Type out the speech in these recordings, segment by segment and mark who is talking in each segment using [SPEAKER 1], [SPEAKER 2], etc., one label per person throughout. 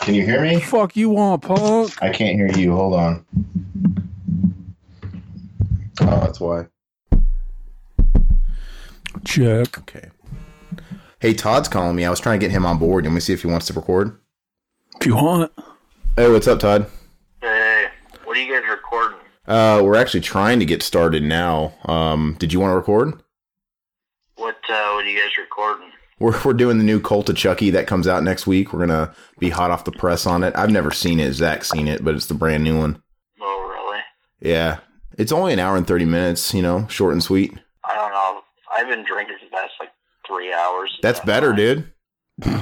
[SPEAKER 1] Can you hear me?
[SPEAKER 2] Fuck you on, punk.
[SPEAKER 1] I can't hear you. Hold on. Oh, that's why.
[SPEAKER 2] Check.
[SPEAKER 3] Okay. Hey, Todd's calling me. I was trying to get him on board. You want me to see if he wants to record?
[SPEAKER 2] If you want.
[SPEAKER 3] Hey, what's up, Todd?
[SPEAKER 4] Hey, Uh, what are you guys recording?
[SPEAKER 3] Uh, we're actually trying to get started now. Um, did you want to record?
[SPEAKER 4] What uh, what are you guys recording?
[SPEAKER 3] We're, we're doing the new Cult of Chucky that comes out next week. We're gonna be hot off the press on it. I've never seen it. Zach's seen it, but it's the brand new one.
[SPEAKER 4] Oh, really?
[SPEAKER 3] Yeah, it's only an hour and thirty minutes. You know, short and sweet.
[SPEAKER 4] I don't know. I've been drinking for the past like three hours.
[SPEAKER 3] That's
[SPEAKER 4] Yeah.
[SPEAKER 3] better, dude.
[SPEAKER 4] Okay.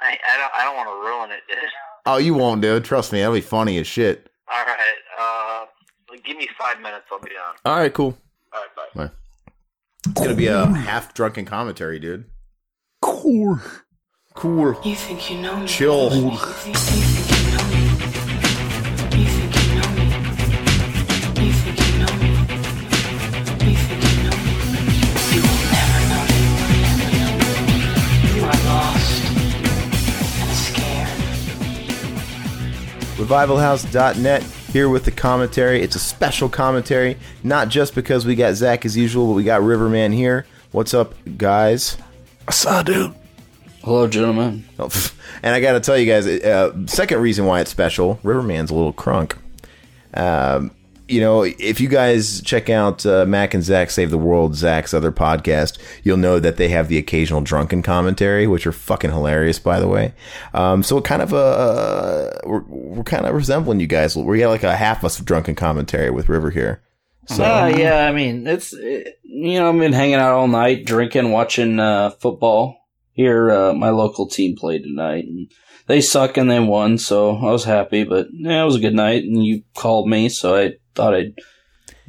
[SPEAKER 4] I, I don't I don't want to ruin it, dude.
[SPEAKER 3] Oh, you won't, dude. Trust me, that'll be funny as shit.
[SPEAKER 4] All right. Uh, give me five minutes. I'll be on.
[SPEAKER 3] All right, cool.
[SPEAKER 4] All right, bye.
[SPEAKER 3] It's gonna be a half drunken commentary, dude.
[SPEAKER 2] Cool.
[SPEAKER 3] Cool.
[SPEAKER 5] You think you know me?
[SPEAKER 3] Chill.
[SPEAKER 5] You think, you think you know me? You think you know me? You think you know me? You think you know me? You will never know me. You are lost and scared.
[SPEAKER 3] RevivalHouse.net here with the commentary. It's a special commentary, not just because we got Zach as usual, but we got Riverman here. What's up, guys?
[SPEAKER 2] I saw, dude.
[SPEAKER 6] Hello, gentlemen.
[SPEAKER 3] Oh, pff. And I got to tell you guys, uh, second reason why it's special, Riverman's a little crunk. Um, you know, if you guys check out uh, Mac and Zach Save the World, Zach's other podcast, you'll know that they have the occasional drunken commentary, which are fucking hilarious, by the way. Um, so kind of uh, we're, we're kind of resembling you guys. We got like a half us drunken commentary with River here. So
[SPEAKER 6] Ah, yeah, I mean, it's it, you know, I've been hanging out all night, drinking, watching uh, football. Here, uh, my local team played tonight, and they suck and they won, so I was happy. But yeah, it was a good night, and you called me, so I thought I'd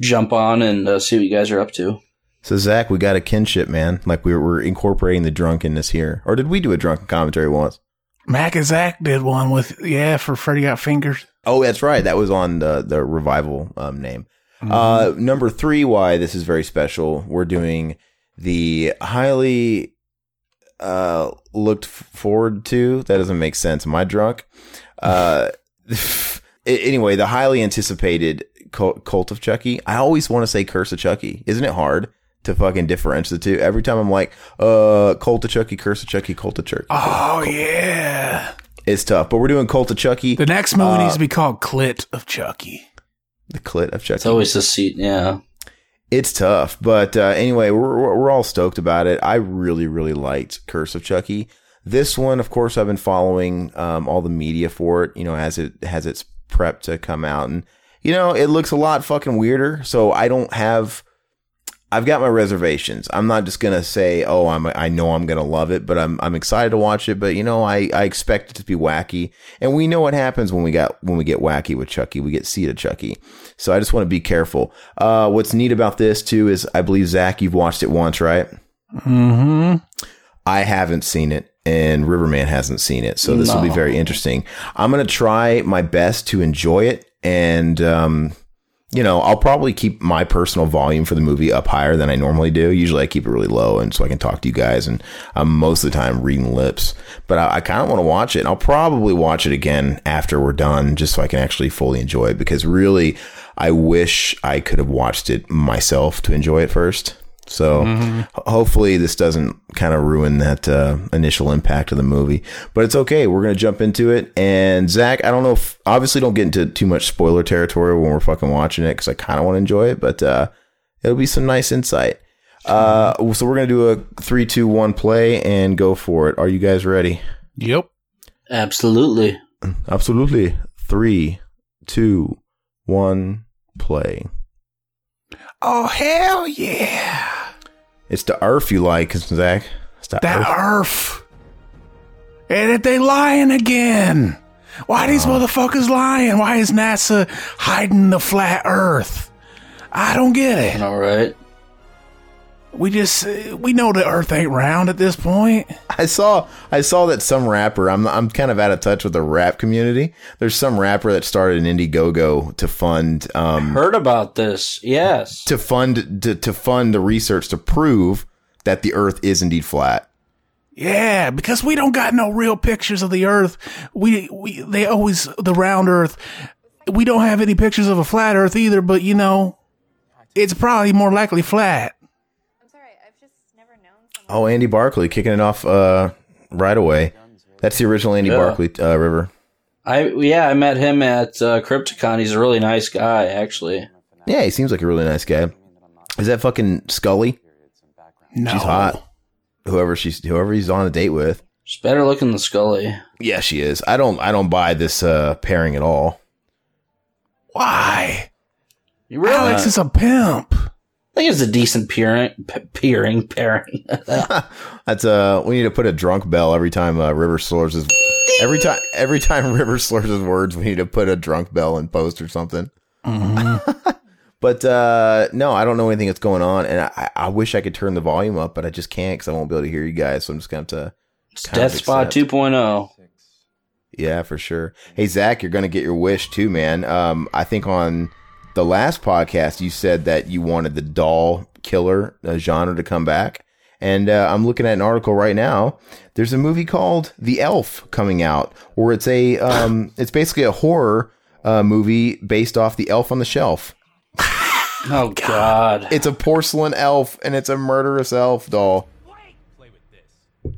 [SPEAKER 6] jump on and uh, see what you guys are up to.
[SPEAKER 3] so Zach, we got a kinship, man. Like we're, we're incorporating the drunkenness here, or did we do a drunken commentary once?
[SPEAKER 2] Mac and Zach did one with, yeah, for Freddy Got Fingers.
[SPEAKER 3] Oh, that's right. That was on the the revival um, name. Uh, number three, why this is very special. We're doing the highly uh, looked f- forward to. That doesn't make sense. Am I drunk? Uh, a- anyway, the highly anticipated cult, cult of Chucky. I always want to say Curse of Chucky. Isn't it hard to fucking differentiate the two? Every time I'm like, uh, Cult of Chucky, Curse of Chucky, Cult of Chucky.
[SPEAKER 2] Oh, yeah.
[SPEAKER 3] It's tough, but we're doing Cult of Chucky,
[SPEAKER 2] The next movie
[SPEAKER 3] Uh,
[SPEAKER 2] needs to be called Clit of Chucky.
[SPEAKER 3] the clit of Chucky.
[SPEAKER 6] It's always the seat, yeah.
[SPEAKER 3] It's tough, but uh, anyway, we're, we're we're all stoked about it. I really, really liked Curse of Chucky. This one, of course, I've been following um, all the media for it. You know, as it has its prep to come out, and you know, it looks a lot fucking weirder. So I don't have, I've got my reservations. I'm not just gonna say, oh, I'm I know I'm gonna love it, but I'm I'm excited to watch it. But you know, I I expect it to be wacky, and we know what happens when we got when we get wacky with Chucky. We get seed of Chucky. So I just want to be careful. Uh, what's neat about this too is I believe Zach, you've watched it once, right?
[SPEAKER 2] Mm
[SPEAKER 3] I haven't seen it, and Riverman hasn't seen it, so this will be
[SPEAKER 6] No.
[SPEAKER 3] very interesting. I'm gonna try my best to enjoy it, and um, you know, I'll probably keep my personal volume for the movie up higher than I normally do. Usually, I keep it really low, and so I can talk to you guys. And I'm most of the time reading lips, but I, I kind of want to watch it. And I'll probably watch it again after we're done, just so I can actually fully enjoy it. Because really, I wish I could have watched it myself to enjoy it first. So ho- hopefully this doesn't kind of ruin that uh, initial impact of the movie, but it's okay. We're gonna jump into it. And Zach, I don't know if obviously don't get into too much spoiler territory when we're fucking watching it because I kind of want to enjoy it, but uh, it'll be some nice insight. Uh, so we're gonna do a three, two, one play and go for it. Are you guys ready?
[SPEAKER 2] hmm. Yep.
[SPEAKER 6] Absolutely.
[SPEAKER 3] Absolutely. Three, two, one, play.
[SPEAKER 2] Oh, hell yeah.
[SPEAKER 3] It's the earth you like, Zach. It's the
[SPEAKER 2] That
[SPEAKER 3] earth.
[SPEAKER 2] earth. And if they lying again. Why these
[SPEAKER 3] Uh-huh.
[SPEAKER 2] motherfuckers lying? Why is NASA hiding the flat earth? I don't get it.
[SPEAKER 6] All right.
[SPEAKER 2] We just uh, we know the Earth ain't round at this point.
[SPEAKER 3] I saw I saw that some rapper. I'm I'm kind of out of touch with the rap community. There's some rapper that started an Indiegogo to fund um
[SPEAKER 6] Heard about this? Yes.
[SPEAKER 3] to fund to, to fund the research to prove that the Earth is indeed flat.
[SPEAKER 2] Yeah, because we don't got no real pictures of the Earth. We we they always the round Earth. We don't have any pictures of a flat Earth either. But you know, it's probably more likely flat.
[SPEAKER 7] I'm sorry, I've just never known
[SPEAKER 3] Oh,
[SPEAKER 7] someone.
[SPEAKER 3] Andy Barkley kicking it off uh, right away. That's the original Andy
[SPEAKER 6] Yeah.
[SPEAKER 3] Barkley uh, River.
[SPEAKER 6] I yeah, I met him at uh, Crypticon. He's a really nice guy, actually.
[SPEAKER 3] Yeah, he seems like a really nice guy. Is that fucking Scully?
[SPEAKER 2] No,
[SPEAKER 3] She's hot. Whoever she's whoever he's on a date with.
[SPEAKER 6] She's better looking than Scully.
[SPEAKER 3] Yeah, she is. I don't I don't buy this uh, pairing at all.
[SPEAKER 2] Why?
[SPEAKER 6] You really?
[SPEAKER 2] Alex
[SPEAKER 6] Uh,
[SPEAKER 2] is a pimp.
[SPEAKER 6] I think it's a decent peering, p- peering pairing.
[SPEAKER 3] That's uh we need to put a drunk bell every time uh, River slurs his every time every time River slurs his words, we need to put a drunk bell in post or something. But uh no, I don't know anything that's going on, and I, I wish I could turn the volume up, but I just can't because I won't be able to hear you guys. So I'm just gonna have to.
[SPEAKER 6] It's
[SPEAKER 3] Kind of
[SPEAKER 6] Death Spot
[SPEAKER 3] accept.
[SPEAKER 6] 2.0.
[SPEAKER 3] Yeah, for sure. Hey Zach, you're gonna get your wish too, man. Um, I think on the last podcast you said that you wanted the doll killer uh, genre to come back, and uh, I'm looking at an article right now. There's a movie called The Elf coming out, where it's a um, it's basically a horror uh, movie based off the Elf on the Shelf.
[SPEAKER 6] Oh God!
[SPEAKER 3] It's a porcelain elf, and it's a murderous elf doll.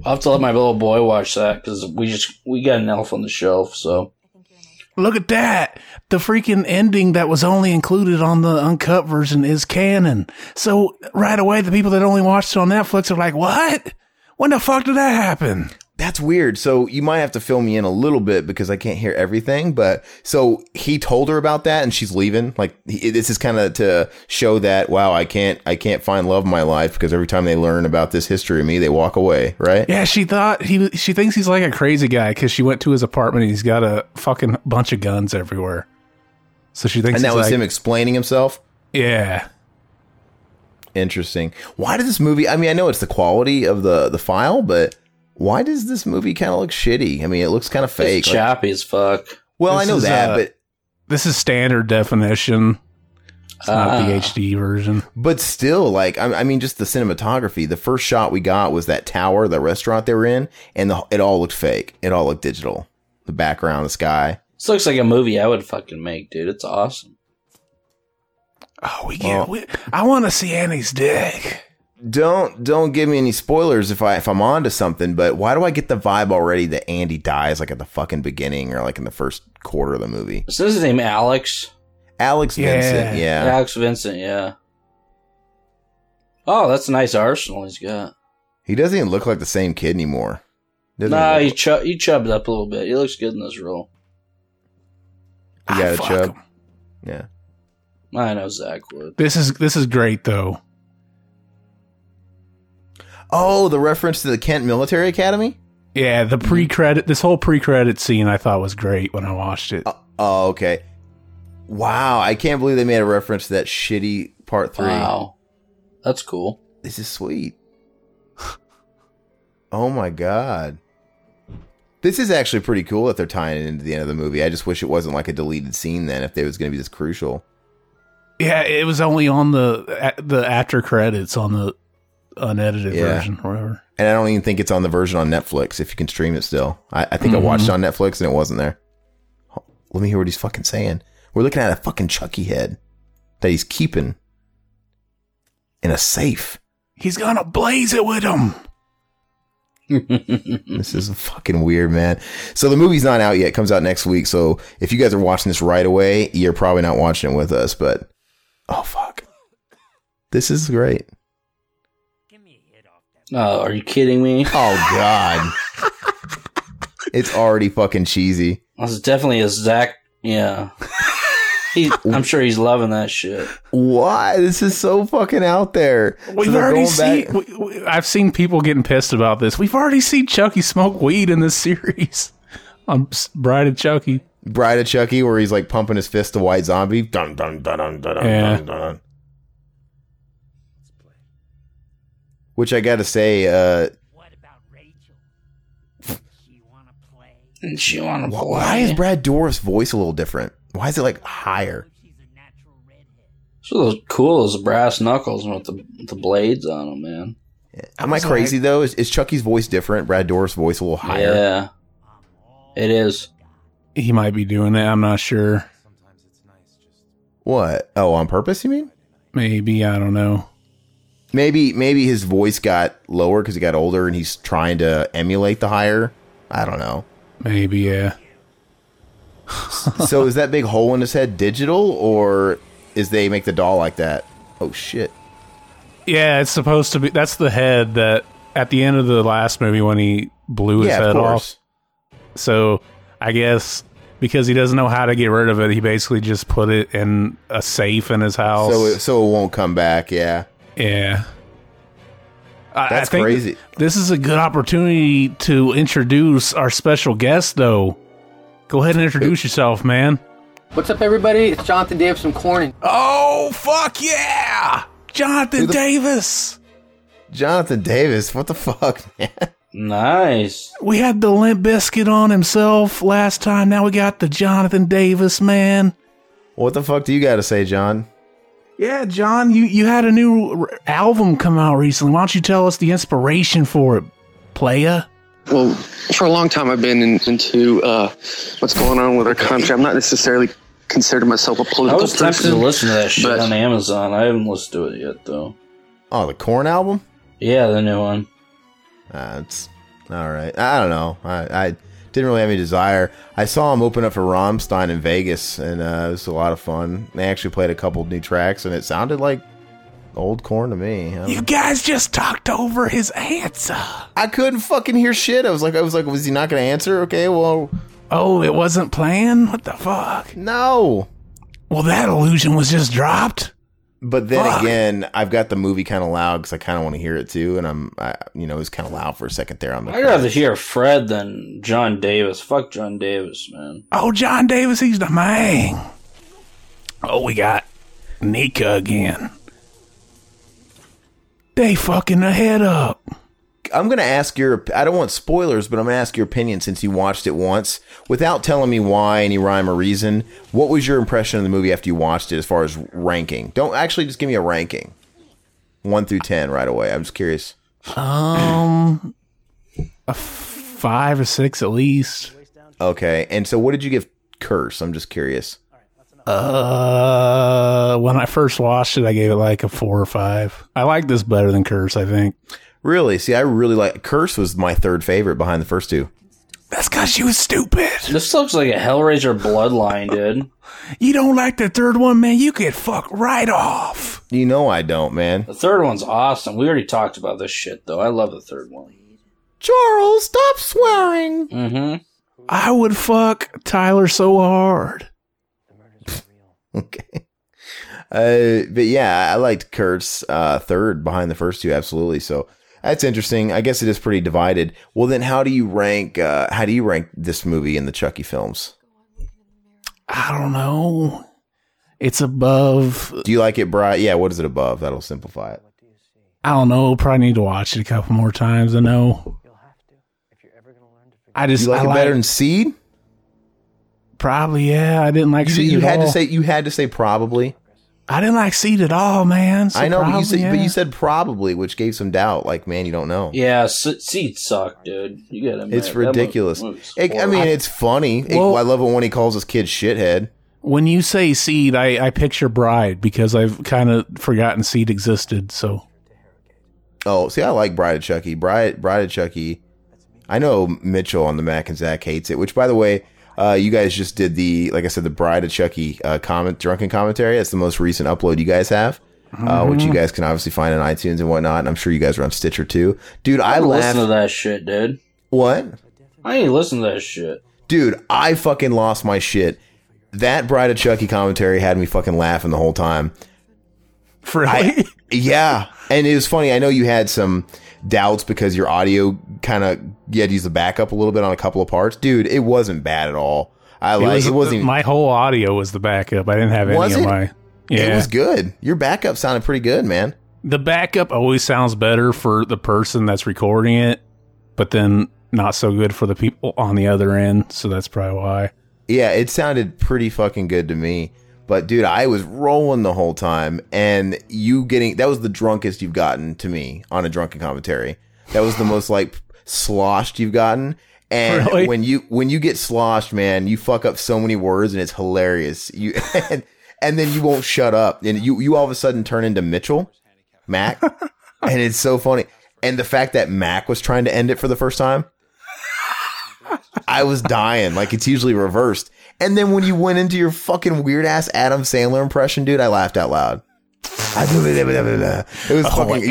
[SPEAKER 6] I'll have to let my little boy watch that because we just we got an elf on the shelf. So
[SPEAKER 2] Look at that. The freaking ending that was only included on the uncut version is canon. So right away, the people that only watched it on Netflix are like, what? When the fuck did that happen?
[SPEAKER 3] That's weird. So you might have to fill me in a little bit because I can't hear everything. But so he told her about that, and she's leaving. Like he, this is kind of to show that wow, I can't, I can't find love in my life because every time they learn about this history of me, they walk away. Right?
[SPEAKER 2] Yeah, she thought he, she thinks he's like a crazy guy because she went to his apartment and he's got a fucking bunch of guns everywhere. So she thinks
[SPEAKER 3] and that
[SPEAKER 2] he's
[SPEAKER 3] was
[SPEAKER 2] like,
[SPEAKER 3] him explaining himself.
[SPEAKER 2] yeah.
[SPEAKER 3] Interesting. Why did this movie? I mean, I know it's the quality of the the file, but why does this movie kind of look shitty? I mean, it looks kind of fake.
[SPEAKER 6] it's choppy as fuck.
[SPEAKER 3] Like- well, I
[SPEAKER 2] This
[SPEAKER 3] know
[SPEAKER 2] is,
[SPEAKER 3] that,
[SPEAKER 2] uh,
[SPEAKER 3] but
[SPEAKER 2] This is standard definition. It's not the
[SPEAKER 6] Ah.
[SPEAKER 2] HD version.
[SPEAKER 3] But still, like I, I mean, just the cinematography. The first shot we got was that tower, the restaurant they were in, and the, it all looked fake. It all looked digital. The background, the sky.
[SPEAKER 6] This looks like a movie I would fucking make, dude. It's awesome.
[SPEAKER 2] Oh, we
[SPEAKER 3] Well-
[SPEAKER 2] get. we, I want to see Annie's dick.
[SPEAKER 3] Don't don't give me any spoilers if I if I'm onto something. But why do I get the vibe already that Andy dies like at the fucking beginning or like in the first quarter of the movie?
[SPEAKER 6] Is his name Alex?
[SPEAKER 3] Alex
[SPEAKER 2] Yeah.
[SPEAKER 3] Vincent, yeah,
[SPEAKER 6] Alex Vincent, yeah. Oh, that's a nice arsenal he's got.
[SPEAKER 3] he doesn't even look like the same kid anymore. Doesn't
[SPEAKER 6] Nah,
[SPEAKER 3] even
[SPEAKER 6] he,
[SPEAKER 3] look-
[SPEAKER 6] chub he chubbed up a little bit. He looks good in this role.
[SPEAKER 3] You
[SPEAKER 2] Ah,
[SPEAKER 3] got a
[SPEAKER 2] fuck
[SPEAKER 3] chub?
[SPEAKER 2] 'em.
[SPEAKER 3] yeah.
[SPEAKER 6] I know Zach would.
[SPEAKER 2] This is this is great though.
[SPEAKER 3] Oh, the reference to the Kent Military Academy.
[SPEAKER 2] Yeah, the
[SPEAKER 3] Mm-hmm.
[SPEAKER 2] pre credit, this whole pre credit scene, I thought was great when I watched it.
[SPEAKER 3] Oh, oh, okay. Wow, I can't believe they made a reference to that shitty part three.
[SPEAKER 6] Wow. That's cool.
[SPEAKER 3] This is sweet. oh my god. This is actually pretty cool that they're tying it into the end of the movie. I just wish it wasn't like a deleted scene then if it was going to be this crucial.
[SPEAKER 2] Yeah, it was only on the a- the after credits on the unedited
[SPEAKER 3] Yeah.
[SPEAKER 2] version, or whatever.
[SPEAKER 3] And I don't even think it's on the version on Netflix if you can stream it still. I, I think I watched it on Netflix and it wasn't there. Oh, Let me hear what he's fucking saying. We're looking at a fucking Chucky head that he's keeping in a safe.
[SPEAKER 2] He's gonna blaze it with him.
[SPEAKER 3] This is fucking weird, man. So the movie's not out yet. It comes out next week. So if you guys are watching this right away, you're probably not watching it with us, but oh fuck. This is great.
[SPEAKER 6] Oh, are you kidding me?
[SPEAKER 3] Oh god. it's already fucking cheesy.
[SPEAKER 6] That's definitely a Zach. Yeah. He, I'm sure he's loving that shit.
[SPEAKER 3] Why? This is so fucking out there. So
[SPEAKER 2] We've
[SPEAKER 3] they're
[SPEAKER 2] already
[SPEAKER 3] going back-
[SPEAKER 2] seen. We, we, I've seen people getting pissed about this. We've already seen Chucky smoke weed in this series on S- Bride of Chucky.
[SPEAKER 3] Bride of Chucky where he's like pumping his fist to White Zombie. Dun dun dun dun dun dun
[SPEAKER 2] Yeah.
[SPEAKER 3] dun dun. Which I gotta say, uh
[SPEAKER 8] What about Rachel? she wanna play?
[SPEAKER 6] And she want to
[SPEAKER 3] Wh-
[SPEAKER 6] play.
[SPEAKER 3] Why is Brad Dourif's voice a little different? Why is it like higher?
[SPEAKER 8] She's a natural redhead.
[SPEAKER 6] So those cool as brass knuckles with the the blades on them, man.
[SPEAKER 3] Am I
[SPEAKER 2] was
[SPEAKER 3] crazy though? Is, is Chucky's voice different? Brad Dourif's voice a little higher.
[SPEAKER 6] Yeah, it is.
[SPEAKER 2] He might be doing it. I'm not sure.
[SPEAKER 3] What? Oh, on purpose? You mean?
[SPEAKER 2] Maybe I don't know.
[SPEAKER 3] Maybe maybe his voice got lower because he got older and he's trying to emulate the higher. I don't know.
[SPEAKER 2] Maybe yeah.
[SPEAKER 3] so is that big hole in his head digital or is they make the doll like that? Oh shit.
[SPEAKER 2] Yeah, it's supposed to be. That's the head that at the end of the last movie when he blew his
[SPEAKER 3] yeah, of
[SPEAKER 2] head
[SPEAKER 3] course.
[SPEAKER 2] off. So I guess because he doesn't know how to get rid of it, he basically just put it in a safe in his house.
[SPEAKER 3] So it, so it won't come back. Yeah,
[SPEAKER 2] yeah. I,
[SPEAKER 3] that's
[SPEAKER 2] I think
[SPEAKER 3] crazy.
[SPEAKER 2] This is a good opportunity to introduce our special guest, though. Go ahead and introduce yourself, man.
[SPEAKER 9] What's up, everybody? It's Jonathan Davis from Corning.
[SPEAKER 2] Oh, fuck yeah! Jonathan
[SPEAKER 3] Who the-
[SPEAKER 2] Davis!
[SPEAKER 3] Jonathan Davis, what the fuck, man?
[SPEAKER 6] Nice.
[SPEAKER 2] We had the Limp Biscuit on himself last time. Now we got the Jonathan Davis, man.
[SPEAKER 3] What the fuck do you got to say, John?
[SPEAKER 2] Yeah, John, you, you had a new r- album come out recently. Why don't you tell us the inspiration for it, playa?
[SPEAKER 9] Well, for a long time, I've been in, into uh, what's going on with our country. I'm not necessarily considering myself a
[SPEAKER 6] I
[SPEAKER 9] political
[SPEAKER 6] was tempted to
[SPEAKER 9] person.
[SPEAKER 6] listen to that shit
[SPEAKER 9] but-
[SPEAKER 6] on Amazon. I haven't listened to it yet though.
[SPEAKER 3] Oh, the Corn album?
[SPEAKER 6] Yeah, the new one.
[SPEAKER 3] Uh, it's all right. I don't know. I, I didn't really have any desire. I saw him open up for Rammstein in Vegas, and uh, it was a lot of fun. They actually played a couple new tracks, and it sounded like old Corn to me. Um, I,
[SPEAKER 2] You guys just talked over his answer.
[SPEAKER 3] I couldn't fucking hear shit. I was like, I was like, was he not gonna answer? Okay, well,
[SPEAKER 2] Oh, it wasn't planned? What the fuck?
[SPEAKER 3] no.
[SPEAKER 2] Well, that illusion was just dropped.
[SPEAKER 3] But then
[SPEAKER 2] Fuck.
[SPEAKER 3] again, I've got the movie kind of loud because I kind of want to hear it too, and I'm, I, you know, it was kind of loud for a second there. I'm like,
[SPEAKER 6] I'd rather hear Fred than John Davis. Fuck John Davis, man.
[SPEAKER 2] Oh, John Davis, he's the man. Oh, we got Nika again. They fucking the head up.
[SPEAKER 3] I'm gonna ask your. I don't want spoilers, but I'm gonna ask your opinion since you watched it once without telling me why, any rhyme or reason. What was your impression of the movie after you watched it, as far as ranking? Don't actually just give me a ranking, one through ten, right away. I'm just curious.
[SPEAKER 2] Um, a five or six at least.
[SPEAKER 3] Okay, and so what did you give Curse? I'm just curious.
[SPEAKER 2] Uh, when I first watched it, I gave it like a four or five. I like this better than Curse, I think.
[SPEAKER 3] Really? See, I really like Curse was my third favorite behind the first two.
[SPEAKER 2] That's because she was stupid.
[SPEAKER 6] This looks like a Hellraiser bloodline, dude.
[SPEAKER 2] You don't like the third one, man? You could fuck right off.
[SPEAKER 3] You know I don't, man.
[SPEAKER 6] The third one's awesome. We already talked about this shit though. I love the third one.
[SPEAKER 3] Charles, stop swearing.
[SPEAKER 6] Mm-hmm.
[SPEAKER 2] I would fuck Tyler so hard.
[SPEAKER 3] Okay. Uh, but yeah, I liked Kurt's uh, third behind the first two, absolutely. So that's interesting. I guess it is pretty divided. Well, then, how do you rank? Uh, how do you rank this movie in the Chucky films?
[SPEAKER 2] I don't know. It's above.
[SPEAKER 3] Do you like it, Bright? Yeah. What is it above? That'll simplify it.
[SPEAKER 2] I don't know. Probably need to watch it a couple more times. I know. I
[SPEAKER 3] Do
[SPEAKER 2] just
[SPEAKER 3] you like
[SPEAKER 2] I
[SPEAKER 3] it
[SPEAKER 2] like,
[SPEAKER 3] better than Seed?
[SPEAKER 2] probably yeah. I didn't like
[SPEAKER 3] You,
[SPEAKER 2] seed
[SPEAKER 3] you
[SPEAKER 2] at
[SPEAKER 3] had
[SPEAKER 2] all.
[SPEAKER 3] to say you had to say probably.
[SPEAKER 2] I didn't like seed at all, man. So
[SPEAKER 3] I know, but
[SPEAKER 2] probably,
[SPEAKER 3] you said
[SPEAKER 2] yeah.
[SPEAKER 3] but you said probably, which gave some doubt. Like, man, you don't know.
[SPEAKER 6] Yeah, S- Seed suck, dude. You gotta admit,
[SPEAKER 3] It's
[SPEAKER 6] that mo-
[SPEAKER 3] ridiculous.
[SPEAKER 6] movie's
[SPEAKER 3] It- I
[SPEAKER 6] horrible.
[SPEAKER 3] mean, it's funny. It-
[SPEAKER 2] Well-
[SPEAKER 3] I love it when he calls his kid shithead.
[SPEAKER 2] when you say seed, I, I picture bride because I've kind of forgotten seed existed. So
[SPEAKER 3] Oh, see, I like Bride of Chucky. Bride, Bride of Chucky. I know Mitchell on the Mac and Zach hates it. Which, by the way, uh, you guys just did the like I said, the Bride of Chucky uh, comment, drunken commentary. That's the most recent upload you guys have, uh, which you guys can obviously find on iTunes and whatnot. And I'm sure you guys are on Stitcher too, dude. I
[SPEAKER 6] I listen to
[SPEAKER 3] laughed.
[SPEAKER 6] that shit, dude.
[SPEAKER 3] What?
[SPEAKER 6] I ain't listen to that shit.
[SPEAKER 3] dude, I fucking lost my shit. That Bride of Chucky commentary had me fucking laughing the whole time.
[SPEAKER 2] really,
[SPEAKER 3] I- Yeah, and it was funny. I know you had some doubts because your audio kind of you had to use the backup a little bit on a couple of parts, dude. It wasn't bad at all. I like it, was, not even.
[SPEAKER 2] my whole audio was the backup. I didn't have any
[SPEAKER 3] Was
[SPEAKER 2] of
[SPEAKER 3] it?
[SPEAKER 2] my.
[SPEAKER 3] It
[SPEAKER 2] Yeah,
[SPEAKER 3] was good. Your backup sounded pretty good, man.
[SPEAKER 2] the backup always sounds better for the person that's recording it, but then not so good for the people on the other end. So that's probably why.
[SPEAKER 3] Yeah, it sounded pretty fucking good to me. But dude, I was rolling the whole time, and you getting that was the drunkest you've gotten to me on a drunken commentary. That was the most like sloshed you've gotten. And
[SPEAKER 2] Really?
[SPEAKER 3] when you when you get sloshed, man, you fuck up so many words, and it's hilarious. You and, and then you won't shut up, and you you all of a sudden turn into Mitchell, Mac, and it's so funny. And the fact that Mac was trying to end it for the first time, I was dying. Like it's usually reversed. And then when you went into your fucking weird ass Adam Sandler impression, dude, I laughed out loud. I do it. blah, blah, blah, blah. It was
[SPEAKER 6] Oh,
[SPEAKER 3] fucking.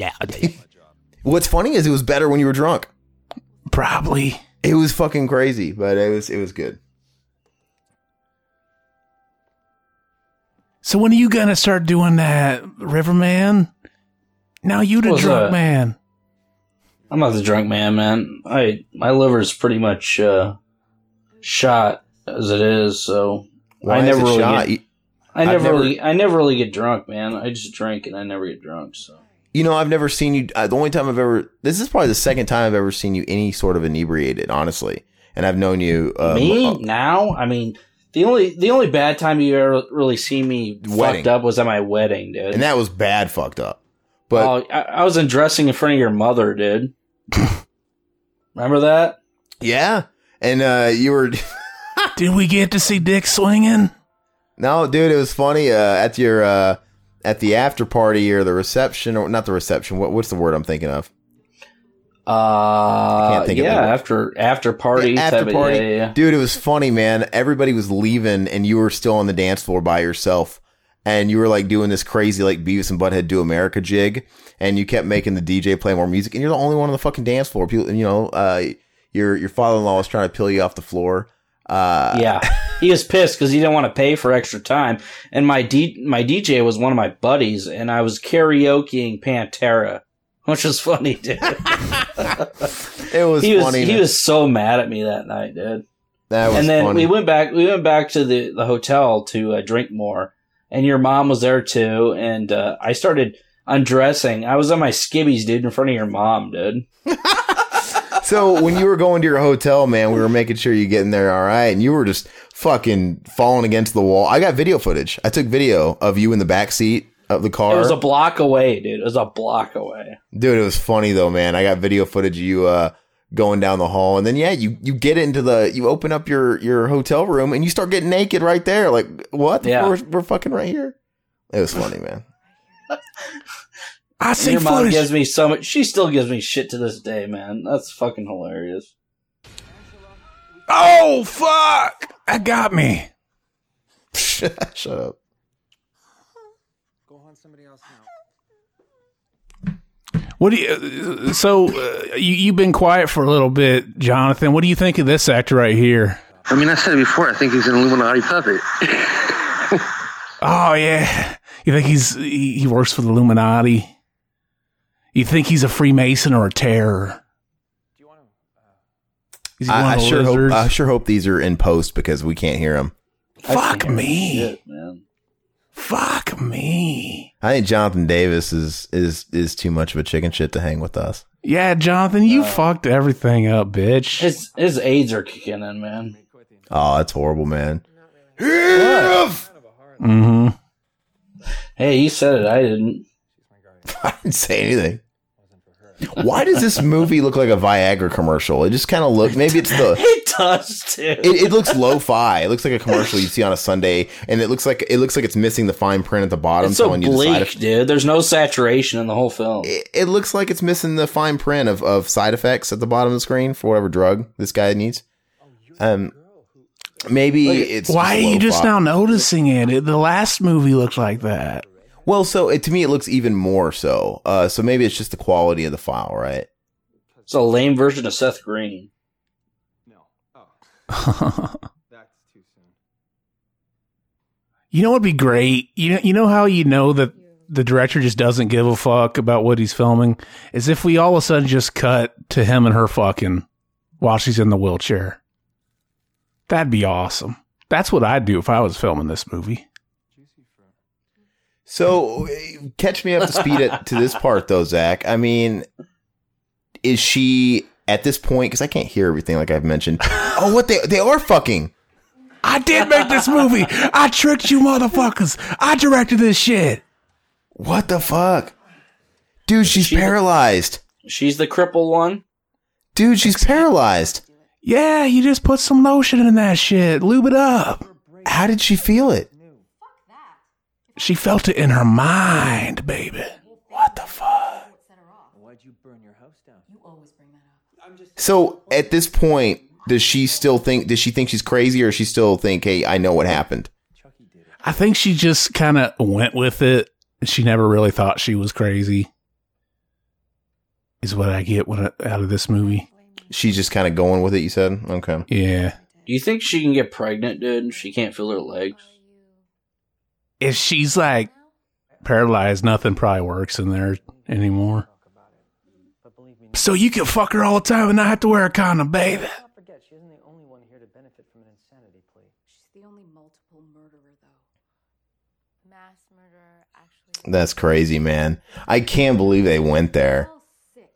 [SPEAKER 3] you were- what's funny is it was better when you were drunk.
[SPEAKER 2] Probably.
[SPEAKER 3] It was fucking crazy, but it was it was good.
[SPEAKER 2] So when are you gonna start doing that, Riverman? Now you the
[SPEAKER 6] What's
[SPEAKER 2] drunk
[SPEAKER 6] that?
[SPEAKER 2] man.
[SPEAKER 6] I'm not the drunk man, man. I my liver's pretty much uh, shot as it is, so
[SPEAKER 3] Why
[SPEAKER 6] I
[SPEAKER 3] is
[SPEAKER 6] never
[SPEAKER 3] it
[SPEAKER 6] really
[SPEAKER 3] shot?
[SPEAKER 6] get-
[SPEAKER 3] You,
[SPEAKER 6] I
[SPEAKER 3] I've
[SPEAKER 6] never,
[SPEAKER 3] never-
[SPEAKER 6] really I never really get drunk, man. I just drink and I never get drunk. So
[SPEAKER 3] you know, I've never seen you. Uh, the only time I've ever this is probably the second time I've ever seen you any sort of inebriated, honestly. And I've known you. Uh,
[SPEAKER 6] me
[SPEAKER 3] m- uh,
[SPEAKER 6] now, I mean the only the only bad time you ever really see me
[SPEAKER 3] Wedding.
[SPEAKER 6] fucked up was at my wedding, dude.
[SPEAKER 3] and that was bad, fucked up. But
[SPEAKER 6] oh, I, I was undressing in front of your mother, dude. Remember that?
[SPEAKER 3] yeah, and uh, you were.
[SPEAKER 2] Did we get to see Dick swinging?
[SPEAKER 3] No, dude, it was funny. Uh, at your uh, at the after party or the reception or not the reception. What, what's the word I'm thinking of?
[SPEAKER 6] Uh,
[SPEAKER 3] can't think of
[SPEAKER 6] yeah,
[SPEAKER 3] the word.
[SPEAKER 6] after after party,
[SPEAKER 3] Yeah, after
[SPEAKER 6] type of-
[SPEAKER 3] party.
[SPEAKER 6] yeah, yeah, yeah.
[SPEAKER 3] Dude, it was funny, man. Everybody was leaving, and you were still on the dance floor by yourself, and you were like doing this crazy like Beavis and Butthead do America jig, and you kept making the DJ play more music, and you're the only one on the fucking dance floor. People, you know, uh, your your father in law was trying to peel you off the floor. Uh,
[SPEAKER 6] yeah, he was pissed because he didn't want to pay for extra time. And my D- my DJ was one of my buddies, and I was karaokeing Pantera, which was funny, dude.
[SPEAKER 3] it was
[SPEAKER 6] he was
[SPEAKER 3] funny.
[SPEAKER 6] he
[SPEAKER 3] man.
[SPEAKER 6] was so mad at me that night, dude.
[SPEAKER 3] that was
[SPEAKER 6] And then
[SPEAKER 3] funny.
[SPEAKER 6] we went back we went back to the the hotel to uh, drink more, and your mom was there too. And uh, I started undressing. I was on my skibbies, dude, in front of your mom, dude.
[SPEAKER 3] So when you were going to your hotel, man, we were making sure you get in there all right, and you were just fucking falling against the wall. I got video footage. I took video of you in the back seat of the car.
[SPEAKER 6] It was a block away, dude. It was a block away.
[SPEAKER 3] Dude, it was funny though, man. I got video footage of you uh, going down the hall, and then yeah, you you get into the you open up your your hotel room and you start getting naked right there. Like what?
[SPEAKER 6] Yeah.
[SPEAKER 3] We're, we're fucking right here. It was funny, man.
[SPEAKER 2] I see
[SPEAKER 6] your mom
[SPEAKER 2] footage.
[SPEAKER 6] gives me so much. She still gives me shit to this day, man. That's fucking hilarious.
[SPEAKER 2] oh fuck! I got me.
[SPEAKER 3] Shut up.
[SPEAKER 8] Go on somebody else now.
[SPEAKER 2] What do you? uh, So uh, you you've been quiet for a little bit, Jonathan. What do you think of this actor right here?
[SPEAKER 9] I mean, I said it before. I think he's an Illuminati puppet.
[SPEAKER 2] Oh yeah, you think he's he, he works for the Illuminati? You think he's a Freemason or a terror? Is he one
[SPEAKER 3] I, I
[SPEAKER 2] of the
[SPEAKER 3] sure hope
[SPEAKER 2] lizards?
[SPEAKER 3] I sure hope these are in post because we can't hear them.
[SPEAKER 2] Fuck me.
[SPEAKER 6] Shit, man.
[SPEAKER 2] Fuck me.
[SPEAKER 3] I think Jonathan Davis is is is too much of a chicken shit to hang with us.
[SPEAKER 2] Yeah, Jonathan, you fucked everything up, bitch.
[SPEAKER 6] His his aides are kicking in, man.
[SPEAKER 3] Oh, that's horrible, man.
[SPEAKER 2] hmm
[SPEAKER 6] Hey, you said it. I didn't.
[SPEAKER 3] I didn't say anything. Why does this movie look like a Viagra commercial? It just kind of look. Maybe it's the.
[SPEAKER 6] It does too.
[SPEAKER 3] It, it looks lo-fi. It looks like a commercial you see on a Sunday, and it looks like it looks like it's missing the fine print at the bottom.
[SPEAKER 6] it's so
[SPEAKER 3] telling you the side
[SPEAKER 6] bleak,
[SPEAKER 3] eff-
[SPEAKER 6] dude. There's no saturation in the whole film.
[SPEAKER 3] it, it looks like it's missing the fine print of, of side effects at the bottom of the screen for whatever drug this guy needs. Um, maybe it's
[SPEAKER 2] Why are you just
[SPEAKER 3] lo-fi.
[SPEAKER 2] now noticing it? it? The last movie looked like that.
[SPEAKER 3] Well, so it, to me, it looks even more so. Uh, so maybe it's just the quality of the file, right?
[SPEAKER 6] It's a lame version of Seth Green.
[SPEAKER 2] you know what'd be great? You know, you know how you know that the director just doesn't give a fuck about what he's filming is if we all of a sudden just cut to him and her fucking while she's in the wheelchair. That'd be awesome. That's what I'd do if I was filming this movie.
[SPEAKER 3] So uh, catch me up to speed at, to this part, though, Zach. I mean, is she at this point? Because I can't hear everything, like I've mentioned. Oh, what they they are fucking.
[SPEAKER 2] I did make this movie. I tricked you motherfuckers. I directed this shit.
[SPEAKER 3] What the fuck? Dude, she's
[SPEAKER 6] She-
[SPEAKER 3] paralyzed.
[SPEAKER 6] She's the cripple one.
[SPEAKER 3] Dude, she's paralyzed.
[SPEAKER 2] Yeah, you just put some lotion in that shit. Lube it up.
[SPEAKER 3] How did she feel it?
[SPEAKER 2] She felt it in her mind, baby. What the fuck?
[SPEAKER 3] So at this point, does she still think? Does she think she's crazy, or does she still think, "Hey, I know what happened"?
[SPEAKER 2] I think she just kind of went with it. She never really thought she was crazy. Is what I get when I, out of this movie.
[SPEAKER 3] She's just kind of going with it. You said, "Okay."
[SPEAKER 2] Yeah.
[SPEAKER 6] Do you think she can get pregnant, dude? if She can't feel her legs.
[SPEAKER 2] If she's like paralyzed, nothing probably works in there anymore. So you can fuck her all the time and not have to wear a condom, baby.
[SPEAKER 7] She's the only multiple murderer, though. Mass murderer, actually.
[SPEAKER 3] That's crazy, man. I can't believe they went there.
[SPEAKER 7] All sick.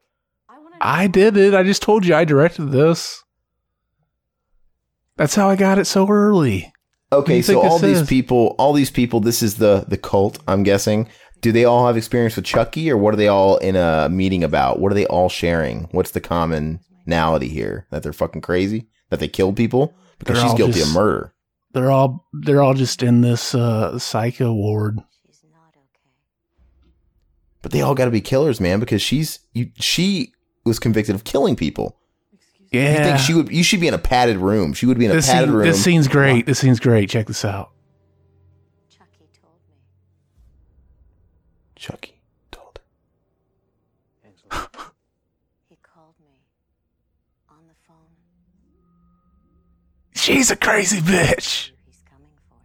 [SPEAKER 7] I want to.
[SPEAKER 2] I did it. I just told you I directed this. That's how I got it so early.
[SPEAKER 3] Okay,
[SPEAKER 2] you
[SPEAKER 3] so
[SPEAKER 2] think
[SPEAKER 3] all
[SPEAKER 2] this
[SPEAKER 3] these
[SPEAKER 2] is?
[SPEAKER 3] people, all these people, this is the the cult. I'm guessing. Do they all have experience with Chucky, or what are they all in a meeting about? What are they all sharing? What's the commonality here? That they're fucking crazy. That they killed people because
[SPEAKER 2] They're
[SPEAKER 3] she's
[SPEAKER 2] all
[SPEAKER 3] guilty
[SPEAKER 2] just-
[SPEAKER 3] of murder.
[SPEAKER 2] They're all they're all just in this uh, psycho ward.
[SPEAKER 3] But they all got to be killers, man, because she's you, she was convicted of killing people.
[SPEAKER 2] Yeah.
[SPEAKER 3] You think she would? You should be in a padded room. She would be in a
[SPEAKER 2] this,
[SPEAKER 3] padded
[SPEAKER 2] scene-
[SPEAKER 3] room.
[SPEAKER 2] this scene's great. This scene's great. Check this out.
[SPEAKER 7] Chucky told me.
[SPEAKER 3] Chucky told her.
[SPEAKER 7] He called me on the phone.
[SPEAKER 2] She's a crazy bitch.
[SPEAKER 7] He's coming for you.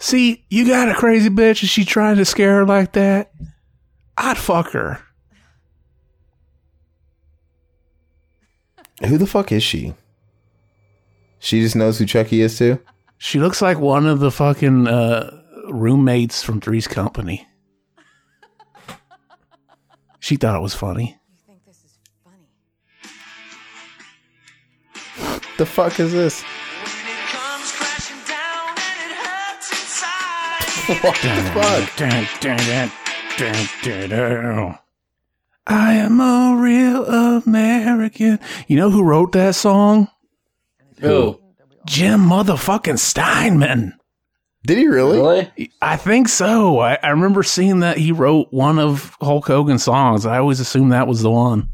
[SPEAKER 2] See, you got a crazy bitch and she trying to scare her like that. I'd fuck her.
[SPEAKER 3] Who the fuck is she? She just knows who Chucky is too.
[SPEAKER 2] She looks like one of the fucking uh, roommates from Three's Company. She thought it was funny.
[SPEAKER 7] You think this is funny?
[SPEAKER 3] The fuck is this? What the fuck?
[SPEAKER 2] I am a real American. You know who wrote that song?
[SPEAKER 6] Who?
[SPEAKER 2] Jim motherfucking Steinman.
[SPEAKER 3] Did he really?
[SPEAKER 6] Really?
[SPEAKER 2] I think so. I, I remember seeing that he wrote one of Hulk Hogan's songs. I always assumed that was the one.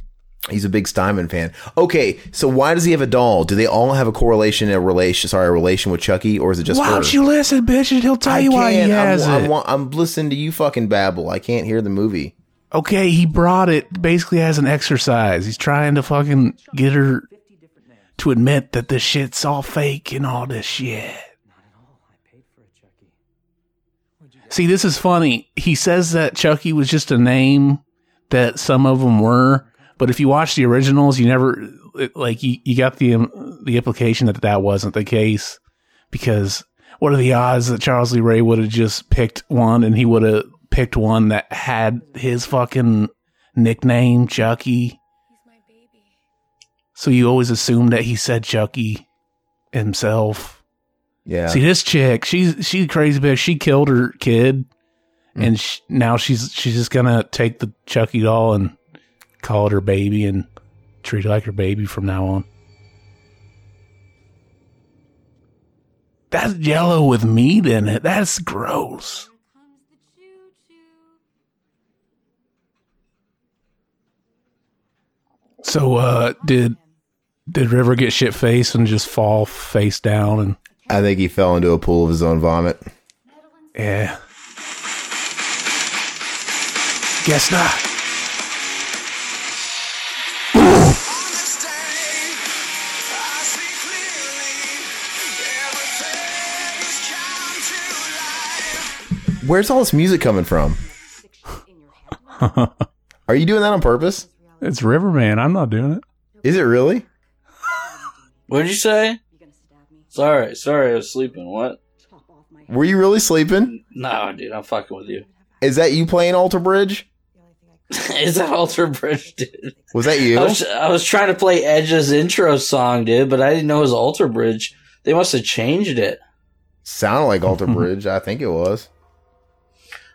[SPEAKER 3] He's a big Steinman fan. Okay, so why does he have a doll? Do they all have a correlation, a relation? Sorry, a relation with Chucky, or is it just
[SPEAKER 2] Why
[SPEAKER 3] her?
[SPEAKER 2] don't you listen, bitch? And he'll tell you why he
[SPEAKER 3] can't. I'm-
[SPEAKER 2] has
[SPEAKER 3] I'm,
[SPEAKER 2] it.
[SPEAKER 3] wa- I'm listening to you fucking babble. I can't hear the movie.
[SPEAKER 2] okay, he brought it basically as an exercise. He's trying to fucking get her to admit that this shit's all fake and all this shit. See, this is funny. He says that Chucky was just a name that some of them were, but if you watch the originals, you never it- like you, you got the um, the implication that that wasn't the case because what are the odds that Charles Lee Ray would have just picked one and he would have picked one that had his fucking nickname Chucky?
[SPEAKER 7] He's my baby.
[SPEAKER 2] So you always assume that he said Chucky himself.
[SPEAKER 3] Yeah.
[SPEAKER 2] See this chick, she's she's crazy bitch. She killed her kid, and sh now she's she's just gonna take the Chucky doll and call it her baby and treat it like her baby from now on. That's yellow with meat in it. That's gross.
[SPEAKER 7] Here comes the choo choo.
[SPEAKER 2] So uh did did River get shit faced and just fall face down and
[SPEAKER 3] I think he fell into a pool of his own vomit.
[SPEAKER 2] yeah. Guess not.
[SPEAKER 3] Where's all this music coming from? Are you doing that on purpose?
[SPEAKER 2] It's Riverman. I'm not doing it.
[SPEAKER 3] Is it really?
[SPEAKER 6] What'd you say? Sorry, sorry, I was sleeping. What?
[SPEAKER 3] Were you really sleeping?
[SPEAKER 6] No, dude, I'm fucking with you.
[SPEAKER 3] Is that you playing Alter Bridge?
[SPEAKER 6] Is that Alter Bridge, dude?
[SPEAKER 3] Was that
[SPEAKER 6] I
[SPEAKER 3] you?
[SPEAKER 6] was, I was trying to play Edge's intro song, dude, but I didn't know it was Alter Bridge. They must have changed it.
[SPEAKER 3] Sounded like Alter Bridge. I think it was.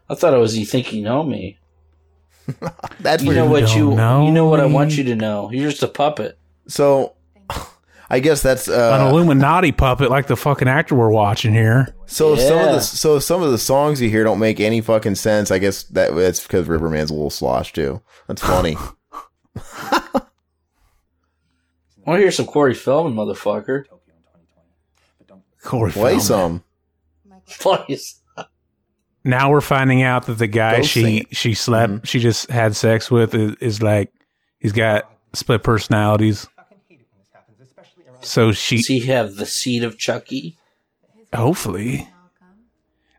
[SPEAKER 6] I thought it was you think you know me.
[SPEAKER 3] That's
[SPEAKER 6] You
[SPEAKER 3] weird.
[SPEAKER 6] know what
[SPEAKER 2] don't
[SPEAKER 6] you
[SPEAKER 2] know
[SPEAKER 6] you know what I
[SPEAKER 2] me.
[SPEAKER 6] want you to know. You're just a puppet.
[SPEAKER 3] So, I guess that's
[SPEAKER 2] An
[SPEAKER 3] uh,
[SPEAKER 2] Illuminati puppet like the fucking actor we're watching here.
[SPEAKER 3] so. if Some of
[SPEAKER 6] Yeah.
[SPEAKER 3] the so if some of the songs you hear don't make any fucking sense. I guess that that's because Riverman's a little slosh too. That's funny.
[SPEAKER 6] I want to hear some Corey Feldman, motherfucker.
[SPEAKER 2] Corey
[SPEAKER 3] Play
[SPEAKER 2] Feldman.
[SPEAKER 3] some.
[SPEAKER 6] Please.
[SPEAKER 2] Now we're finding out that the guy
[SPEAKER 3] Don't sing
[SPEAKER 2] she
[SPEAKER 3] it. Mm-hmm.
[SPEAKER 2] she slept she just had sex with is, is like he's got split personalities. So she
[SPEAKER 6] Does he have the seed of Chucky?
[SPEAKER 2] hopefully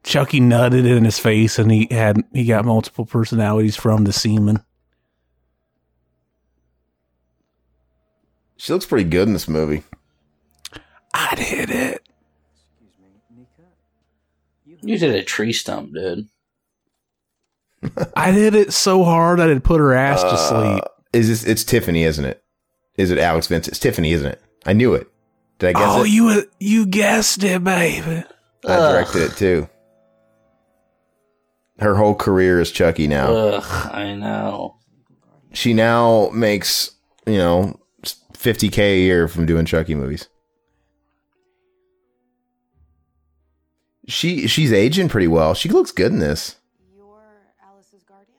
[SPEAKER 2] Chucky nutted in his face and he had he got multiple personalities from the semen.
[SPEAKER 3] She looks pretty good in this movie.
[SPEAKER 2] I did it.
[SPEAKER 6] You did a tree stump, dude.
[SPEAKER 2] I did it so hard I would put her ass
[SPEAKER 3] Uh,
[SPEAKER 2] to sleep.
[SPEAKER 3] Is this? It's Tiffany, isn't it? Is it Alex Vince? It's Tiffany, isn't it? I knew it. Did I guess
[SPEAKER 2] Oh,
[SPEAKER 3] it?
[SPEAKER 2] you you guessed it, baby.
[SPEAKER 3] I directed it too. Her whole career is Chucky now.
[SPEAKER 6] Ugh, I know.
[SPEAKER 3] she now makes you know 50k a year from doing Chucky movies. She she's aging pretty well. She looks good in this.
[SPEAKER 7] You're Alice's guardian?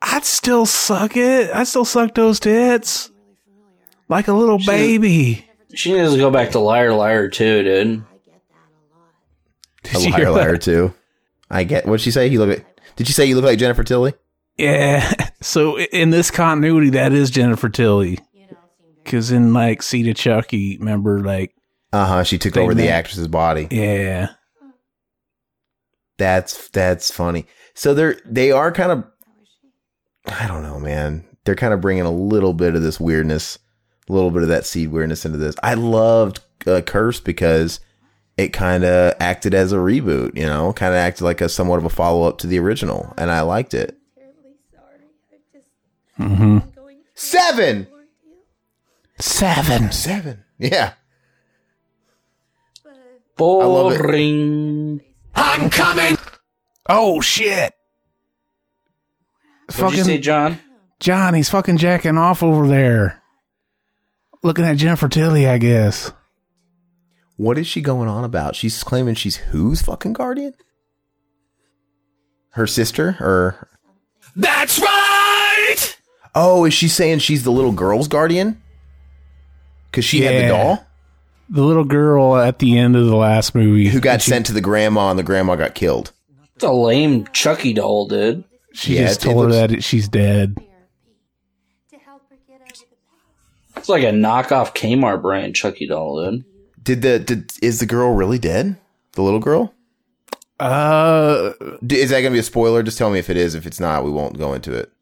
[SPEAKER 2] I'd still suck it. I'd still suck those tits
[SPEAKER 7] Really familiar.
[SPEAKER 2] like a little
[SPEAKER 6] She-
[SPEAKER 2] baby.
[SPEAKER 6] She needs to go back to Liar Liar too, dude.
[SPEAKER 7] I get that a lot.
[SPEAKER 3] A
[SPEAKER 2] Did you
[SPEAKER 3] liar
[SPEAKER 2] hear
[SPEAKER 3] liar
[SPEAKER 2] that?
[SPEAKER 3] too. I get what'd she say? He look like, did you say you look like Jennifer Tilly?
[SPEAKER 2] Yeah. So i- in this continuity, that is Jennifer Tilly. Because in like Seed of Chucky, remember, like,
[SPEAKER 3] Uh huh. She took
[SPEAKER 2] They
[SPEAKER 3] over the
[SPEAKER 2] met.
[SPEAKER 3] actress's body.
[SPEAKER 2] yeah.
[SPEAKER 3] That's that's funny. So they're they are kind of I don't know, man. They're kind of bringing a little bit of this weirdness, a little bit of that seed weirdness into this. I loved uh, Curse because it kind of acted as a reboot, you know, kind of acted like a somewhat of a follow up to the original, and I liked it.
[SPEAKER 2] hmm
[SPEAKER 3] Seven,
[SPEAKER 2] Seven.
[SPEAKER 3] seven, yeah. love it.
[SPEAKER 6] Boring.
[SPEAKER 2] I'm coming. Oh, shit.
[SPEAKER 6] What'd you say,
[SPEAKER 2] Fucking
[SPEAKER 6] John?
[SPEAKER 2] John, he's fucking jacking off over there. Looking at Jennifer Tilly, I guess.
[SPEAKER 3] What is she going on about? She's claiming she's who's fucking guardian? Her sister or
[SPEAKER 2] That's right.
[SPEAKER 3] Oh, is she saying she's the little girl's guardian? Cuz she had
[SPEAKER 2] Yeah.
[SPEAKER 3] the doll
[SPEAKER 2] The little girl at the end of the last movie
[SPEAKER 3] who got sent to the grandma and the grandma got killed.
[SPEAKER 6] It's a lame Chucky doll, dude.
[SPEAKER 2] She
[SPEAKER 3] Yeah,
[SPEAKER 2] just
[SPEAKER 3] it- it
[SPEAKER 2] told her
[SPEAKER 3] looks-
[SPEAKER 2] that it- she's dead.
[SPEAKER 7] To help her get over the past.
[SPEAKER 6] It's like a knockoff Kmart brand Chucky doll, dude.
[SPEAKER 3] Did the did is the girl really dead? The little girl?
[SPEAKER 2] Uh,
[SPEAKER 3] D- is that going to be a spoiler? Just tell me if it is. If it's not, we won't go into it.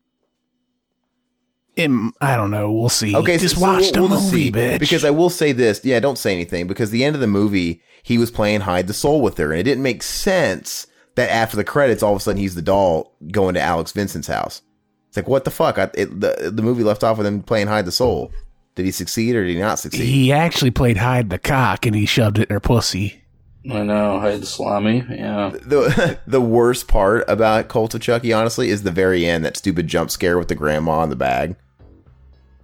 [SPEAKER 2] im- I don't know. We'll see.
[SPEAKER 3] Okay,
[SPEAKER 2] just
[SPEAKER 3] so
[SPEAKER 2] watch
[SPEAKER 3] we'll-
[SPEAKER 2] the
[SPEAKER 3] we'll just
[SPEAKER 2] movie,
[SPEAKER 3] see.
[SPEAKER 2] bitch.
[SPEAKER 3] Because I will say this. Yeah, don't say anything because the end of the movie, he was playing hide the soul with her, and it didn't make sense that after the credits, all of a sudden he's the doll going to Alex Vincent's house. It's like what the fuck? I, it, the the movie left off with him playing hide the soul. Did he succeed or did he not succeed?
[SPEAKER 2] he actually played hide the cock and he shoved it in her pussy.
[SPEAKER 6] I know, hide the salami. Yeah.
[SPEAKER 3] the the worst part about Cult of Chucky, honestly, is the very end. That stupid jump scare with the grandma in the bag.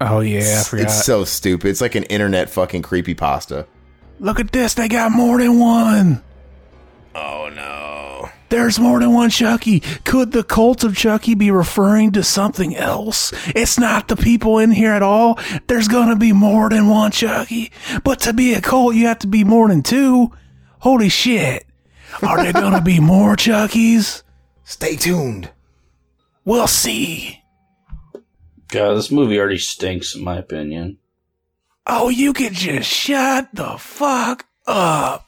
[SPEAKER 2] Oh yeah, I forgot.
[SPEAKER 3] It's so stupid. It's like an internet fucking creepy pasta.
[SPEAKER 2] Look at this. They got more than one.
[SPEAKER 3] Oh no.
[SPEAKER 2] There's more than one Chucky. Could the cult of Chucky be referring to something else? It's not the people in here at all. There's going to be more than one Chucky. But to be a cult, you have to be more than two. Holy shit. Are there going to be more Chuckies?
[SPEAKER 3] Stay tuned.
[SPEAKER 2] We'll see.
[SPEAKER 6] God, this movie already stinks, in my opinion.
[SPEAKER 2] Oh, you can just shut the fuck up.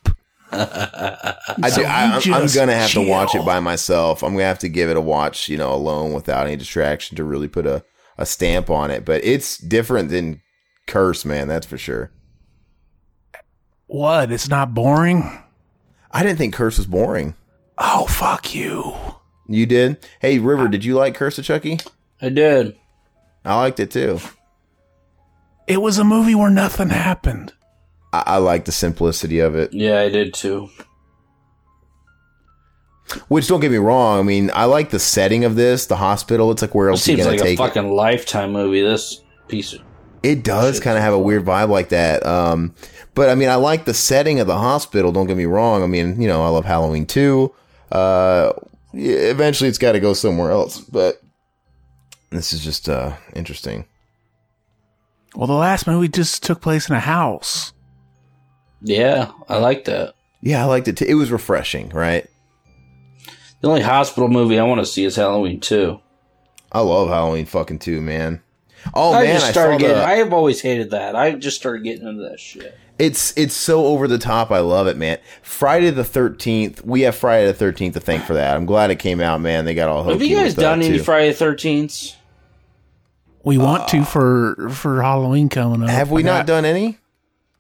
[SPEAKER 3] I
[SPEAKER 2] So
[SPEAKER 3] do,
[SPEAKER 2] you
[SPEAKER 3] I, am
[SPEAKER 2] just
[SPEAKER 3] gonna have to watch
[SPEAKER 2] chill.
[SPEAKER 3] it by myself. I'm gonna have to give it a watch, you know, alone without any distraction to really put a, a stamp on it. But it's different than Curse, man. That's for sure.
[SPEAKER 2] What? It's not boring?
[SPEAKER 3] I didn't think Curse was boring.
[SPEAKER 2] Oh, fuck you.
[SPEAKER 3] You did? Hey, River, did you like Curse of Chucky?
[SPEAKER 6] I did.
[SPEAKER 3] I liked it too.
[SPEAKER 2] It was a movie where nothing happened.
[SPEAKER 3] I, I like the simplicity of it.
[SPEAKER 6] Yeah, I did too.
[SPEAKER 3] Which don't get me wrong. I mean, I like the setting of this, the hospital. It's like where
[SPEAKER 6] It
[SPEAKER 3] else are you
[SPEAKER 6] seems
[SPEAKER 3] gonna
[SPEAKER 6] like a
[SPEAKER 3] take it?
[SPEAKER 6] fucking lifetime movie. This piece of
[SPEAKER 3] It does
[SPEAKER 6] Shit.
[SPEAKER 3] kind of have a weird vibe like that. Um, but I mean, I like the setting of the hospital. Don't get me wrong. I mean, you know, I love Halloween too. Uh, yeah, eventually, it's got to go somewhere else. But this is just uh, interesting.
[SPEAKER 2] Well, the last movie just took place in a house.
[SPEAKER 6] yeah, I like that.
[SPEAKER 3] Yeah, I liked it. Too. It was refreshing, right?
[SPEAKER 6] The only hospital movie I want to see is Halloween Two.
[SPEAKER 3] I love Halloween fucking too, man. Oh
[SPEAKER 6] I
[SPEAKER 3] man,
[SPEAKER 6] just
[SPEAKER 3] I
[SPEAKER 6] started
[SPEAKER 3] saw
[SPEAKER 6] getting.
[SPEAKER 3] the,
[SPEAKER 6] I have always hated that. I just started getting into that shit.
[SPEAKER 3] It's it's so over the top. I love it, man. Friday the Thirteenth. We have Friday the Thirteenth to thank for that. I'm glad it came out, man. They got all.
[SPEAKER 6] have
[SPEAKER 3] hokey
[SPEAKER 6] you guys
[SPEAKER 3] with that,
[SPEAKER 6] done any
[SPEAKER 3] too.
[SPEAKER 6] Friday Thirteenths?
[SPEAKER 2] We want to for for Halloween coming up.
[SPEAKER 3] Ah. Have we
[SPEAKER 2] I
[SPEAKER 3] not
[SPEAKER 2] got-
[SPEAKER 3] done any?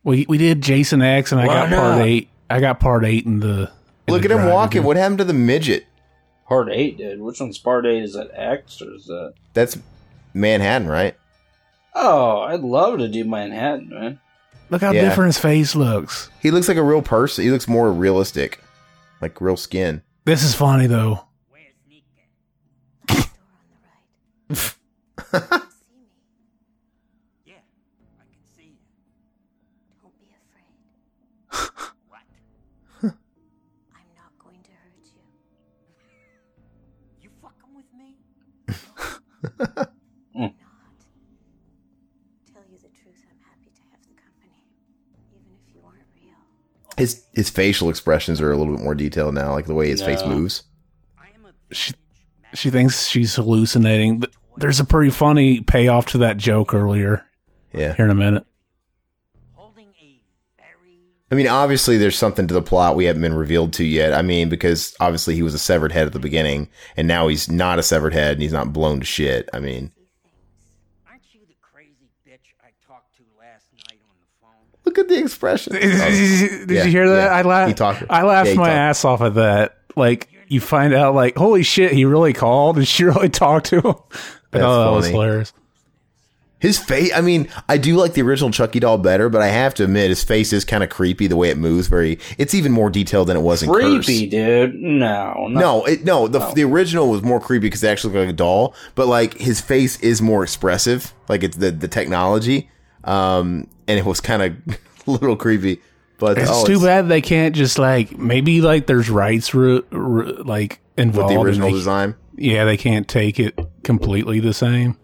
[SPEAKER 2] We we did Jason X, and I
[SPEAKER 6] Why
[SPEAKER 2] got
[SPEAKER 6] not?
[SPEAKER 2] part eight. I got part eight in the. in
[SPEAKER 3] Look
[SPEAKER 2] the
[SPEAKER 3] at him
[SPEAKER 2] drive
[SPEAKER 3] walking.
[SPEAKER 2] again.
[SPEAKER 3] What happened to the midget?
[SPEAKER 6] Part eight, dude. Which one's part eight? Is that X or is that?
[SPEAKER 3] That's Manhattan, right?
[SPEAKER 6] Oh, I'd love to do Manhattan, man.
[SPEAKER 2] Look how
[SPEAKER 3] Yeah.
[SPEAKER 2] different his face looks.
[SPEAKER 3] He looks like a real person. He looks more realistic, like real skin.
[SPEAKER 2] This is funny though.
[SPEAKER 8] Where's Nika?
[SPEAKER 7] Door on the right. You can see me.
[SPEAKER 8] Yeah, I can see you.
[SPEAKER 7] Don't be afraid.
[SPEAKER 8] What?
[SPEAKER 7] I'm not going to hurt you.
[SPEAKER 8] You fucking with me?
[SPEAKER 7] Not. Tell you the truth, I'm happy to have the company. Even if you aren't real.
[SPEAKER 3] His his facial expressions are a little bit more detailed now, like the way his face
[SPEAKER 6] No.
[SPEAKER 3] moves.
[SPEAKER 8] I am a
[SPEAKER 2] She-
[SPEAKER 8] vintage ma-
[SPEAKER 2] She thinks she's hallucinating. Th- There's a pretty funny payoff to that joke earlier.
[SPEAKER 3] Yeah.
[SPEAKER 2] Here in a minute.
[SPEAKER 8] holding a very
[SPEAKER 3] I mean, obviously, there's something to the plot we haven't been revealed to yet. I mean, because obviously he was a severed head at the beginning, and now he's not a severed head, and he's not blown to shit. I mean,
[SPEAKER 8] Aren't you the crazy bitch I talked to last night on the phone?
[SPEAKER 3] look at the expression.
[SPEAKER 2] Did, did
[SPEAKER 3] Yeah,
[SPEAKER 2] you hear that?
[SPEAKER 3] yeah.
[SPEAKER 2] I
[SPEAKER 3] He
[SPEAKER 2] laughed.
[SPEAKER 3] talked-
[SPEAKER 2] I laughed
[SPEAKER 3] yeah, he
[SPEAKER 2] my
[SPEAKER 3] talked.
[SPEAKER 2] ass off at that. Like you find out, like holy shit, he really called and she really talked to him. I
[SPEAKER 3] That's
[SPEAKER 2] thought that was
[SPEAKER 3] funny.
[SPEAKER 2] hilarious.
[SPEAKER 3] His face, I mean, I do like the original Chucky doll better, but I have to admit his face is kind of creepy the way it moves. Very, it's even more detailed than it was in Curse.
[SPEAKER 6] Creepy, dude. No, no.
[SPEAKER 3] No, it, no, the,
[SPEAKER 6] No.
[SPEAKER 3] the original was more creepy because it actually looked like a doll, but like his face is more expressive, like it's the, the technology, um, and it was kind of a little creepy. But
[SPEAKER 2] It's
[SPEAKER 3] oh,
[SPEAKER 2] too bad they can't just like maybe like there's rights ru- ru- like
[SPEAKER 3] with
[SPEAKER 2] involved.
[SPEAKER 3] the
[SPEAKER 2] and
[SPEAKER 3] original
[SPEAKER 2] they-
[SPEAKER 3] design.
[SPEAKER 2] Yeah, they can't take it completely the same.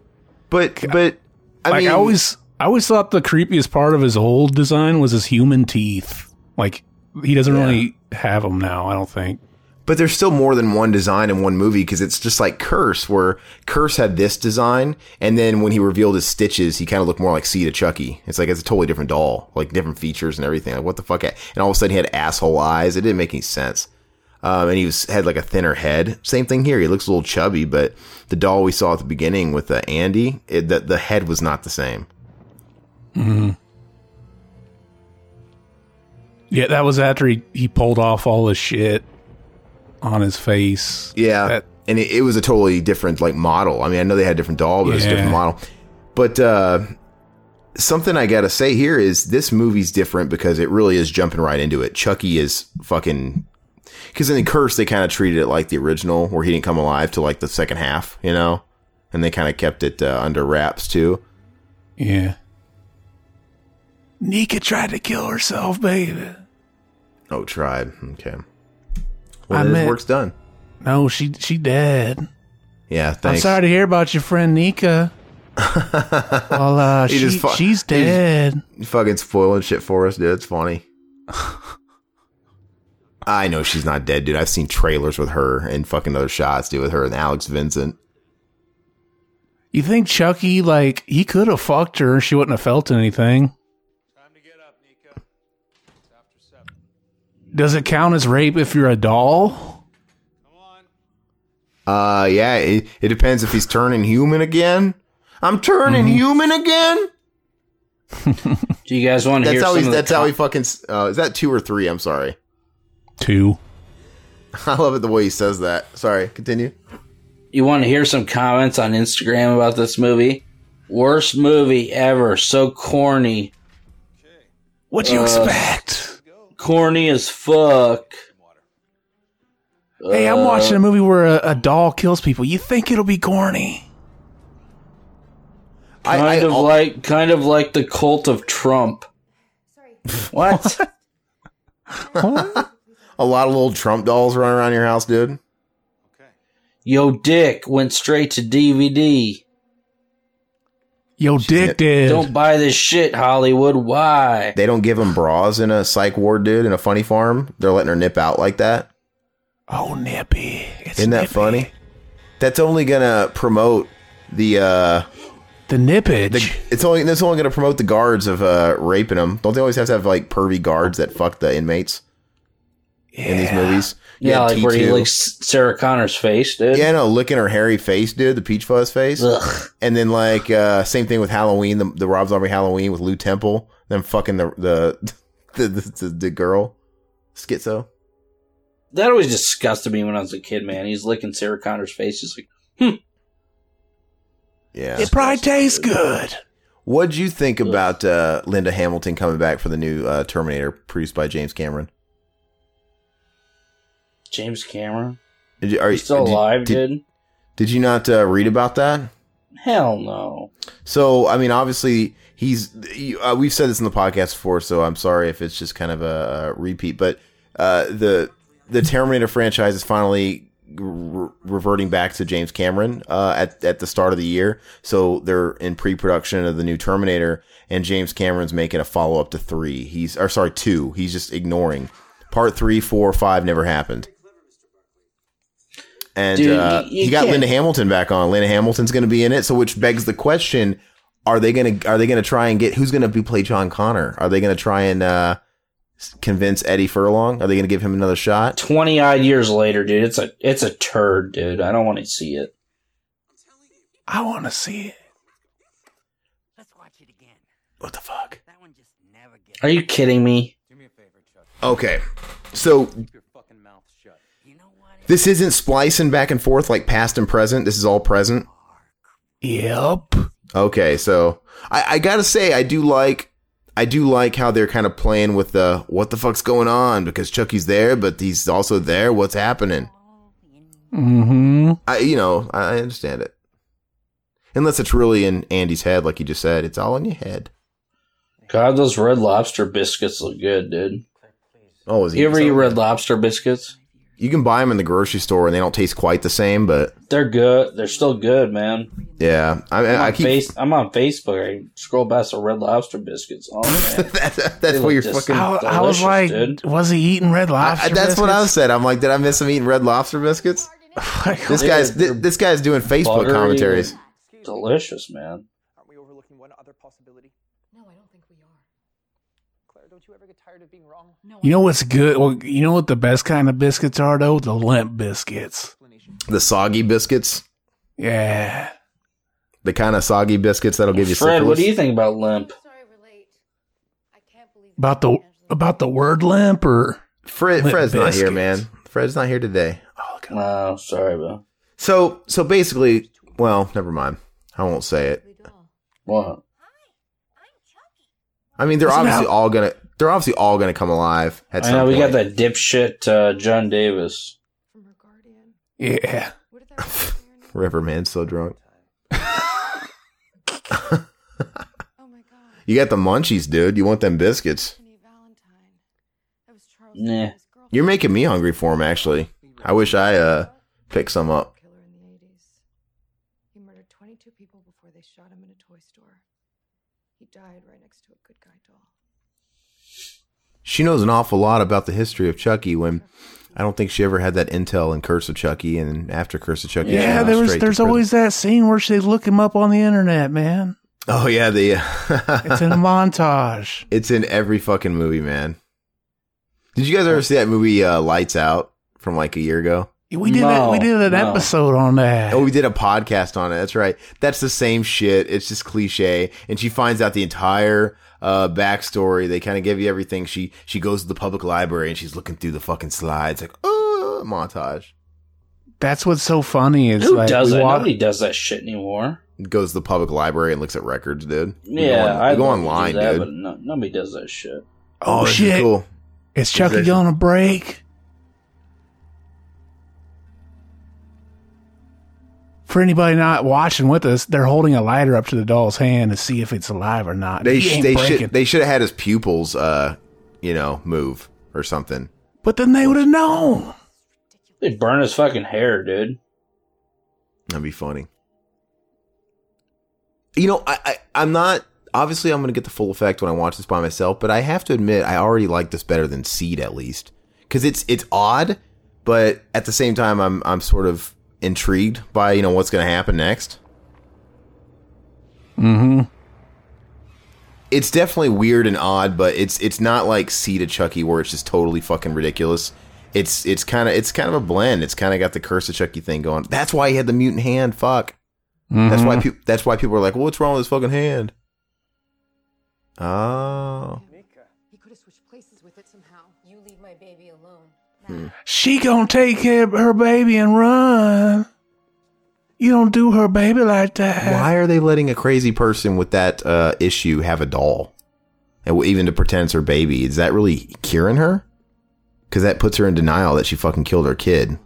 [SPEAKER 3] But but I
[SPEAKER 2] like
[SPEAKER 3] mean,
[SPEAKER 2] I always, I always thought the creepiest part of his old design was his human teeth. Like he doesn't really have them now. I don't think.
[SPEAKER 3] But there's still more than one design in one movie because it's just like Curse, where Curse had this design, and then when he revealed his stitches, he kind of looked more like Seed of Chucky. It's like it's a totally different doll, like different features and everything. Like what the fuck? And all of a sudden he had asshole eyes. It didn't make any sense. Um, and he was had like a thinner head. Same thing here. He looks a little chubby, but the doll we saw at the beginning with uh, Andy, it, the the head was not the same.
[SPEAKER 2] Yeah, that was after he, he pulled off all his shit on his face.
[SPEAKER 3] Yeah.
[SPEAKER 2] That-
[SPEAKER 3] and it, it was a totally different like model. I mean, I know they had a different doll, but it was a
[SPEAKER 2] Yeah.
[SPEAKER 3] different model. But uh, something I gotta say here is this movie's different because it really is jumping right into it. Chucky is fucking because in the curse they kind of treated it like the original, where he didn't come alive to like the second half, you know, and they kind of kept it uh, under wraps too.
[SPEAKER 2] yeah. Nika tried to kill herself, baby.
[SPEAKER 3] Oh, tribe. Okay. Well,
[SPEAKER 2] I
[SPEAKER 3] then his
[SPEAKER 2] meant-
[SPEAKER 3] work's done.
[SPEAKER 2] No, she she dead.
[SPEAKER 3] Yeah,
[SPEAKER 2] I'm
[SPEAKER 3] thanks.
[SPEAKER 2] sorry to hear about your friend Nika. well, uh,
[SPEAKER 3] He
[SPEAKER 2] she,
[SPEAKER 3] just fu-
[SPEAKER 2] she's
[SPEAKER 3] he just-
[SPEAKER 2] dead.
[SPEAKER 3] fucking spoiling shit for us, dude. It's funny. I know she's not dead, dude. I've seen trailers with her and fucking other shots, dude, with her and Alex Vincent.
[SPEAKER 2] You think Chucky, like, he could have fucked her. She wouldn't have felt anything. Does it count as rape if you're a doll?
[SPEAKER 3] Uh, yeah, it, it depends if he's turning human again. I'm turning
[SPEAKER 6] Mm-hmm.
[SPEAKER 3] human again.
[SPEAKER 6] Do you guys want to
[SPEAKER 3] That's
[SPEAKER 6] hear
[SPEAKER 3] how
[SPEAKER 6] some
[SPEAKER 3] he's.
[SPEAKER 6] of the
[SPEAKER 3] That's how he fucking. s- Uh, is that two or three? I'm sorry.
[SPEAKER 2] Two.
[SPEAKER 3] I love it the way he says that. Sorry. Continue.
[SPEAKER 6] you want to hear some comments on Instagram about this movie? Worst movie ever. So corny.
[SPEAKER 2] What you
[SPEAKER 6] Uh,
[SPEAKER 2] expect?
[SPEAKER 6] Corny as fuck.
[SPEAKER 2] Hey, I'm
[SPEAKER 6] Uh,
[SPEAKER 2] watching a movie where a, a doll kills people. You think it'll be corny?
[SPEAKER 3] I,
[SPEAKER 6] Kind
[SPEAKER 3] I,
[SPEAKER 6] of
[SPEAKER 3] al-
[SPEAKER 6] like, kind of like the cult of Trump.
[SPEAKER 7] Sorry.
[SPEAKER 6] What?
[SPEAKER 3] a lot of little Trump dolls running around your house, dude.
[SPEAKER 6] Yo, Dick went straight to DVD.
[SPEAKER 2] Yo, dick did.
[SPEAKER 6] Don't buy this shit, Hollywood. Why?
[SPEAKER 3] They don't give them bras in a psych ward, dude. In a funny farm, they're letting her nip out like that.
[SPEAKER 2] Oh, nippy. It's
[SPEAKER 3] Isn't that
[SPEAKER 2] nippy.
[SPEAKER 3] funny? That's only gonna promote the uh
[SPEAKER 2] The nippage.
[SPEAKER 3] the it's only that's only gonna promote the guards of uh raping them. Don't they always have to have like pervy guards that fuck the inmates in these movies? You
[SPEAKER 6] Yeah,
[SPEAKER 3] had
[SPEAKER 6] like where he
[SPEAKER 3] T2.
[SPEAKER 6] licks Sarah Connor's face, dude.
[SPEAKER 3] Yeah, no, licking her hairy face, dude, the peach fuzz face.
[SPEAKER 6] Ugh.
[SPEAKER 3] And then like uh same thing with Halloween, the, the Rob Zombie Halloween with Lou Temple, them fucking the the the, the, the, the girl schizo.
[SPEAKER 6] That always disgusted me when I was a kid, man. He's licking Sarah Connor's face. He's like,
[SPEAKER 3] Yeah.
[SPEAKER 2] it probably tastes good.
[SPEAKER 3] What'd you think about uh, Linda Hamilton coming back for the new uh, Terminator produced by James Cameron?
[SPEAKER 6] James Cameron?
[SPEAKER 3] Did you, are
[SPEAKER 6] He's still
[SPEAKER 3] did you-
[SPEAKER 6] alive,
[SPEAKER 3] did,
[SPEAKER 6] dude?
[SPEAKER 3] Did you not uh, read about that?
[SPEAKER 6] Hell no.
[SPEAKER 3] So, I mean, obviously, he's. you- Uh, we've said this in the podcast before, so I'm sorry if it's just kind of a, a repeat. But uh, the the Terminator franchise is finally re- reverting back to James Cameron uh, at at the start of the year. So they're in pre production of the new Terminator, and James Cameron's making a follow up to three. He's or sorry, two. He's just ignoring part three, four, five never happened. And
[SPEAKER 6] Dude,
[SPEAKER 3] uh,
[SPEAKER 6] you- you
[SPEAKER 3] he got
[SPEAKER 6] can't-
[SPEAKER 3] Linda Hamilton back on. Linda Hamilton's going to be in it, so which begs the question: Are they going to are they going to try and get who's going to be play John Connor? Are they going to try and uh, s- convince Eddie Furlong? Are they going to give him another shot?
[SPEAKER 6] Twenty odd years later, dude. It's a it's a turd, dude. I don't want to see it.
[SPEAKER 2] I want to see it.
[SPEAKER 8] Let's watch it again.
[SPEAKER 2] What the fuck?
[SPEAKER 8] That one just never gets.
[SPEAKER 6] Are you kidding me?
[SPEAKER 8] Do me a favor, Chuck.
[SPEAKER 3] Okay, so
[SPEAKER 8] Keep your fucking mouth shut. You know what?
[SPEAKER 3] this isn't splicing back and forth like past and present. This is all present.
[SPEAKER 2] Yep.
[SPEAKER 3] Okay, so I, I gotta say I do like I do like how they're kind of playing with the what the fuck's going on because Chucky's there, but he's also there. What's happening?
[SPEAKER 2] Mm-hmm.
[SPEAKER 3] I you know I I understand it. Unless it's really in Andy's head, like you just said, it's all in your head.
[SPEAKER 6] God, those red lobster biscuits look good, dude.
[SPEAKER 3] Oh, is he?
[SPEAKER 6] You ever eat red lobster biscuits?
[SPEAKER 3] You can buy them in the grocery store, and they don't taste quite the same. But
[SPEAKER 6] They're good. They're still good, man.
[SPEAKER 3] yeah, I,
[SPEAKER 6] I'm,
[SPEAKER 3] I, I
[SPEAKER 6] on
[SPEAKER 3] keep
[SPEAKER 6] face, I'm on Facebook. I scroll past the red lobster biscuits. Oh man,
[SPEAKER 3] that,
[SPEAKER 6] They
[SPEAKER 3] that's what
[SPEAKER 6] look
[SPEAKER 3] you're
[SPEAKER 6] just-
[SPEAKER 3] fucking.
[SPEAKER 2] I, I was
[SPEAKER 6] Delicious,
[SPEAKER 2] like,
[SPEAKER 6] dude.
[SPEAKER 2] was he eating red lobster?
[SPEAKER 3] I- that's what I
[SPEAKER 2] biscuits?
[SPEAKER 3] said. I'm like, did I miss him eating red lobster biscuits?
[SPEAKER 2] Like,
[SPEAKER 3] This
[SPEAKER 6] Yeah,
[SPEAKER 3] guy's thi-
[SPEAKER 6] they're
[SPEAKER 3] this guy's doing Facebook
[SPEAKER 6] buttery.
[SPEAKER 3] commentaries.
[SPEAKER 6] delicious, man.
[SPEAKER 10] Aren't we overlooking one other possibility?
[SPEAKER 5] No, I don't think we are.
[SPEAKER 10] Claire, don't you ever get tired of being wrong?
[SPEAKER 5] No,
[SPEAKER 2] you
[SPEAKER 5] I-
[SPEAKER 2] know what's good? Well, you know what the best kind of biscuits are though? The limp biscuits.
[SPEAKER 10] Explanation.
[SPEAKER 3] The soggy biscuits,
[SPEAKER 2] Yeah.
[SPEAKER 3] the kind of soggy biscuits that'll give you.
[SPEAKER 6] Fred, what
[SPEAKER 3] syphilis.
[SPEAKER 6] do you think about limp?
[SPEAKER 7] Sorry, we're late. I can't believe
[SPEAKER 2] About the about the word limp or
[SPEAKER 3] Fred,
[SPEAKER 2] Limp
[SPEAKER 3] Fred's not here,
[SPEAKER 2] biscuits.
[SPEAKER 3] man. Fred's not here today.
[SPEAKER 6] Oh, sorry, bro.
[SPEAKER 3] So, so basically, well, never mind. I won't say it.
[SPEAKER 6] What?
[SPEAKER 3] I mean, they're
[SPEAKER 2] Listen
[SPEAKER 3] obviously
[SPEAKER 2] out.
[SPEAKER 3] all gonna, they're obviously all gonna come alive at
[SPEAKER 6] I
[SPEAKER 3] some
[SPEAKER 6] know we got
[SPEAKER 3] point.
[SPEAKER 6] that dipshit uh, John Davis.
[SPEAKER 5] From her guardian.
[SPEAKER 2] yeah.
[SPEAKER 5] What did that repair name-
[SPEAKER 3] Riverman's so drunk.
[SPEAKER 5] Oh my god.
[SPEAKER 3] You got the munchies, dude. You want them biscuits?
[SPEAKER 5] Tiffany Valentine. That was Charles
[SPEAKER 6] Nah.
[SPEAKER 5] Dawson's girlfriend.
[SPEAKER 3] You're making me hungry for them. Actually, I wish I uh picked some up.
[SPEAKER 5] Killer in the 80s. He murdered 22 people before they shot him in a toy store. He died right next to a good guy doll.
[SPEAKER 3] She knows an awful lot about the history of Chucky when I don't think she ever had that intel in Curse of Chucky and after Curse of Chucky. she
[SPEAKER 2] Yeah,
[SPEAKER 3] went
[SPEAKER 2] there was
[SPEAKER 3] straight to
[SPEAKER 2] there's
[SPEAKER 3] prison.
[SPEAKER 2] always that scene where they look him up on the internet, man.
[SPEAKER 3] Oh yeah, the uh,
[SPEAKER 2] It's in a montage.
[SPEAKER 3] It's in every fucking movie, man. Did you guys ever see that movie uh, Lights Out from like a year ago?
[SPEAKER 2] We did
[SPEAKER 6] No,
[SPEAKER 2] a, we did an
[SPEAKER 6] no.
[SPEAKER 2] episode on that.
[SPEAKER 3] Oh, we did a podcast on it. That's right. That's the same shit. It's just cliche. And she finds out the entire uh, backstory. They kind of give you everything. She she goes to the public library and she's looking through the fucking slides like oh montage.
[SPEAKER 2] That's what's so funny is
[SPEAKER 6] Who
[SPEAKER 2] like
[SPEAKER 6] does
[SPEAKER 2] we
[SPEAKER 6] that?
[SPEAKER 2] walk-
[SPEAKER 6] Nobody does that shit anymore.
[SPEAKER 3] Goes to the public library and looks at records, dude. We
[SPEAKER 6] yeah,
[SPEAKER 3] go on- we
[SPEAKER 6] I'd
[SPEAKER 3] go
[SPEAKER 6] love to do
[SPEAKER 3] online,
[SPEAKER 6] that,
[SPEAKER 3] dude.
[SPEAKER 6] But no, nobody does that shit.
[SPEAKER 2] Oh,
[SPEAKER 3] this is
[SPEAKER 2] shit.
[SPEAKER 3] cool.
[SPEAKER 2] Is Chucky
[SPEAKER 3] Exactly.
[SPEAKER 2] going to break? For anybody not watching with us, they're holding a lighter up to the doll's hand to see if it's alive or not.
[SPEAKER 3] They
[SPEAKER 2] He
[SPEAKER 3] sh-
[SPEAKER 2] ain't
[SPEAKER 3] they
[SPEAKER 2] breaking.
[SPEAKER 3] should they should have had his pupils, uh, you know, move or something.
[SPEAKER 2] but then they would have known.
[SPEAKER 6] They burn his fucking hair, dude.
[SPEAKER 3] That'd be funny. You know, I, I I'm not obviously I'm gonna get the full effect when I watch this by myself, but I have to admit I already like this better than Seed at least because it's it's odd, but at the same time I'm I'm sort of intrigued by you know what's gonna happen next.
[SPEAKER 2] Mm-hmm.
[SPEAKER 3] It's definitely weird and odd, but it's it's not like Seed of Chucky where it's just totally fucking ridiculous. It's it's kind of it's kind of a blend. It's kind of got the Curse of Chucky thing going. That's why he had the mutant hand. Fuck. That's why people. That's why people are like, well, "What's wrong with his fucking hand?" Oh,
[SPEAKER 11] He could have switched places with it somehow. You leave my baby alone.
[SPEAKER 3] Hmm.
[SPEAKER 2] She gonna take care of her baby and run. You don't do her baby like that.
[SPEAKER 3] why are they letting a crazy person with that uh, issue have a doll, and w- even to pretend it's her baby? Is that really curing her? Because that puts her in denial that she fucking killed her kid.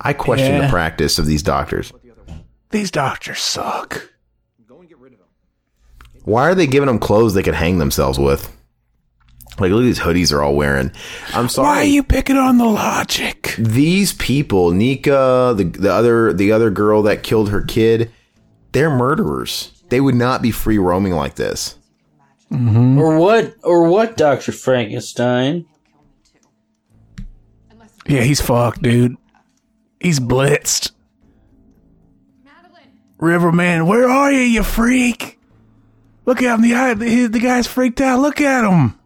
[SPEAKER 3] I question the
[SPEAKER 2] Yeah.
[SPEAKER 3] practice of these doctors.
[SPEAKER 2] These doctors suck.
[SPEAKER 3] Why are they giving them clothes they could hang themselves with? Like, look at these hoodies they're all wearing. I'm sorry.
[SPEAKER 2] Why are you picking on the logic?
[SPEAKER 3] these people, Nika, the the other the other girl that killed her kid, they're murderers. They would not be free roaming like this. Mm.
[SPEAKER 6] Or what? Or what, Doctor Frankenstein?
[SPEAKER 2] Yeah, he's fucked, dude. He's blitzed. Riverman, where are you, you freak? Look at him. The, eye, the, the guy's freaked out. Look at him.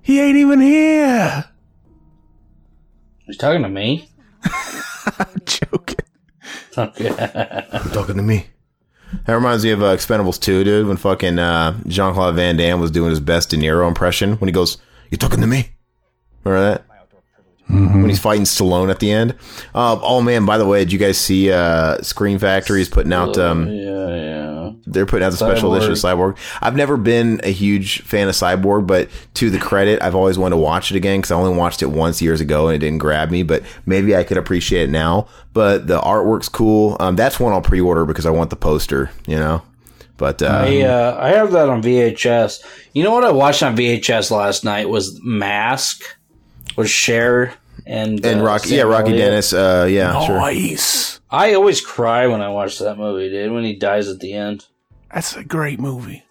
[SPEAKER 2] He ain't even here.
[SPEAKER 6] He's talking to me.
[SPEAKER 2] Joking.
[SPEAKER 6] Okay.
[SPEAKER 3] Talking to me. That reminds me of uh, Expendables 2, dude, when fucking uh, Jean Claude Van Damme was doing his best De Niro impression when he goes, You talking to me? Remember that? When he's fighting Stallone at the end. Uh, oh, man, by the way, did you guys see uh, Screen Factory is putting out. Um,
[SPEAKER 6] yeah, yeah.
[SPEAKER 3] They're putting out the special edition of Cyborg. I've never been a huge fan of Cyborg, but to the credit, I've always wanted to watch it again because I only watched it once years ago and it didn't grab me. But maybe I could appreciate it now. But the artwork's cool. Um, that's one I'll pre-order because I want the poster. You know. But uh,
[SPEAKER 6] I uh, I have that on VHS. You know what I watched on VHS last night was Mask, was Cher and
[SPEAKER 3] and
[SPEAKER 6] uh,
[SPEAKER 3] Rocky,
[SPEAKER 6] Sam
[SPEAKER 3] yeah, Rocky
[SPEAKER 6] Elliott.
[SPEAKER 3] Dennis, uh, yeah, sure.
[SPEAKER 2] Nice.
[SPEAKER 6] I always cry when I watch that movie, dude. When he dies at the end,
[SPEAKER 2] That's a great movie.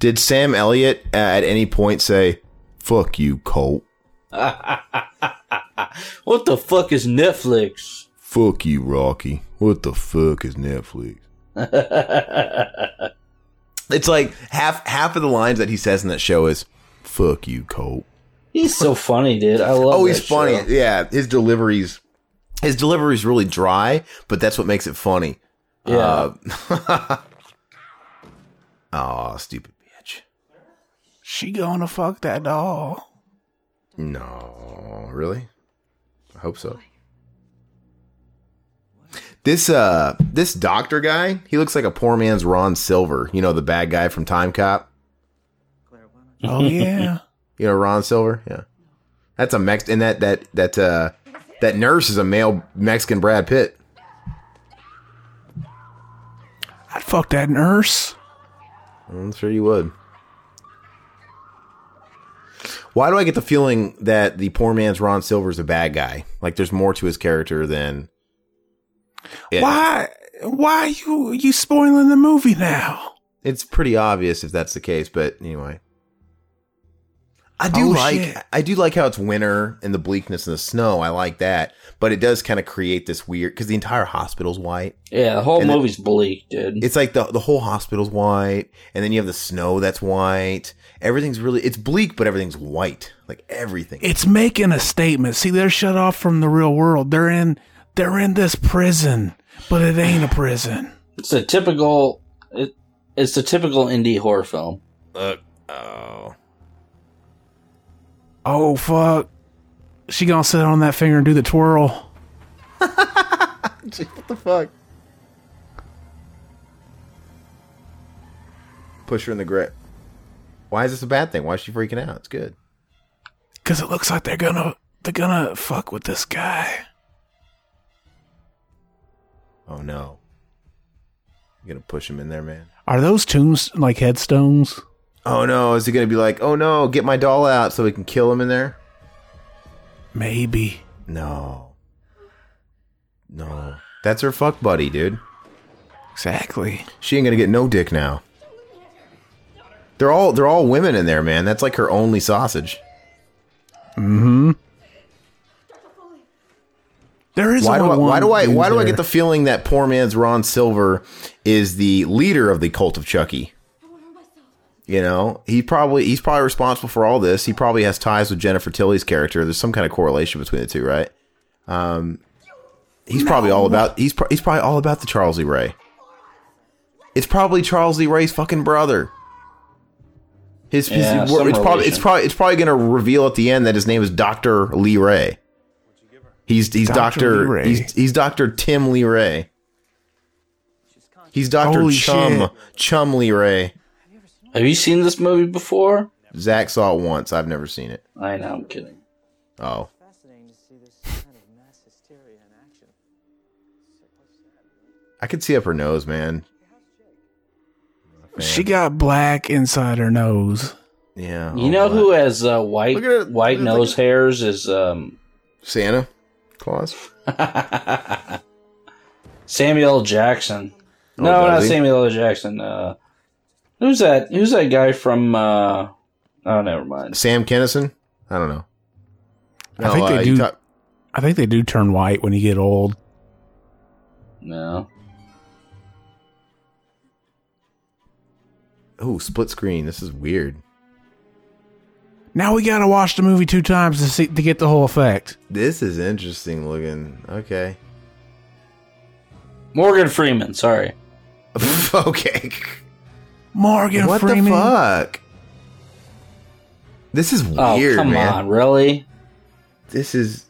[SPEAKER 3] Did Sam Elliott uh, at any point say "fuck you, Colt"?
[SPEAKER 6] what the fuck is Netflix?
[SPEAKER 3] Fuck you, Rocky. What the fuck is Netflix? It's like half half of the lines that he says in that show is "fuck you, Colt."
[SPEAKER 6] he's so funny, dude. I love.
[SPEAKER 3] Oh, he's
[SPEAKER 6] that
[SPEAKER 3] funny.
[SPEAKER 6] show.
[SPEAKER 3] Yeah, his deliveries, his delivery's really dry, but that's what makes it funny.
[SPEAKER 6] Yeah.
[SPEAKER 3] Uh, Aw, stupid bitch.
[SPEAKER 2] She gonna fuck that doll.
[SPEAKER 3] No, really? I hope so. This uh, this doctor guy, he looks like a poor man's Ron Silver. You know, the bad guy from Time Cop.
[SPEAKER 2] Oh, yeah.
[SPEAKER 3] You know Ron Silver? Yeah. That's a Mex and that that that uh that nurse is a male Mexican Brad Pitt.
[SPEAKER 2] I'd fuck that nurse.
[SPEAKER 3] I'm sure you would. Why do I get the feeling that the poor man's Ron Silver's a bad guy? Like there's more to his character than Yeah.
[SPEAKER 2] Why? Why you you spoiling the movie now?
[SPEAKER 3] It's pretty obvious if that's the case, but anyway. I do
[SPEAKER 2] Oh,
[SPEAKER 3] like
[SPEAKER 2] shit.
[SPEAKER 3] I do like how it's winter and the bleakness and the snow. I like that, but it does kind of create this weird because the entire hospital's white.
[SPEAKER 6] yeah. The whole
[SPEAKER 3] And then-
[SPEAKER 6] movie's bleak, dude.
[SPEAKER 3] It's like the the whole hospital's white, and then you have the snow that's white. Everything's really it's bleak, but everything's white, like everything.
[SPEAKER 2] It's making a statement. See, they're shut off from the real world. They're in they're in this prison, but it ain't a prison.
[SPEAKER 6] It's a typical. It, it's the typical indie horror film.
[SPEAKER 3] oh,
[SPEAKER 2] Oh fuck! She gonna sit on that finger and do the twirl.
[SPEAKER 3] what the fuck? Push her in the grave. Why is this a bad thing? Why is she freaking out? It's good.
[SPEAKER 2] Because it looks like they're gonna they're gonna fuck with this guy.
[SPEAKER 3] Oh no. You gonna push him in there, man?
[SPEAKER 2] Are those tombs like headstones?
[SPEAKER 3] Oh no, is he gonna be like, oh no, get my doll out so we can kill him in there?
[SPEAKER 2] Maybe.
[SPEAKER 3] No. No. That's her fuck buddy, dude.
[SPEAKER 2] Exactly.
[SPEAKER 3] She ain't gonna get no dick now. They're all they're all women in there, man. That's like her only sausage.
[SPEAKER 2] Mm-hmm. There is
[SPEAKER 3] why do,
[SPEAKER 2] only
[SPEAKER 3] I,
[SPEAKER 2] one
[SPEAKER 3] why do I
[SPEAKER 2] dude
[SPEAKER 3] why do I
[SPEAKER 2] there.
[SPEAKER 3] get the feeling that poor man's Ron Silver is the leader of the cult of Chucky? You know, he probably he's probably responsible for all this. He probably has ties with Jennifer Tilly's character. There's some kind of correlation between the two, right? Um, he's probably all about he's pro- he's probably all about the Charles Lee Ray. It's probably Charles Lee Ray's fucking brother. His, his
[SPEAKER 6] Yeah,
[SPEAKER 3] it's
[SPEAKER 6] some
[SPEAKER 3] probably it's
[SPEAKER 6] relation.
[SPEAKER 3] probably it's probably going to reveal at the end that his name is Doctor Lee Ray. He's he's
[SPEAKER 2] Dr.
[SPEAKER 3] Doctor
[SPEAKER 2] Lee Ray.
[SPEAKER 3] he's, he's Doctor Tim Lee Ray. He's Doctor
[SPEAKER 2] Holy
[SPEAKER 3] Chum
[SPEAKER 2] shit.
[SPEAKER 3] Chum Lee Ray.
[SPEAKER 6] Have you seen this movie before?
[SPEAKER 3] Zach saw it once. I've never seen it.
[SPEAKER 6] I know, I'm kidding.
[SPEAKER 3] Oh,
[SPEAKER 12] Fascinating to see this kind of mass hysteria in action.
[SPEAKER 3] I could see up her nose, man.
[SPEAKER 2] She got black inside her nose.
[SPEAKER 3] Yeah. Oh,
[SPEAKER 6] You know who has uh, white white nose hairs is um
[SPEAKER 3] Santa Claus.
[SPEAKER 6] Samuel L. Jackson.
[SPEAKER 3] Oh,
[SPEAKER 6] No,
[SPEAKER 3] does
[SPEAKER 6] not
[SPEAKER 3] he?
[SPEAKER 6] Samuel L. Jackson. Uh, who's that? Who's that guy from? Uh, oh, never mind.
[SPEAKER 3] Sam Kennison. I don't know.
[SPEAKER 2] I think
[SPEAKER 3] uh,
[SPEAKER 2] they
[SPEAKER 3] you
[SPEAKER 2] do.
[SPEAKER 3] talk-
[SPEAKER 2] I think they do turn white when you get old.
[SPEAKER 6] No.
[SPEAKER 3] Ooh, split screen. This is weird.
[SPEAKER 2] Now we gotta watch the movie two times to see to get the whole effect.
[SPEAKER 3] This is interesting looking. Okay.
[SPEAKER 6] Morgan Freeman. Sorry.
[SPEAKER 3] okay.
[SPEAKER 2] Morgan
[SPEAKER 3] what
[SPEAKER 2] Freeman.
[SPEAKER 3] the fuck? This is
[SPEAKER 6] Oh,
[SPEAKER 3] weird,
[SPEAKER 6] come
[SPEAKER 3] man.
[SPEAKER 6] on, really?
[SPEAKER 3] This is.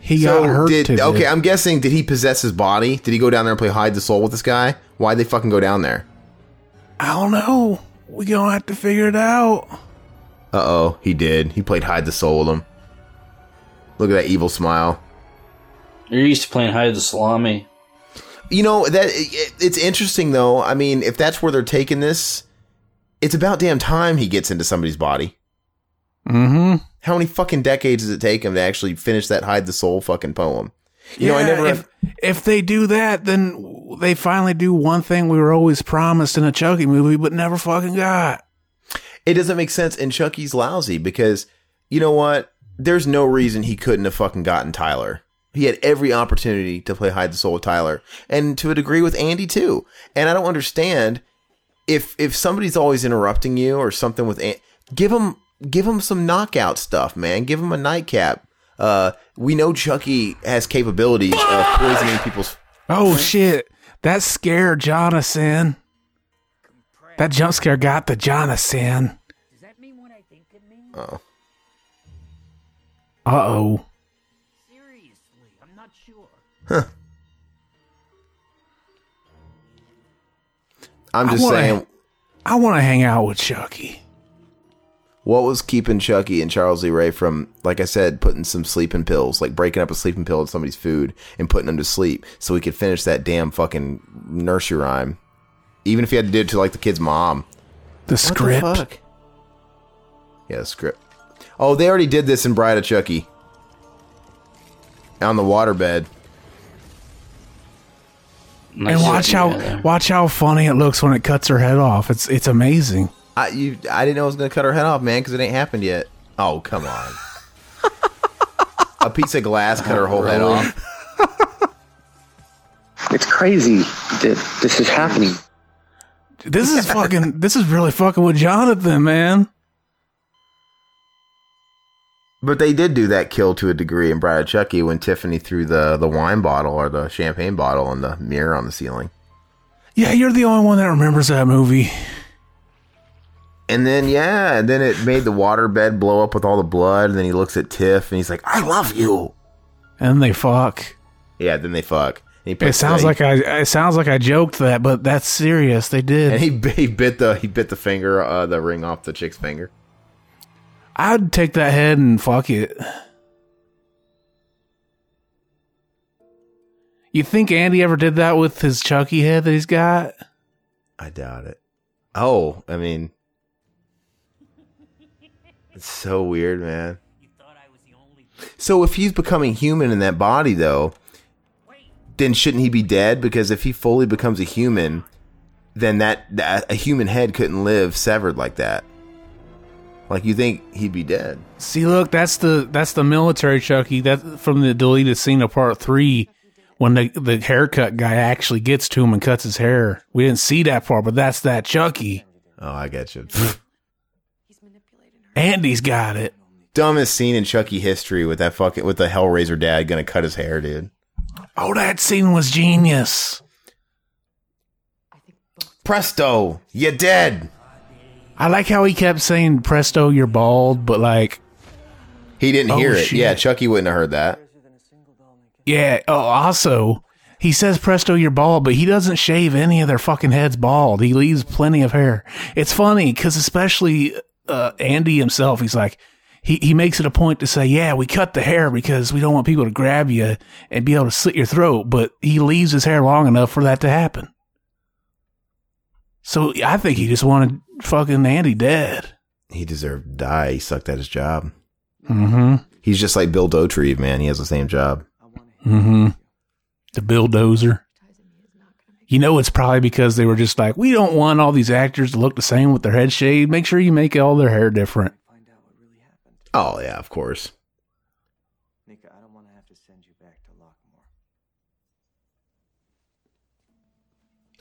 [SPEAKER 2] He
[SPEAKER 3] So
[SPEAKER 2] got hurt.
[SPEAKER 3] did-
[SPEAKER 2] to
[SPEAKER 3] okay,
[SPEAKER 2] it.
[SPEAKER 3] I'm guessing. Did he possess his body? Did he go down there and play hide the soul with this guy? Why'd they fucking go down there?
[SPEAKER 2] I don't know. We gonna have to figure it out.
[SPEAKER 3] Uh oh, he did. He played hide the soul with him. Look at that evil smile.
[SPEAKER 6] You're used to playing hide the salami.
[SPEAKER 3] You know that it, it's interesting though. I mean, if that's where they're taking this, it's about damn time he gets into somebody's body.
[SPEAKER 2] Mm-hmm.
[SPEAKER 3] How many fucking decades does it take him to actually finish that hide the soul fucking poem? You know, I
[SPEAKER 2] Yeah,
[SPEAKER 3] never.
[SPEAKER 2] If, if they do that, then they finally do one thing we were always promised in a Chucky movie, but never fucking got.
[SPEAKER 3] it doesn't make sense and Chucky's lousy because you know what? There's no reason he couldn't have fucking gotten Tyler. He had every opportunity to play hide the soul with Tyler and to a degree with Andy too. And I don't understand if if somebody's always interrupting you or something with An- give him give him some knockout stuff, man. Give him a nightcap. Uh, we know Chucky has capabilities of poisoning people's
[SPEAKER 2] Oh shit! That scared Jonathan. That jump scare got the Jonathan.
[SPEAKER 3] Oh.
[SPEAKER 2] Uh oh.
[SPEAKER 8] Seriously, I'm not sure.
[SPEAKER 3] Huh. I'm
[SPEAKER 2] I
[SPEAKER 3] just
[SPEAKER 2] wanna-
[SPEAKER 3] saying
[SPEAKER 2] I want to hang out with Chucky.
[SPEAKER 3] What was keeping Chucky and Charles Lee Ray from, like I said, putting some sleeping pills, like breaking up a sleeping pill in somebody's food and putting them to sleep so we could finish that damn fucking nursery rhyme? Even if he had to do it to like the kid's mom.
[SPEAKER 2] The script.
[SPEAKER 3] fuck? Yeah, the script. Oh, they already did this in Bride of Chucky. On the waterbed.
[SPEAKER 2] and watch how watch how funny it looks when it cuts her head off. It's it's amazing.
[SPEAKER 3] I you I didn't know I was gonna cut her head off, man, because it ain't happened yet. Oh come on. a piece of glass cut her whole head off.
[SPEAKER 9] It's crazy that this is happening.
[SPEAKER 2] This is fucking. This is really fucking with Jonathan, man.
[SPEAKER 3] But they did do that kill to a degree in Bride of Chucky when Tiffany threw the, the wine bottle or the champagne bottle in the mirror on the ceiling.
[SPEAKER 2] Yeah, you're the only one that remembers that movie.
[SPEAKER 3] And then yeah, and then it made the water bed blow up with all the blood. And then he looks at Tiff and he's like, "I love you."
[SPEAKER 2] And they fuck.
[SPEAKER 3] Yeah. Then they fuck. He
[SPEAKER 2] It
[SPEAKER 3] puts-
[SPEAKER 2] sounds
[SPEAKER 3] he-
[SPEAKER 2] like I. It sounds like I joked that, but that's serious. They did.
[SPEAKER 3] and he bit- he bit the he bit the finger uh, the ring off the chick's finger.
[SPEAKER 2] I'd take that head and fuck it. You think Andy ever did that with his Chucky head that he's got?
[SPEAKER 3] I doubt it. Oh, I mean, it's so weird, man. So if he's becoming human in that body, though, then shouldn't he be dead? Because if he fully becomes a human, then that, that a human head couldn't live severed like that. Like you think he'd be dead?
[SPEAKER 2] See, look, that's the that's the military Chucky. That from the deleted scene of part three, when the the haircut guy actually gets to him and cuts his hair. We didn't see that part, but that's that Chucky.
[SPEAKER 3] Oh, I get you.
[SPEAKER 2] Andy's got it.
[SPEAKER 3] Dumbest scene in Chucky history with that fucking with the Hellraiser dad gonna cut his hair, dude.
[SPEAKER 2] Oh, that scene was genius.
[SPEAKER 3] Presto, you're dead.
[SPEAKER 2] I like how he kept saying "Presto, you're bald," but like
[SPEAKER 3] He didn't
[SPEAKER 2] Oh,
[SPEAKER 3] hear it.
[SPEAKER 2] shit.
[SPEAKER 3] Yeah, Chucky wouldn't have heard that.
[SPEAKER 2] Yeah. Oh, also, he says presto your bald, but he doesn't shave any of their fucking heads bald. He leaves plenty of hair. It's funny because especially uh, Andy himself, he's like, he, he makes it a point to say, yeah, we cut the hair because we don't want people to grab you and be able to slit your throat, but he leaves his hair long enough for that to happen. So I think he just wanted fucking Andy dead.
[SPEAKER 3] He deserved to die. He sucked at his job.
[SPEAKER 2] Mm-hmm.
[SPEAKER 3] He's just like Bill Dotrieve, man. He has the same job.
[SPEAKER 2] Mm-hmm. The bulldozer. You know, it's probably because they were just like, we don't want all these actors to look the same with their head shade. Make sure you make all their hair different.
[SPEAKER 3] Oh yeah, of course.
[SPEAKER 12] Nika, I don't want to have to send you back to Lockmore.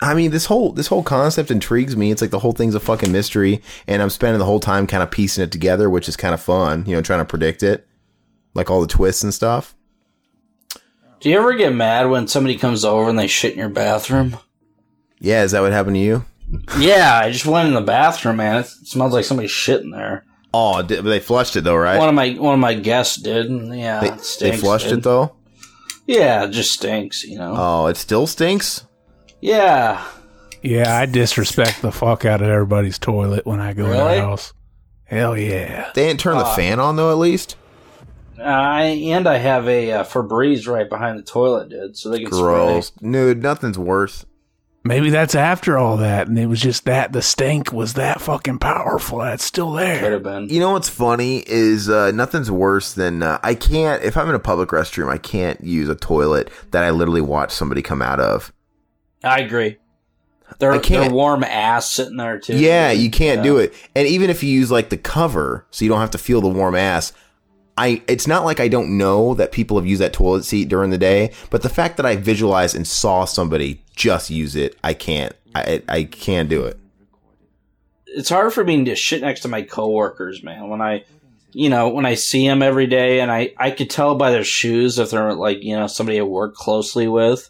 [SPEAKER 3] I mean, this whole this whole concept intrigues me. It's like the whole thing's a fucking mystery, and I'm spending the whole time kind of piecing it together, which is kind of fun. You know, trying to predict it, like all the twists and stuff.
[SPEAKER 6] Do you ever get mad when somebody comes over and they shit in your bathroom?
[SPEAKER 3] Yeah, is that what happened to you?
[SPEAKER 6] Yeah, I just went in the bathroom, man. It smells like somebody shit in there.
[SPEAKER 3] Oh, did, they flushed it though, right?
[SPEAKER 6] One of my one of my guests did. and yeah,
[SPEAKER 3] They,
[SPEAKER 6] it
[SPEAKER 3] they
[SPEAKER 6] stinks,
[SPEAKER 3] flushed
[SPEAKER 6] dude.
[SPEAKER 3] it though.
[SPEAKER 6] Yeah, it just stinks, you know.
[SPEAKER 3] Oh, it still stinks.
[SPEAKER 6] Yeah,
[SPEAKER 2] Yeah, I disrespect the fuck out of everybody's toilet when I go in
[SPEAKER 6] Really?
[SPEAKER 2] their house. Hell yeah.
[SPEAKER 3] They didn't turn the
[SPEAKER 6] Uh,
[SPEAKER 3] fan on though, at least.
[SPEAKER 6] I and I have a uh, Febreze right behind the toilet, dude, so they can
[SPEAKER 3] Gross, dude. Nothing's worse.
[SPEAKER 2] Maybe that's after all that, and it was just that the stink was that fucking powerful. That's still
[SPEAKER 6] spray. Could
[SPEAKER 2] there.
[SPEAKER 6] have been.
[SPEAKER 3] You know what's funny is uh, nothing's worse than uh, I can't if I'm in a public restroom I can't use a toilet that I literally watched somebody come out of.
[SPEAKER 6] I agree. They're,
[SPEAKER 3] I can't-
[SPEAKER 6] they're warm ass sitting there too.
[SPEAKER 3] yeah, you can't do it. And even if you use like the cover so you don't have to feel the warm ass, I it's not like I don't know that people have used that toilet seat during the day, but the fact that I visualized and saw somebody just use it, I can't. I I can't do it.
[SPEAKER 6] it's hard for me to shit next to my coworkers, man. When I, you know, when I see them every day, and I I could tell by their shoes if they're like you know somebody I work closely with.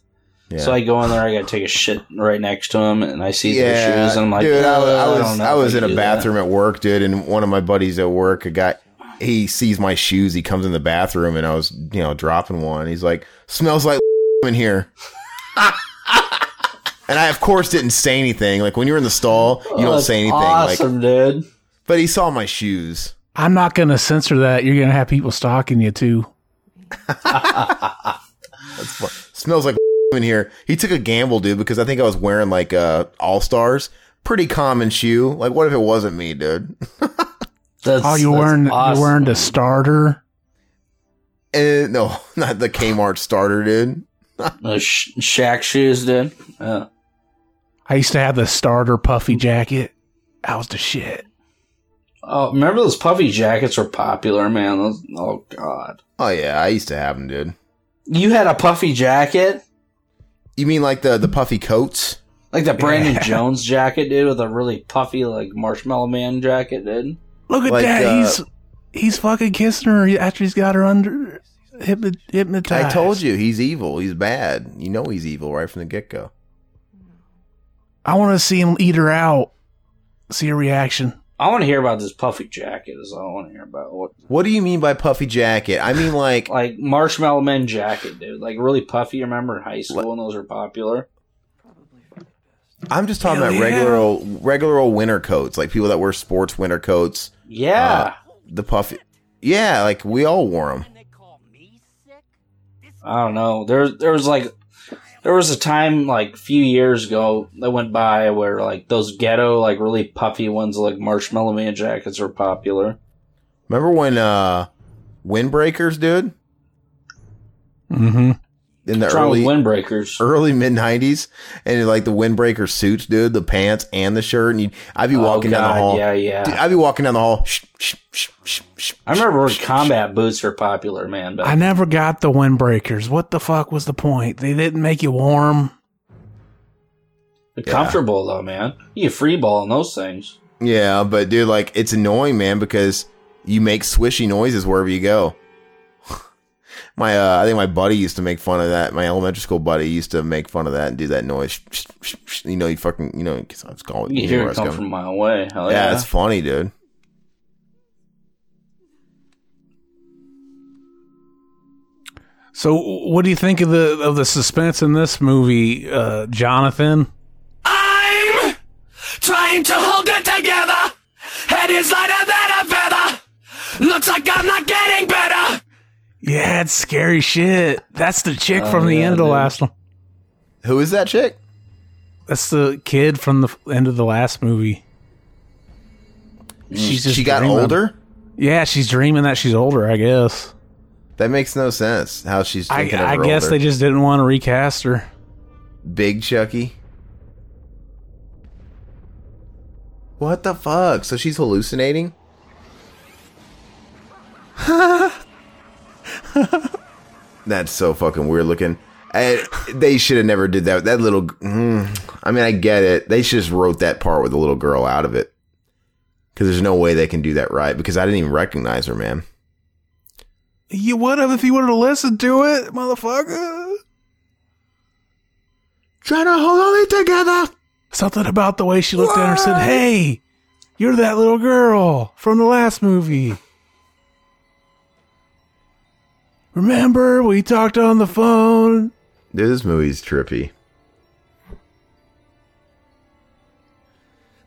[SPEAKER 3] Yeah.
[SPEAKER 6] So I go in there, I gotta take a shit right next to them, and I see their
[SPEAKER 3] Yeah,
[SPEAKER 6] shoes, and I'm like,
[SPEAKER 3] dude, I, was-
[SPEAKER 6] "Uh,
[SPEAKER 3] I
[SPEAKER 6] don't
[SPEAKER 3] was
[SPEAKER 6] know
[SPEAKER 3] I,
[SPEAKER 6] if
[SPEAKER 3] was in a
[SPEAKER 6] do that."
[SPEAKER 3] bathroom at work, dude, and one of my buddies at work, a guy, he sees my shoes. He comes in the bathroom, and I was, you know, dropping one. He's like, "Smells like in here," and I, of course, didn't say anything. Like when you're in the stall, you
[SPEAKER 6] Oh,
[SPEAKER 3] don't
[SPEAKER 6] that's
[SPEAKER 3] say anything. Like,
[SPEAKER 6] Awesome, dude.
[SPEAKER 3] but he saw my shoes.
[SPEAKER 2] I'm not going to censor that. You're going to have people stalking you too.
[SPEAKER 3] That's fu- Smells like in here. He took a gamble, dude, because I think I was wearing like uh, All Stars, pretty common shoe. Like, what if it wasn't me, dude?
[SPEAKER 6] That's,
[SPEAKER 2] Oh, you're
[SPEAKER 6] that's
[SPEAKER 2] wearing,
[SPEAKER 6] awesome.
[SPEAKER 2] you're wearing the starter.
[SPEAKER 3] And no, not the Kmart starter, dude.
[SPEAKER 6] Those sh- Shaq shoes, dude. Uh, Yeah.
[SPEAKER 2] I used to have the starter puffy jacket. That was the shit.
[SPEAKER 6] Oh, remember those puffy jackets were popular, man. Those, oh God,
[SPEAKER 3] Oh yeah, I used to have them, dude.
[SPEAKER 6] you had a puffy jacket.
[SPEAKER 3] You mean like the the puffy coats?
[SPEAKER 6] Like that Brandon Jones jacket, dude, with a really puffy, like marshmallow man jacket, dude.
[SPEAKER 2] Look at
[SPEAKER 3] Like,
[SPEAKER 2] that.
[SPEAKER 3] uh,
[SPEAKER 2] he's he's fucking kissing her after he's got her under hypno- hypnotized.
[SPEAKER 3] I told you he's evil. He's bad. You know he's evil right from the get go.
[SPEAKER 2] I want to see him eat her out. See her reaction.
[SPEAKER 6] I want to hear about this puffy jacket. Is all I want to hear about. What
[SPEAKER 3] What do you mean by puffy jacket? I mean like
[SPEAKER 6] like Marshmallow Man jacket, dude? Like really puffy. Remember in high school when those were popular?
[SPEAKER 3] I'm just talking about regular old regular old winter coats, like people that wear sports winter coats.
[SPEAKER 6] Yeah.
[SPEAKER 3] Uh, the puffy. Yeah, like we all wore them. Uh,
[SPEAKER 6] I don't know. There, there was like, there was a time like a few years ago that went by where like those ghetto, like really puffy ones, like Marshmallow Man jackets, were popular.
[SPEAKER 3] Remember when uh windbreakers, dude?
[SPEAKER 2] Mm-hmm.
[SPEAKER 3] In the
[SPEAKER 6] What's wrong with
[SPEAKER 3] early
[SPEAKER 6] windbreakers,
[SPEAKER 3] early mid '90s, and like the windbreaker suits, dude, the pants and the shirt, and you, I'd be
[SPEAKER 6] Oh,
[SPEAKER 3] walking down the
[SPEAKER 6] God,
[SPEAKER 3] hall.
[SPEAKER 6] yeah, yeah.
[SPEAKER 3] Dude, I'd be walking down the hall. Shh, shh, shh, shh, shh.
[SPEAKER 6] I remember when combat boots were popular, man. But
[SPEAKER 2] I never got the windbreakers. What the fuck was the point? They didn't make you warm.
[SPEAKER 6] they're comfortable though, man. You get free ball in those things.
[SPEAKER 3] Yeah, but dude, like it's annoying, man, because you make swishy noises wherever you go. my, uh, I think my buddy used to make fun of that. My elementary school buddy used to make fun of that and do that noise. You know, you fucking, you know, because I was calling.
[SPEAKER 6] You can
[SPEAKER 3] know
[SPEAKER 6] hear
[SPEAKER 3] where I
[SPEAKER 6] it
[SPEAKER 3] was
[SPEAKER 6] come
[SPEAKER 3] going.
[SPEAKER 6] from a mile away. Hell
[SPEAKER 3] yeah,
[SPEAKER 6] yeah,
[SPEAKER 3] it's funny, dude.
[SPEAKER 2] So, what do you think of the of the suspense in this movie, uh, Jonathan?
[SPEAKER 5] Trying to hold it together. Head is lighter than a feather. Looks like I'm not getting better.
[SPEAKER 2] Yeah, it's scary shit. That's the chick
[SPEAKER 3] Oh,
[SPEAKER 2] from the
[SPEAKER 3] yeah,
[SPEAKER 2] end of
[SPEAKER 3] dude.
[SPEAKER 2] last one.
[SPEAKER 3] Who is that chick?
[SPEAKER 2] That's the kid from the f- end of the last movie. She's just
[SPEAKER 3] Mm, she got
[SPEAKER 2] dreaming.
[SPEAKER 3] older.
[SPEAKER 2] Yeah, she's dreaming that she's older. I guess.
[SPEAKER 3] That makes no sense. How she's
[SPEAKER 2] I,
[SPEAKER 3] thinking of
[SPEAKER 2] I
[SPEAKER 3] her
[SPEAKER 2] guess
[SPEAKER 3] older.
[SPEAKER 2] they just didn't want to recast her.
[SPEAKER 3] Big Chucky. What the fuck? So she's hallucinating? That's so fucking weird looking. I, they should have never did that. That little. Mm, I mean, I get it. They should just wrote that part with the little girl out of it. Because there's no way they can do that right. Because I didn't even recognize her, man.
[SPEAKER 2] You would have if you would have listened to it, motherfucker.
[SPEAKER 3] Trying to hold on together.
[SPEAKER 2] Something about the way she looked at her said, "Hey, you're that little girl from the last movie." Remember, we talked on the phone.
[SPEAKER 3] Dude, this movie's trippy.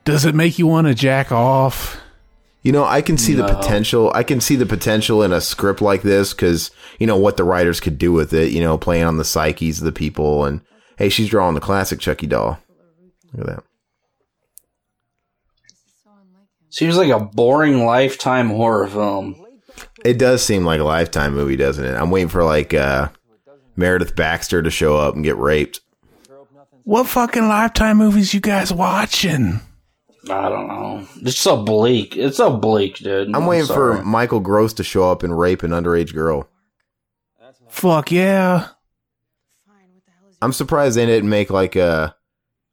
[SPEAKER 2] Does it make you want to jack off?
[SPEAKER 3] You know, I can see the
[SPEAKER 2] No.
[SPEAKER 3] potential. I can see the potential in a script like this because you know what the writers could do with it. You know, playing on the psyches of the people, and hey, she's drawing the classic Chucky doll. Look at that.
[SPEAKER 6] Seems like a boring lifetime horror film.
[SPEAKER 3] It does seem like a lifetime movie, doesn't it? I'm waiting for like uh, Meredith Baxter to show up and get raped.
[SPEAKER 2] What fucking lifetime movies you guys watching?
[SPEAKER 6] I don't know. It's so bleak. It's so bleak, dude.
[SPEAKER 3] I'm waiting for
[SPEAKER 6] sorry.
[SPEAKER 3] Michael Gross to show up and rape an underage girl.
[SPEAKER 2] Fuck yeah.
[SPEAKER 3] I'm surprised they didn't make like a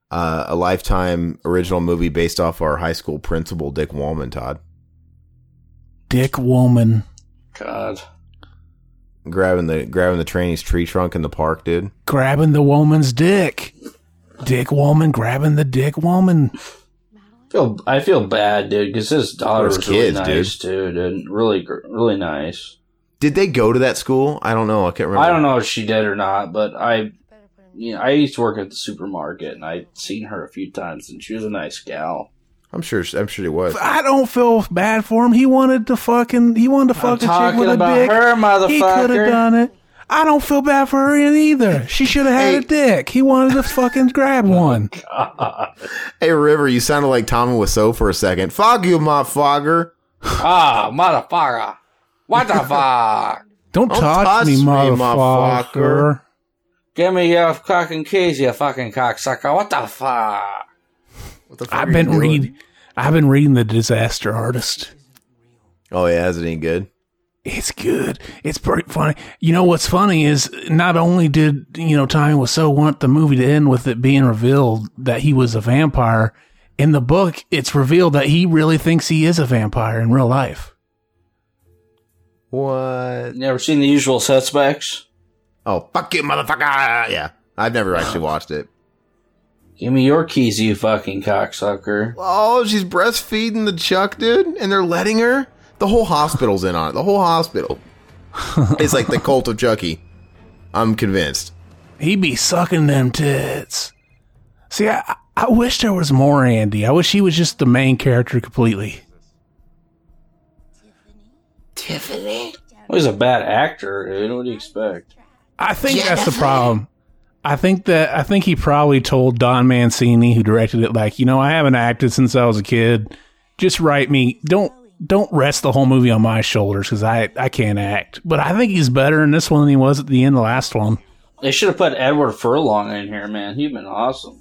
[SPEAKER 3] a, a lifetime original movie based off our high school principal Dick Wallman, Todd.
[SPEAKER 2] Dick Woman.
[SPEAKER 6] God.
[SPEAKER 3] grabbing the grabbing the trainee's tree trunk in the park, dude.
[SPEAKER 2] Grabbing the woman's dick. Dick Woman grabbing the dick woman.
[SPEAKER 6] I feel I feel bad, dude, because his daughter
[SPEAKER 3] Those
[SPEAKER 6] was really
[SPEAKER 3] kids,
[SPEAKER 6] nice, dude, and really gr- really nice.
[SPEAKER 3] Did they go to that school? I don't know. I can't remember.
[SPEAKER 6] I don't know if she did or not, but I, you know, I used to work at the supermarket, and I've seen her a few times, and she was a nice gal.
[SPEAKER 3] I'm sure. I'm sure it was.
[SPEAKER 2] I don't feel bad for him. He wanted to fucking he wanted to fuck the chick
[SPEAKER 6] talking
[SPEAKER 2] with a
[SPEAKER 6] about
[SPEAKER 2] dick.
[SPEAKER 6] her,
[SPEAKER 2] He
[SPEAKER 6] motherfucker.
[SPEAKER 2] could have done it. I don't feel bad for her in either. She should have had a dick. He wanted to fucking grab one.
[SPEAKER 3] Hey, River, you sounded like Tommy Wiseau for a second. Fuck you, my fogger.
[SPEAKER 6] Ah, motherfucker! What the fuck?
[SPEAKER 2] Don't,
[SPEAKER 3] Don't
[SPEAKER 2] touch,
[SPEAKER 3] touch
[SPEAKER 2] me,
[SPEAKER 3] me,
[SPEAKER 2] motherfucker.
[SPEAKER 3] motherfucker.
[SPEAKER 6] Give me your fucking keys, you fucking cocksucker! What the fuck?
[SPEAKER 3] What the fuck
[SPEAKER 2] I've been read I've been reading The Disaster Artist.
[SPEAKER 3] Oh yeah, is it any good?
[SPEAKER 2] It's good. It's pretty funny. You know what's funny is not only did you know Tommy was so want the movie to end with it being revealed that he was a vampire. In the book, it's revealed that he really thinks he is a vampire in real life.
[SPEAKER 3] What?
[SPEAKER 6] Never seen the usual suspects.
[SPEAKER 3] Oh fuck you, motherfucker. Yeah, I've never actually watched it.
[SPEAKER 6] Give me your keys, you fucking cocksucker.
[SPEAKER 3] Oh, she's breastfeeding the Chuck dude, and they're letting her. The whole hospital's in on it. The whole hospital. it's like the cult of Chucky. I'm convinced.
[SPEAKER 2] He be sucking them tits. See, I, I wish there was more Andy. I wish he was just the main character completely.
[SPEAKER 6] Tiffany? Well, he's a bad actor, dude. What do you expect?
[SPEAKER 2] I think that's the problem. I think that I think he probably told Don Mancini, who directed it, like you know, I haven't acted since I was a kid. Just write me. Don't don't rest the whole movie on my shoulders because I I can't act. But I think he's better in this one than he was at the end of the last one.
[SPEAKER 6] They should have put Edward Furlong in here, man. He'd been awesome.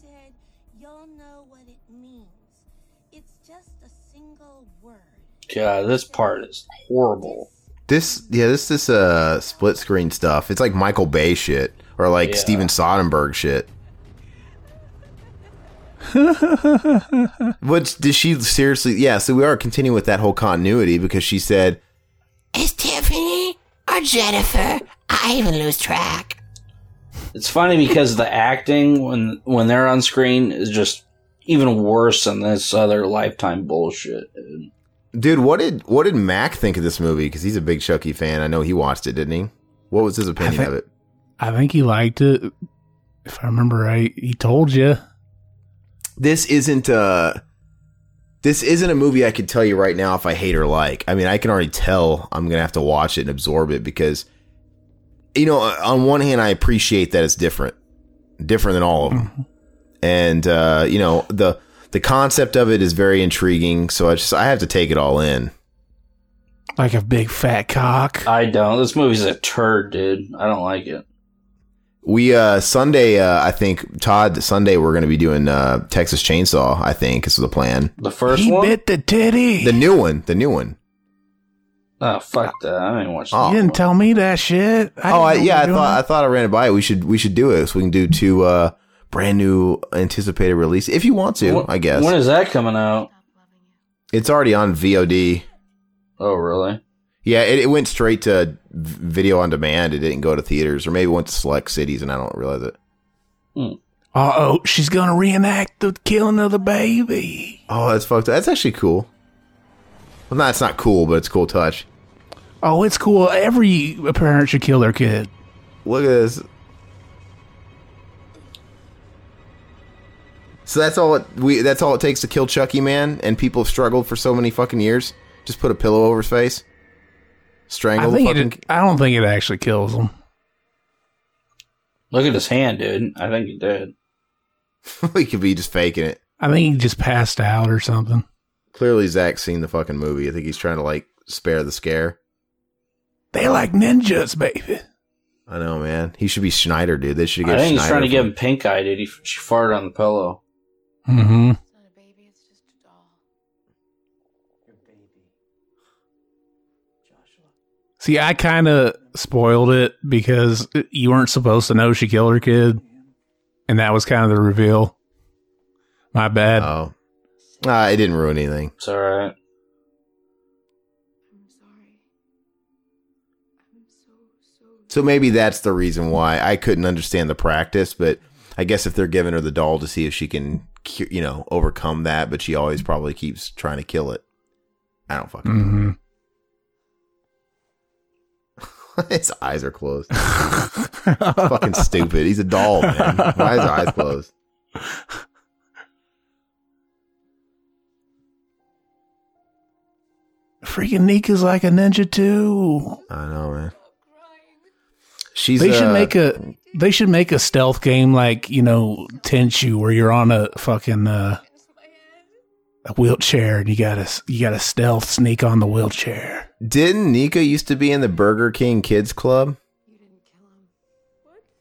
[SPEAKER 6] God, this part is horrible.
[SPEAKER 3] This yeah, this this uh split screen stuff. It's like Michael Bay shit or like
[SPEAKER 6] Yeah.
[SPEAKER 3] Steven Soderbergh shit. Which did she seriously? Yeah, so we are continuing with that whole continuity because she said
[SPEAKER 5] Is Tiffany or Jennifer? I even lose track.
[SPEAKER 6] It's funny because the acting when when they're on screen is just even worse than this other lifetime bullshit. dude.
[SPEAKER 3] Dude, what did what did Mac think of this movie? Because he's a big Chucky fan. I know he watched it, didn't he? What was his opinion
[SPEAKER 2] think-
[SPEAKER 3] of it?
[SPEAKER 2] I think he liked it. If I remember right, he told you.
[SPEAKER 3] This isn't uh this isn't a movie I could tell you right now if I hate or like. I mean, I can already tell I'm gonna have to watch it and absorb it because you know, uh, on one hand, I appreciate that it's different, different than all of them, and uh, you know the the concept of it is very intriguing. So I just I have to take it all in.
[SPEAKER 2] Like a big fat cock.
[SPEAKER 3] Uh,
[SPEAKER 6] I don't. This movie's a turd, dude. I don't like it.
[SPEAKER 3] We uh Sunday uh I think Todd Sunday we're going to be doing uh Texas Chainsaw I think is the plan.
[SPEAKER 6] The first
[SPEAKER 2] he
[SPEAKER 6] one.
[SPEAKER 2] bit the titty.
[SPEAKER 3] The new one, the new one.
[SPEAKER 6] Oh fuck that! I didn't watch.
[SPEAKER 3] Oh.
[SPEAKER 2] You didn't tell me that shit. I
[SPEAKER 3] oh, I,
[SPEAKER 2] didn't know
[SPEAKER 3] yeah, I
[SPEAKER 2] we were
[SPEAKER 3] thought I thought I ran it by. We should we should do it so we can do two uh brand new anticipated release if you want to,
[SPEAKER 6] When-
[SPEAKER 3] I guess.
[SPEAKER 6] When is that coming out?
[SPEAKER 3] it's already on VOD.
[SPEAKER 6] Oh really?
[SPEAKER 3] Yeah, it, it went straight to v- video on demand. It didn't go to theaters or maybe it went to select cities and I don't realize it.
[SPEAKER 2] Uh oh, she's gonna reenact the killing of the baby.
[SPEAKER 3] Oh, that's fucked up. That's actually cool. Well, no, it's not cool, but it's a cool touch.
[SPEAKER 2] Oh, it's cool. Every parent should kill their kid.
[SPEAKER 3] Look at this. So that's all it we that's all it takes to kill Chucky man and people have struggled for so many fucking years. Just put a pillow over his face. Strangle
[SPEAKER 2] I
[SPEAKER 3] the
[SPEAKER 2] think
[SPEAKER 3] fucking
[SPEAKER 2] it, I don't think it actually kills them.
[SPEAKER 6] Look at his hand, dude. I think he did.
[SPEAKER 3] he could be just faking it.
[SPEAKER 2] I think he just passed out or something.
[SPEAKER 3] Clearly Zach's seen the fucking movie. I think he's trying to like spare the scare.
[SPEAKER 2] They like ninjas, baby.
[SPEAKER 3] I know, man. He should be Schneider, dude. They shode
[SPEAKER 6] I
[SPEAKER 3] get
[SPEAKER 6] think he's
[SPEAKER 3] Schneider.
[SPEAKER 6] trying to
[SPEAKER 3] for-
[SPEAKER 6] give him pink eye, dude. He, she farted on the pillow.
[SPEAKER 2] Mm-hmm. See, I kind of spoiled it because you weren't supposed to know she killed her kid, and that was kind of the reveal. My bad.
[SPEAKER 3] Oh, uh, it didn't ruin anything.
[SPEAKER 6] It's all right.
[SPEAKER 3] So maybe that's the reason why I couldn't understand the practice, but I guess if they're giving her the doll to see if she can, cu- you know, overcome that, but she always probably keeps trying to kill it. I don't fucking.
[SPEAKER 2] Mm-hmm.
[SPEAKER 3] his eyes are closed. fucking stupid. He's a doll, man. Why is his eyes closed?
[SPEAKER 2] Freaking Nika's like a ninja too.
[SPEAKER 3] I know, man. She's.
[SPEAKER 2] they should
[SPEAKER 3] uh,
[SPEAKER 2] make a they should make a stealth game like you know Tenchu, where you're on a fucking uh, a wheelchair and you gotta s- you gotta stealth sneak on the wheelchair.
[SPEAKER 3] Didn't Nika used to be in the Burger King Kids Club?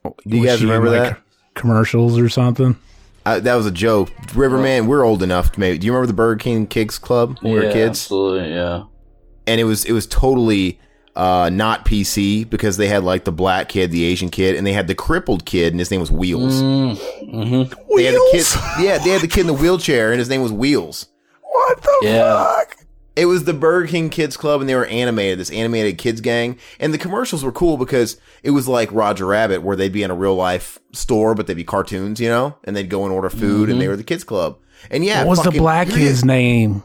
[SPEAKER 3] Do you
[SPEAKER 2] Was
[SPEAKER 3] guys
[SPEAKER 2] she in,
[SPEAKER 3] remember
[SPEAKER 2] like,
[SPEAKER 3] that?
[SPEAKER 2] commercials or something?
[SPEAKER 3] Uh, that was a joke. Riverman, we're old enough. To maybe do you remember the Burger King Kids Club when we
[SPEAKER 6] yeah,
[SPEAKER 3] were kids?
[SPEAKER 6] absolutely. Yeah.
[SPEAKER 3] and it was it was totally uh, not PC because they had like the black kid, the Asian kid, and they had the crippled kid, and his name was
[SPEAKER 2] Mm.
[SPEAKER 3] Wheels.
[SPEAKER 6] Mm-hmm.
[SPEAKER 3] They had the kid, yeah, they had the kid in the wheelchair, and his name was Wheels.
[SPEAKER 2] What the
[SPEAKER 6] Yeah.
[SPEAKER 2] fuck?
[SPEAKER 3] It was the Burger King Kids Club, and they were animated, this animated kids gang. And the commercials were cool because it was like Roger Rabbit, where they'd be in a real life store, but they'd be cartoons, you know? And they'd go and order food, and they
[SPEAKER 2] Mhm.
[SPEAKER 3] were the kids club. And yeah,
[SPEAKER 2] what was the
[SPEAKER 3] fucking-
[SPEAKER 2] black kid's name?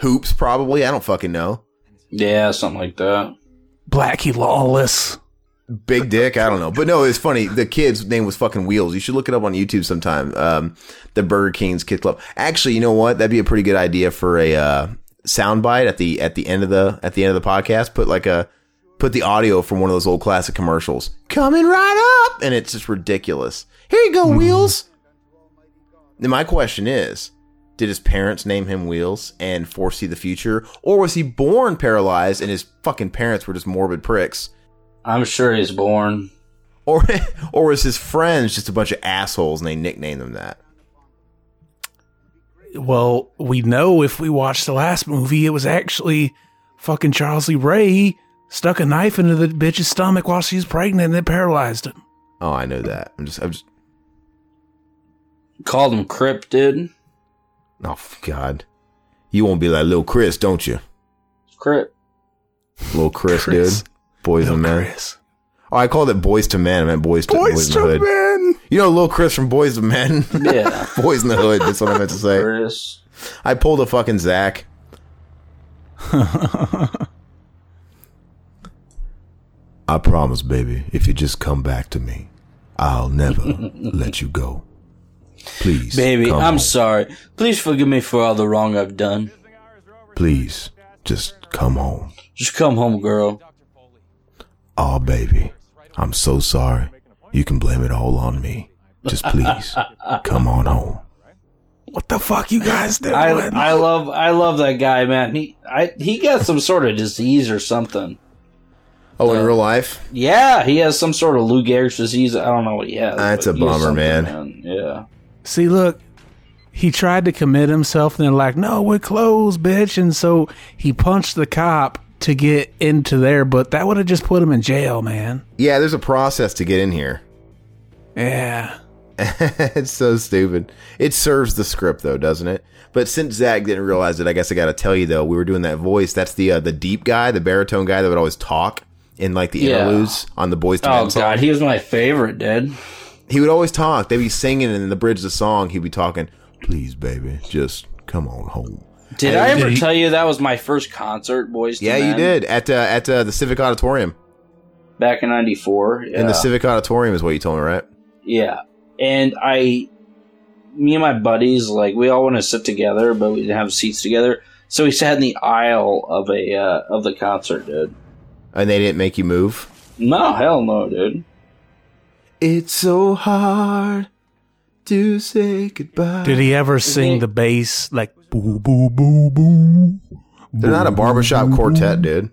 [SPEAKER 3] Hoops, probably. I don't fucking know.
[SPEAKER 6] Yeah, something like that.
[SPEAKER 2] Blackie Lawless.
[SPEAKER 3] Big dick, I don't know. But no, it's funny. The kid's name was fucking Wheels. You should look it up on YouTube sometime. Um, the Burger King's Kid Club. Actually, you know what? That'd be a pretty good idea for a uh, soundbite at the at the end of the at the end of the podcast. Put like a put the audio from one of those old classic commercials, Coming right up, and it's just ridiculous. Here you go, Wheels. Then my question is, did his parents name him Wheels and foresee the future, or was he born paralyzed and his fucking parents were just morbid pricks?
[SPEAKER 6] I'm sure he's born.
[SPEAKER 3] Or or was his friends just a bunch of assholes and they nicknamed him that?
[SPEAKER 2] Well, we know if we watched the last movie, it was actually fucking Charles Lee Ray stuck a knife into the bitch's stomach while she was pregnant and it paralyzed him.
[SPEAKER 3] Oh, I know that. I'm just I'm just
[SPEAKER 6] Called him Crip, dude.
[SPEAKER 3] Oh f- God. You won't be like little Chris, don't you?
[SPEAKER 6] Crip.
[SPEAKER 3] Little Chris,
[SPEAKER 6] Chris.
[SPEAKER 3] dude. Boys and men. Oh, I called it Boys to Men. I meant Boys to
[SPEAKER 6] Boys
[SPEAKER 3] in the
[SPEAKER 6] to
[SPEAKER 3] Hood.
[SPEAKER 2] Men.
[SPEAKER 3] You know, Little Chris from Boys to Men.
[SPEAKER 6] Yeah,
[SPEAKER 3] Boys in the Hood. That's what I meant to say.
[SPEAKER 6] Chris.
[SPEAKER 3] I pulled a fucking Zach. I promise, baby. If you just come back to me, I'll never let you go. Please,
[SPEAKER 6] Baby,
[SPEAKER 3] come
[SPEAKER 6] I'm
[SPEAKER 3] home.
[SPEAKER 6] sorry. Please forgive me for all the wrong I've done.
[SPEAKER 3] Please, just come home.
[SPEAKER 6] Just come home, girl.
[SPEAKER 3] Oh, baby, I'm so sorry. You can blame it all on me. Just please, come on home.
[SPEAKER 2] What the fuck you guys doing?
[SPEAKER 6] I I love I love that guy, man. He I he got some sort of disease or something.
[SPEAKER 3] Oh, in real life?
[SPEAKER 6] Yeah, he has some sort of Lou Gehrig's disease. I don't know what he has.
[SPEAKER 3] That's
[SPEAKER 6] but
[SPEAKER 3] a
[SPEAKER 6] he has
[SPEAKER 3] bummer, man.
[SPEAKER 6] something, Yeah.
[SPEAKER 2] See, look, he tried to commit himself, and they're like, no, we're closed, bitch. And so he punched the cop to get into there, but that would have just put him in jail, man.
[SPEAKER 3] Yeah, there's a process to get in here.
[SPEAKER 2] Yeah.
[SPEAKER 3] it's so stupid. It serves the script though, doesn't it? But since Zach didn't realize it, I guess I got to tell you though. We were doing that voice. That's the uh, the deep guy, the baritone guy that would always talk in like the
[SPEAKER 6] Yeah.
[SPEAKER 3] interludes on the boys. to
[SPEAKER 6] Oh
[SPEAKER 3] Men song.
[SPEAKER 6] god, he was my favorite, dude.
[SPEAKER 3] He would always talk. They'd be singing, and in the bridge of the song, he'd be talking. Please, baby, just come on home.
[SPEAKER 6] Did I ever tell you that was my first concert, boys? to
[SPEAKER 3] Yeah, you
[SPEAKER 6] Men?
[SPEAKER 3] did at uh, at uh, the Civic Auditorium.
[SPEAKER 6] back in '94. Yeah.
[SPEAKER 3] In the Civic Auditorium is what you told me, right?
[SPEAKER 6] Yeah. And I, me and my buddies, like, we all want to sit together, but we didn't have seats together. So we sat in the aisle of a, uh, of the concert, dude.
[SPEAKER 3] And they didn't make you move.
[SPEAKER 6] No, hell no, dude.
[SPEAKER 3] It's so hard to say goodbye.
[SPEAKER 2] Did he ever sing the bass like boo boo boo boo?
[SPEAKER 3] They're not a barbershop quartet, dude.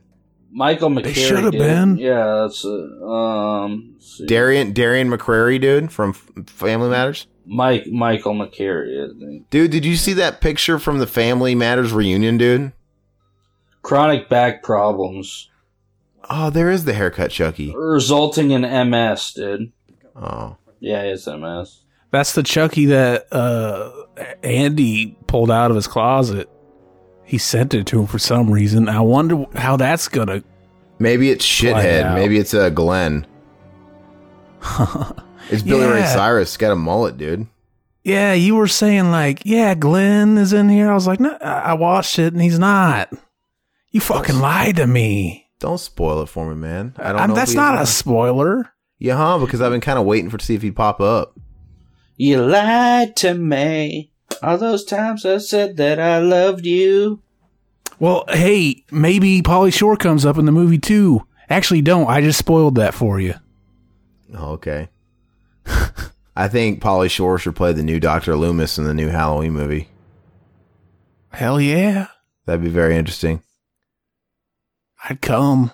[SPEAKER 6] Michael McCary.
[SPEAKER 2] shoulda
[SPEAKER 6] dude.
[SPEAKER 2] been.
[SPEAKER 6] Yeah, that's, uh, um,
[SPEAKER 3] Darian Darian McCrary, dude, from F- Family Matters.
[SPEAKER 6] Mike, Michael McCary, I think.
[SPEAKER 3] Dude, did you see that picture from the Family Matters reunion, dude?
[SPEAKER 6] Chronic back problems.
[SPEAKER 3] Oh, there is the haircut, Chucky.
[SPEAKER 6] Resulting in MS, dude.
[SPEAKER 3] Oh.
[SPEAKER 6] Yeah, it's MS.
[SPEAKER 2] That's the Chucky that uh, Andy pulled out of his closet. He sent it to him for some reason. I wonder how that's gonna.
[SPEAKER 3] Maybe it's
[SPEAKER 2] Play it
[SPEAKER 3] shithead.
[SPEAKER 2] out.
[SPEAKER 3] Maybe it's uh, Glenn. it's Billy Ray
[SPEAKER 2] Yeah.
[SPEAKER 3] Cyrus. Got a mullet, dude.
[SPEAKER 2] Yeah, you were saying like, yeah, Glenn is in here. I was like, no, I I watched it and he's not. You fucking lied to me.
[SPEAKER 3] Don't spoil it for me, man. I don't.
[SPEAKER 2] I'm-
[SPEAKER 3] know if
[SPEAKER 2] that's
[SPEAKER 3] he-
[SPEAKER 2] not a spoiler.
[SPEAKER 3] Yeah, huh? Because I've been kind of waiting for to see if he'd pop up.
[SPEAKER 6] You lied to me. All those times I said that I loved you.
[SPEAKER 2] Well, hey, maybe Polly Shore comes up in the movie too. Actually, don't. I just spoiled that for you.
[SPEAKER 3] Oh, okay. I think Polly Shore should play the new Doctor Loomis in the new Halloween movie.
[SPEAKER 2] Hell yeah,
[SPEAKER 3] That'd be very interesting.
[SPEAKER 2] I'd come.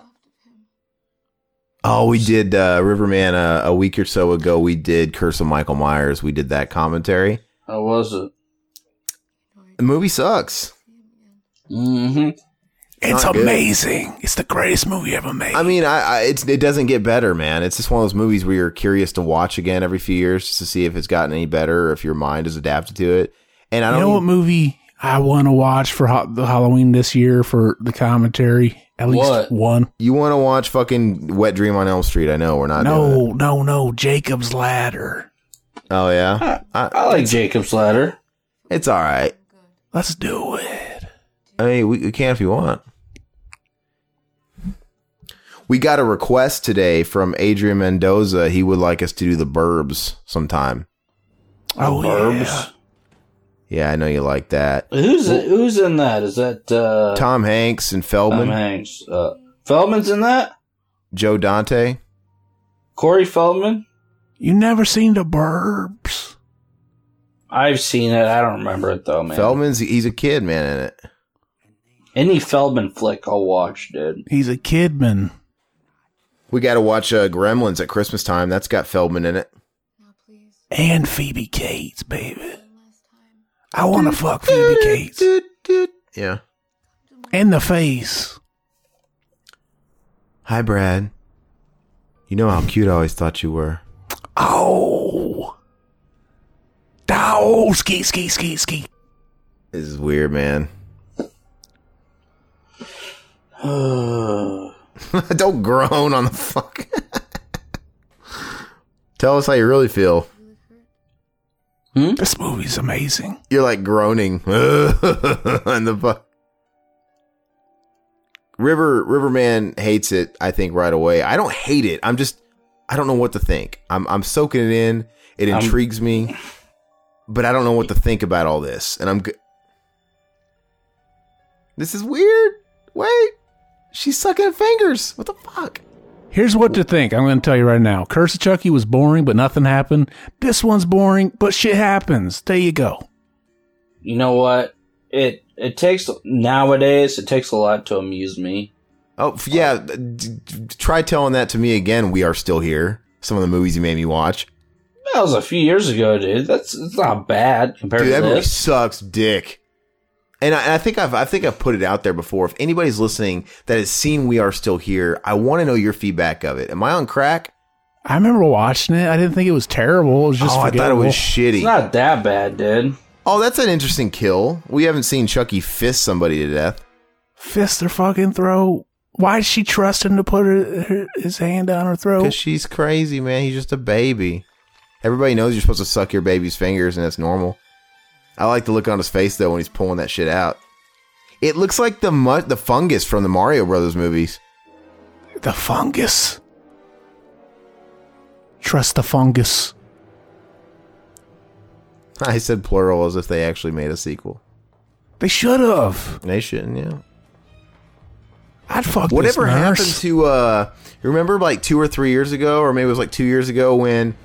[SPEAKER 3] Oh, we did uh, Riverman uh, a week or so ago. We did Curse of Michael Myers. We did that commentary.
[SPEAKER 6] How was it?
[SPEAKER 3] The movie sucks.
[SPEAKER 6] Mm-hmm.
[SPEAKER 2] It's
[SPEAKER 3] not good.
[SPEAKER 2] amazing. It's the greatest movie ever made.
[SPEAKER 3] I mean, I, I it's, it doesn't get better, man. It's just one of those movies where you're curious to watch again every few years just to see if it's gotten any better or if your mind is adapted to it. And I
[SPEAKER 2] you
[SPEAKER 3] don't
[SPEAKER 2] know what movie I want to watch for ho- the Halloween this year for the commentary. At least one.
[SPEAKER 3] You want to watch fucking Wet Dream on Elm Street? I know we're not. doing
[SPEAKER 2] no, no, no. Jacob's Ladder.
[SPEAKER 3] it. Oh yeah. I,
[SPEAKER 6] like Jacob's Ladder.
[SPEAKER 3] It's all right.
[SPEAKER 2] Let's do it.
[SPEAKER 3] I mean, we, we can if you want. We got a request today from Adrian Mendoza. He would like us to do the Burbs sometime.
[SPEAKER 2] Oh,
[SPEAKER 6] Burbs.
[SPEAKER 3] Yeah, I know you like that.
[SPEAKER 6] Who's who's in that? Is that uh,
[SPEAKER 3] Tom Hanks and Feldman,
[SPEAKER 6] Tom Hanks? Uh, Feldman's in that.
[SPEAKER 3] Joe Dante.
[SPEAKER 6] Corey Feldman.
[SPEAKER 2] You never seen the Burbs?
[SPEAKER 6] I've seen it. I don't remember it though, man.
[SPEAKER 3] Feldman's he's a kid, man, in it.
[SPEAKER 6] Any Feldman flick I'll watch, dude.
[SPEAKER 2] He's a kidman.
[SPEAKER 3] We got to watch uh, Gremlins at Christmas time. That's got Feldman in it.
[SPEAKER 2] And Phoebe Cates, baby. I want to fuck Phoebe Cates.
[SPEAKER 3] Yeah.
[SPEAKER 2] In the face.
[SPEAKER 3] Hi, Brad. You know how cute I always thought you were.
[SPEAKER 2] Oh. Oh, ski, ski, ski, ski.
[SPEAKER 3] This is weird, man. Don't groan on the fuck. Tell us how you really feel. Hmm?
[SPEAKER 2] This movie's amazing.
[SPEAKER 3] You're like groaning and the fuck. River Riverman hates it. I think right away. I don't hate it. I'm just I don't know what to think. I'm I'm soaking it in. It
[SPEAKER 6] I'm-
[SPEAKER 3] intrigues me, but I don't know what to think about all this. And I'm g- this is weird. Wait, she's sucking fingers. What the fuck?
[SPEAKER 2] Here's what to think. I'm going to tell you right now. Curse of Chucky was boring, but nothing happened. This one's boring, but shit happens. There you go.
[SPEAKER 6] You know what? It it takes nowadays. It takes a lot to amuse me.
[SPEAKER 3] Oh f- yeah, d- d- try telling that to me again. We are still here. Some of the movies you made me watch.
[SPEAKER 6] That was a few years ago, dude. That's it's not bad compared
[SPEAKER 3] Dude,
[SPEAKER 6] to
[SPEAKER 3] that movie
[SPEAKER 6] this.
[SPEAKER 3] sucks dick. And I, and I think I've I think I've put it out there before. If anybody's listening that has seen We Are Still Here, I want to know your feedback of it. Am I on crack?
[SPEAKER 2] I remember watching it. I didn't think it was terrible. It was just
[SPEAKER 3] oh, I thought it
[SPEAKER 2] forgettable.
[SPEAKER 3] was shitty.
[SPEAKER 6] It's not that bad, dude.
[SPEAKER 3] oh, that's an interesting kill. We haven't seen Chucky fist somebody to death.
[SPEAKER 2] Fist her fucking throat. Why did she trust him to put her, her, his hand down her throat?
[SPEAKER 3] Because she's crazy, man. He's just a baby. Everybody knows you're supposed to suck your baby's fingers, and that's normal. I like the look on his face though when he's pulling that shit out. It looks like the mu- the fungus from the Mario Brothers movies.
[SPEAKER 2] The fungus. Trust the fungus.
[SPEAKER 3] I said plural as if they actually made a sequel.
[SPEAKER 2] They should have.
[SPEAKER 3] They shouldn't, yeah.
[SPEAKER 2] I'd fuck this
[SPEAKER 3] Whatever
[SPEAKER 2] nurse.
[SPEAKER 3] happened to uh remember like two or three years ago, or maybe it was like two years ago when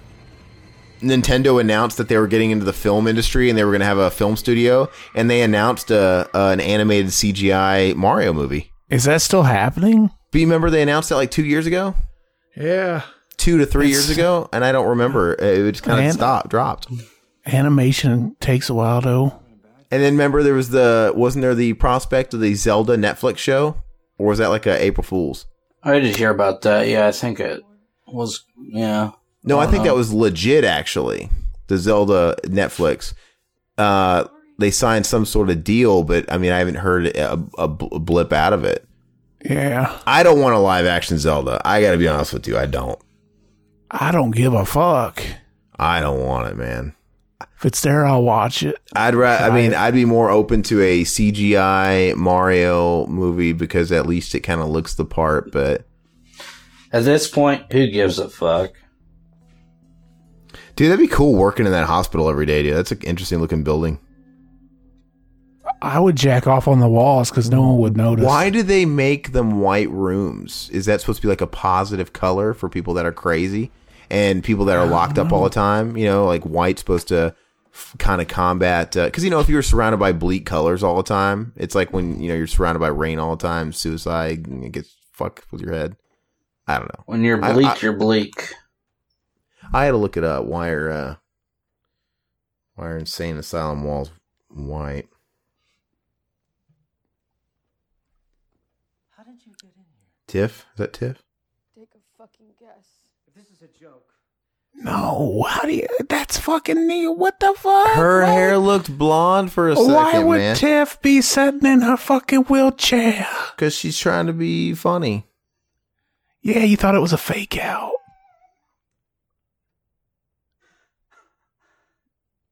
[SPEAKER 3] Nintendo announced that they were getting into the film industry and they were gonna have a film studio and they announced a, uh, an animated CGI Mario movie.
[SPEAKER 2] Is that still happening?
[SPEAKER 3] Do you remember they announced that like two years ago?
[SPEAKER 2] Yeah.
[SPEAKER 3] Two to three years ago, and I don't remember. Uh, It just kind
[SPEAKER 2] Man.
[SPEAKER 3] of stopped, dropped.
[SPEAKER 2] Animation takes a while though.
[SPEAKER 3] And then remember there was the wasn't there the prospect of the Zelda Netflix show? Or was that like a April Fool's?
[SPEAKER 6] I did hear about that. Yeah, I think it was. Yeah.
[SPEAKER 3] No, I
[SPEAKER 6] don't
[SPEAKER 3] think
[SPEAKER 6] know.
[SPEAKER 3] that was legit. Actually, the Zelda Netflix, uh, they signed some sort of deal, but I mean, I haven't heard a, a bl- a blip out of it.
[SPEAKER 2] Yeah.
[SPEAKER 3] I don't want a live action Zelda. I got to be honest with you, I don't.
[SPEAKER 2] I don't give a fuck.
[SPEAKER 3] I don't want it, man.
[SPEAKER 2] If it's there, I'll watch it.
[SPEAKER 3] I'd ra- I mean, I'd be more open to a CGI Mario movie because at least it kind of looks the part. But
[SPEAKER 6] At this point, who gives a fuck?
[SPEAKER 3] dude, that'd be cool working in that hospital every day, dude. That's an interesting looking building.
[SPEAKER 2] I would jack off on the walls because no one would notice.
[SPEAKER 3] Why do they make them white rooms? Is that supposed to be like a positive color for people that are crazy and people that are locked up all the time? You know, like white's supposed to f- kind of combat because you know if you're surrounded by bleak colors all the time, it's like when you know you're surrounded by rain all the time, suicide and it gets fucked with your head. I don't know.
[SPEAKER 6] When you're
[SPEAKER 3] I-
[SPEAKER 6] bleak,
[SPEAKER 3] I-
[SPEAKER 6] you're bleak.
[SPEAKER 3] I had to look it up. Why are uh, why are insane asylum walls white?
[SPEAKER 8] How did you get in here?
[SPEAKER 3] Tiff, is that Tiff?
[SPEAKER 8] Take a fucking guess. If this is a joke,
[SPEAKER 2] No, how do you? That's fucking neat. What the fuck?
[SPEAKER 8] Oh,
[SPEAKER 13] Her
[SPEAKER 2] Why-
[SPEAKER 13] hair looked blonde for a second,
[SPEAKER 2] Why would
[SPEAKER 13] man.
[SPEAKER 2] Tiff be sitting in her fucking wheelchair?
[SPEAKER 13] Because she's trying to be funny.
[SPEAKER 2] Yeah, you thought it was a fake out.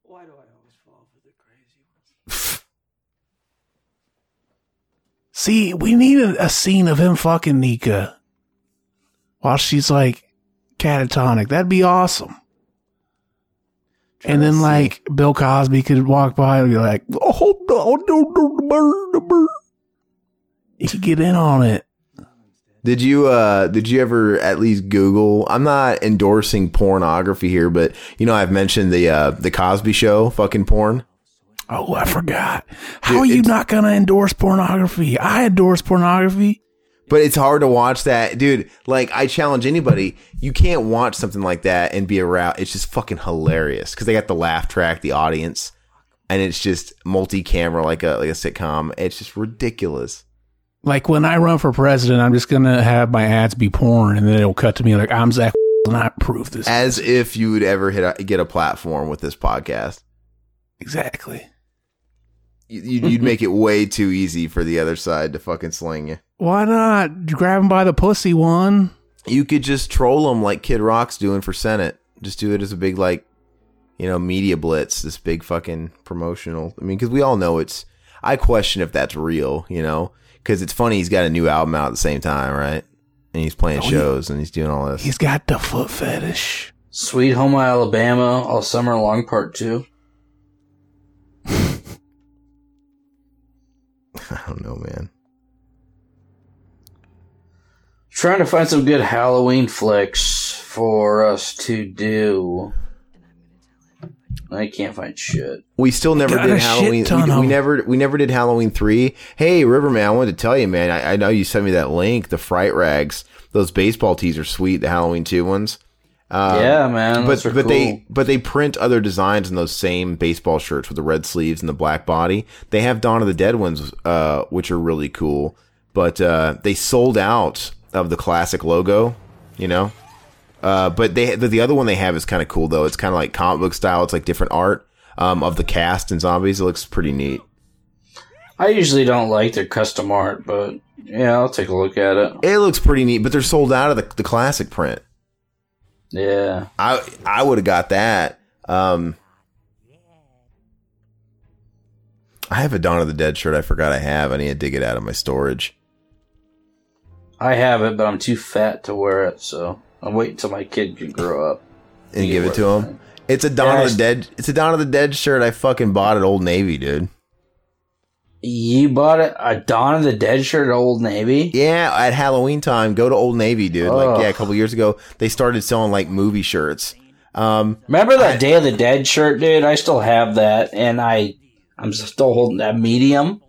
[SPEAKER 14] Why do I always fall for the crazy ones?
[SPEAKER 2] See, we need a, a scene of him fucking Nika while she's like catatonic. That'd be awesome. and then like Bill Cosby could walk by and be like, "Oh no, no, no, the bird, the bird." He could get in on it.
[SPEAKER 3] Did you uh did you ever at least Google? I'm not endorsing pornography here, but you know I've mentioned the uh the Cosby show, fucking porn.
[SPEAKER 2] Oh, I forgot. How are you not gonna endorse pornography? I endorse pornography.
[SPEAKER 3] But it's hard to watch that, dude. Like I challenge anybody, you can't watch something like that and be around. It's just fucking hilarious because they got the laugh track, the audience, and it's just multi-camera like a like a sitcom. It's just ridiculous.
[SPEAKER 2] Like when I run for president, I'm just gonna have my ads be porn, and then it'll cut to me like I'm Zach and I approve this.
[SPEAKER 3] As if you would ever hit a, get a platform with this podcast.
[SPEAKER 2] Exactly.
[SPEAKER 3] You, you'd, you'd make it way too easy for the other side to fucking sling you.
[SPEAKER 2] Why not grab him by the pussy one?
[SPEAKER 3] You could just troll them like Kid Rock's doing for Senate. Just do it as a big like, you know, media blitz. This big fucking promotional. I mean, because we all know it's. I question if that's real. You know, because it's funny he's got a new album out at the same time, right? And he's
[SPEAKER 6] Oh,
[SPEAKER 3] playing shows and he's doing all this.
[SPEAKER 2] He's got the foot fetish.
[SPEAKER 6] Sweet Home Alabama, All Summer Long Part 2.
[SPEAKER 3] I don't know, man.
[SPEAKER 6] Trying to find some good Halloween flicks for us to do. I can't find shit.
[SPEAKER 3] We still never
[SPEAKER 6] got a
[SPEAKER 3] did
[SPEAKER 6] shit
[SPEAKER 3] Halloween.
[SPEAKER 6] ton
[SPEAKER 3] We,
[SPEAKER 6] of
[SPEAKER 3] we
[SPEAKER 6] 'em.
[SPEAKER 3] never we never did Halloween three. Hey, Riverman, I wanted to tell you, man. I, I know you sent me that link. The Fright Rags, those baseball tees are sweet. The Halloween two ones. Um,
[SPEAKER 6] Yeah, man,
[SPEAKER 3] But
[SPEAKER 6] those are
[SPEAKER 3] but
[SPEAKER 6] cool.
[SPEAKER 3] they but they print other designs in those same baseball shirts with the red sleeves and the black body. They have Dawn of the Dead ones, uh, which are really cool. But uh, they sold out of the classic logo. You know, uh, but they the, the other one they have is kind of cool though. It's kind of like comic book style. It's like different art um, of the cast and zombies. It looks pretty neat.
[SPEAKER 6] I usually don't like their custom art, but yeah, I'll take a look at it.
[SPEAKER 3] It looks pretty neat, but they're sold out of the, the classic print.
[SPEAKER 6] Yeah,
[SPEAKER 3] I I would have got that. Um, I have a Dawn of the Dead shirt. I forgot I have. I need to dig it out of my storage.
[SPEAKER 6] I have it, but I'm too fat to wear it, so I'm waiting till my kid can grow up.
[SPEAKER 3] and give it to him. It's a Dawn
[SPEAKER 6] Yeah,
[SPEAKER 3] of the Dead. It's a Dawn of the Dead shirt. I fucking bought at Old Navy, dude.
[SPEAKER 6] You bought it a Dawn of the Dead shirt at Old Navy?
[SPEAKER 3] Yeah, at Halloween time, go to Old Navy, dude. Like
[SPEAKER 6] Ugh.
[SPEAKER 3] yeah, a couple years ago, they started selling like movie shirts. Um,
[SPEAKER 6] Remember that Day of the Dead shirt, dude? I still have that, and I I'm still holding that medium.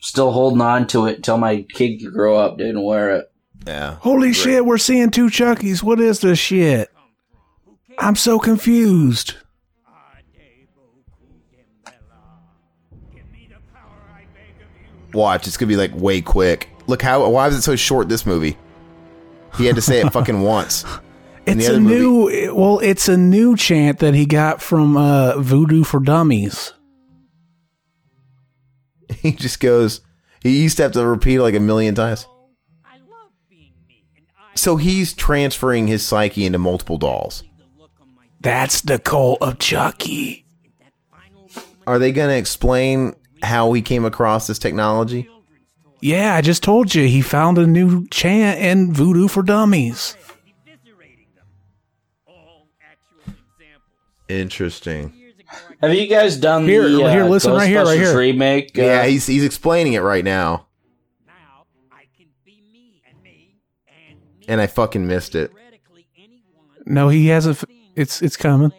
[SPEAKER 6] Still holding on to it till my kid can grow up, dude, and wear it.
[SPEAKER 3] Yeah.
[SPEAKER 2] Holy shit, we're seeing two Chuckies. What is this shit? I'm so confused.
[SPEAKER 3] Watch, it's gonna be like way quick. Look how why is it so short? This movie, he had to say it fucking once. In the
[SPEAKER 2] It's
[SPEAKER 3] other
[SPEAKER 2] a
[SPEAKER 3] movie-
[SPEAKER 2] new it- well, it's a new chant that he got from uh, Voodoo for Dummies.
[SPEAKER 3] He just goes. He used to have to repeat it like a million times. So he's transferring his psyche into multiple dolls.
[SPEAKER 2] That's the cult of Chucky.
[SPEAKER 3] Are they gonna explain how he came across this technology?
[SPEAKER 2] Yeah, I just told you he found a new chant in Voodoo for Dummies.
[SPEAKER 3] Interesting.
[SPEAKER 6] Have you guys done
[SPEAKER 2] Here,
[SPEAKER 6] the uh,
[SPEAKER 2] here, listen right here, right
[SPEAKER 6] Ghostbusters
[SPEAKER 2] here.
[SPEAKER 6] remake? Uh,
[SPEAKER 3] yeah, he's he's explaining it right now. And I fucking missed it.
[SPEAKER 2] No, he hasn't. f- It's it's coming.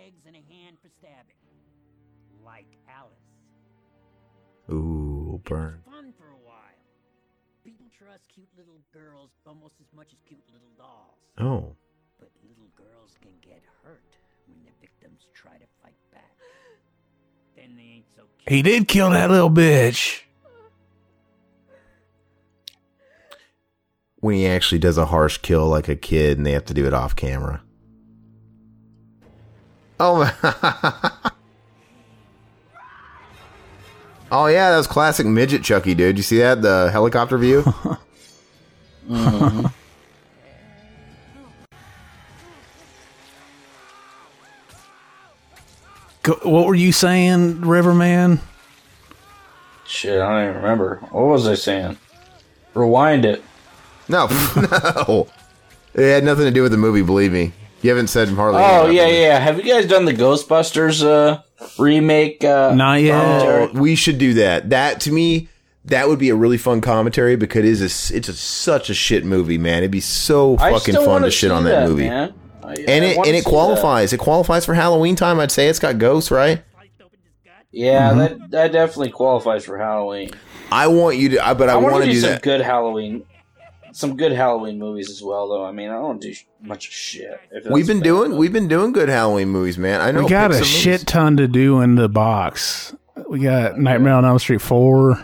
[SPEAKER 3] Ooh, burn. Oh.
[SPEAKER 2] He did kill that little bitch.
[SPEAKER 3] When he actually does a harsh kill like a kid and they have to do it off camera. Oh. my- oh yeah, that was classic midget Chucky, dude. You see that the helicopter view?
[SPEAKER 6] Mhm.
[SPEAKER 2] Go, what were you saying, Riverman?
[SPEAKER 6] Shit, I don't even remember. What was I saying? Rewind it.
[SPEAKER 3] No, no. It had nothing to do with the movie. Believe me, you haven't said hardly.
[SPEAKER 6] Oh
[SPEAKER 3] anything.
[SPEAKER 6] yeah, yeah. Have you guys done the Ghostbusters uh, remake? Uh,
[SPEAKER 3] Oh, we should do that. That to me, that would be a really fun commentary because it is a s it's a, such a shit movie, man. It'd be so
[SPEAKER 6] I
[SPEAKER 3] fucking
[SPEAKER 6] still
[SPEAKER 3] fun
[SPEAKER 6] wanna
[SPEAKER 3] to shit on
[SPEAKER 6] see
[SPEAKER 3] that,
[SPEAKER 6] that,
[SPEAKER 3] movie.
[SPEAKER 6] man. I-
[SPEAKER 3] and
[SPEAKER 6] I
[SPEAKER 3] it
[SPEAKER 6] wanna
[SPEAKER 3] and
[SPEAKER 6] see
[SPEAKER 3] it
[SPEAKER 6] that.
[SPEAKER 3] qualifies. It qualifies for Halloween time. I'd say it's got ghosts, right?
[SPEAKER 6] Yeah,
[SPEAKER 3] Mm-hmm.
[SPEAKER 6] that that definitely qualifies for Halloween.
[SPEAKER 3] I want you to, I, but I,
[SPEAKER 6] wanna
[SPEAKER 3] want to do,
[SPEAKER 6] some
[SPEAKER 3] that.
[SPEAKER 6] good Halloween, some good Halloween movies as well. Though I mean, I don't do sh- much shit. If that's
[SPEAKER 3] We've been
[SPEAKER 6] the
[SPEAKER 3] doing we've been doing good Halloween movies, man. I know
[SPEAKER 2] we got
[SPEAKER 3] pick
[SPEAKER 2] a
[SPEAKER 3] some
[SPEAKER 2] shit ton to do in the box. We got Nightmare on Elm Street four.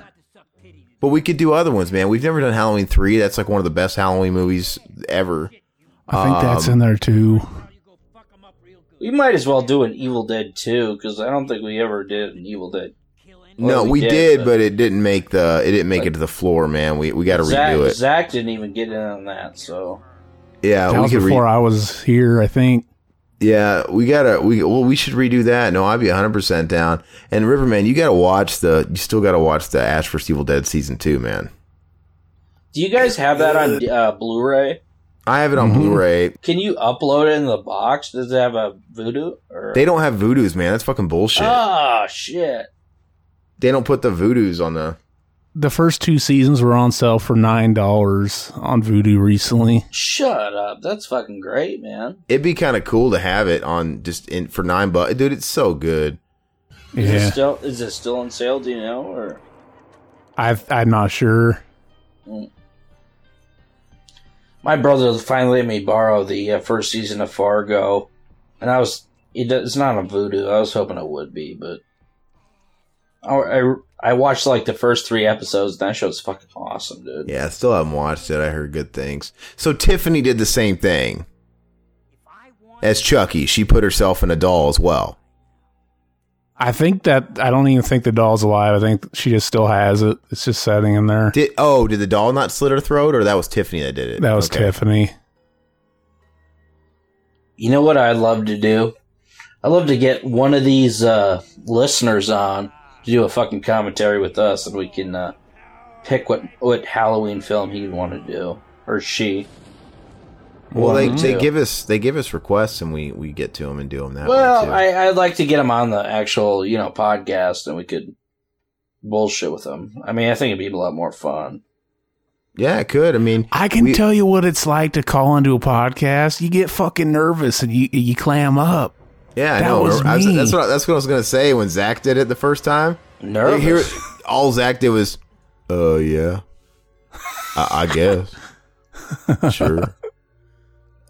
[SPEAKER 3] movies. but we could do other ones, man. We've never done Halloween three. That's like one of the best Halloween movies ever.
[SPEAKER 2] I think that's
[SPEAKER 3] Um,
[SPEAKER 2] in there too.
[SPEAKER 6] thing. We might as well do an Evil Dead too, because I don't think we ever did an Evil Dead.
[SPEAKER 3] No,
[SPEAKER 6] Well,
[SPEAKER 3] we, did, but it didn't make the it didn't make it to the floor, man. We we got to
[SPEAKER 6] Zach,
[SPEAKER 3] redo it.
[SPEAKER 6] Zach didn't even get in on that, so
[SPEAKER 3] Yeah,
[SPEAKER 2] that
[SPEAKER 3] uh, we
[SPEAKER 2] was
[SPEAKER 3] could re-
[SPEAKER 2] before I was here. I think.
[SPEAKER 3] Yeah, we gotta. We well, we should redo that. No, I'd be hundred percent down. And Riverman, you gotta watch the. You still gotta watch the Ash vs Evil Dead season two, man.
[SPEAKER 6] do you guys have that on uh, Blu-ray?
[SPEAKER 3] I have it
[SPEAKER 2] Mm-hmm.
[SPEAKER 3] on Blu-ray.
[SPEAKER 6] Can you upload it in the box? Does it have a voodoo? Or
[SPEAKER 3] They don't have voodoos, man. That's fucking bullshit.
[SPEAKER 6] Oh shit!
[SPEAKER 3] they don't put the voodoos on the.
[SPEAKER 2] The first two seasons were on sale for nine dollars on Vudu recently.
[SPEAKER 6] Shut up! That's fucking great, man.
[SPEAKER 3] It'd be kind of cool to have it on just in for nine bucks, dude. It's so good.
[SPEAKER 6] Is
[SPEAKER 2] Yeah.
[SPEAKER 6] it still is it still on sale? Do you know or?
[SPEAKER 2] I I'm not sure.
[SPEAKER 6] my brother finally let me borrow the uh, first season of Fargo, and I was it, do- it's not a voodoo. I was hoping it would be, but I, I I watched like the first three episodes, and that show's fucking awesome, dude.
[SPEAKER 3] Yeah, I still haven't watched it. I heard good things. So Tiffany did the same thing as Chucky. She put herself in a doll as well.
[SPEAKER 2] I think that I don't even think the doll's alive. I think she just still has it. It's just sitting in there.
[SPEAKER 3] Did oh did the doll not slit her throat or that was Tiffany that did it?
[SPEAKER 2] That was
[SPEAKER 3] Okay.
[SPEAKER 2] Tiffany.
[SPEAKER 6] You know what I'd love to do? I'd love to get one of these uh, listeners on to do a fucking commentary with us, and we can uh, pick what what Halloween film he'd want to do or she.
[SPEAKER 3] Well, they,
[SPEAKER 6] Mhm.
[SPEAKER 3] they give us they give us requests and we we get to them and do them that way
[SPEAKER 6] well,
[SPEAKER 3] too.
[SPEAKER 6] I, I'd like to get him on the actual, you know, podcast, and we could bullshit with him. I mean, I think it'd be a lot more fun.
[SPEAKER 3] yeah, it could. I mean,
[SPEAKER 2] I can tell you what it's like to call into a podcast. You get fucking nervous and you you clam up.
[SPEAKER 3] yeah, I
[SPEAKER 2] that
[SPEAKER 3] know.
[SPEAKER 2] was
[SPEAKER 3] I
[SPEAKER 2] me.
[SPEAKER 3] that's what I, that's what I was gonna say when Zach did it the first time.
[SPEAKER 6] Nervous.
[SPEAKER 3] They hear- all Zach did was, "Oh yeah, I, I guess, sure."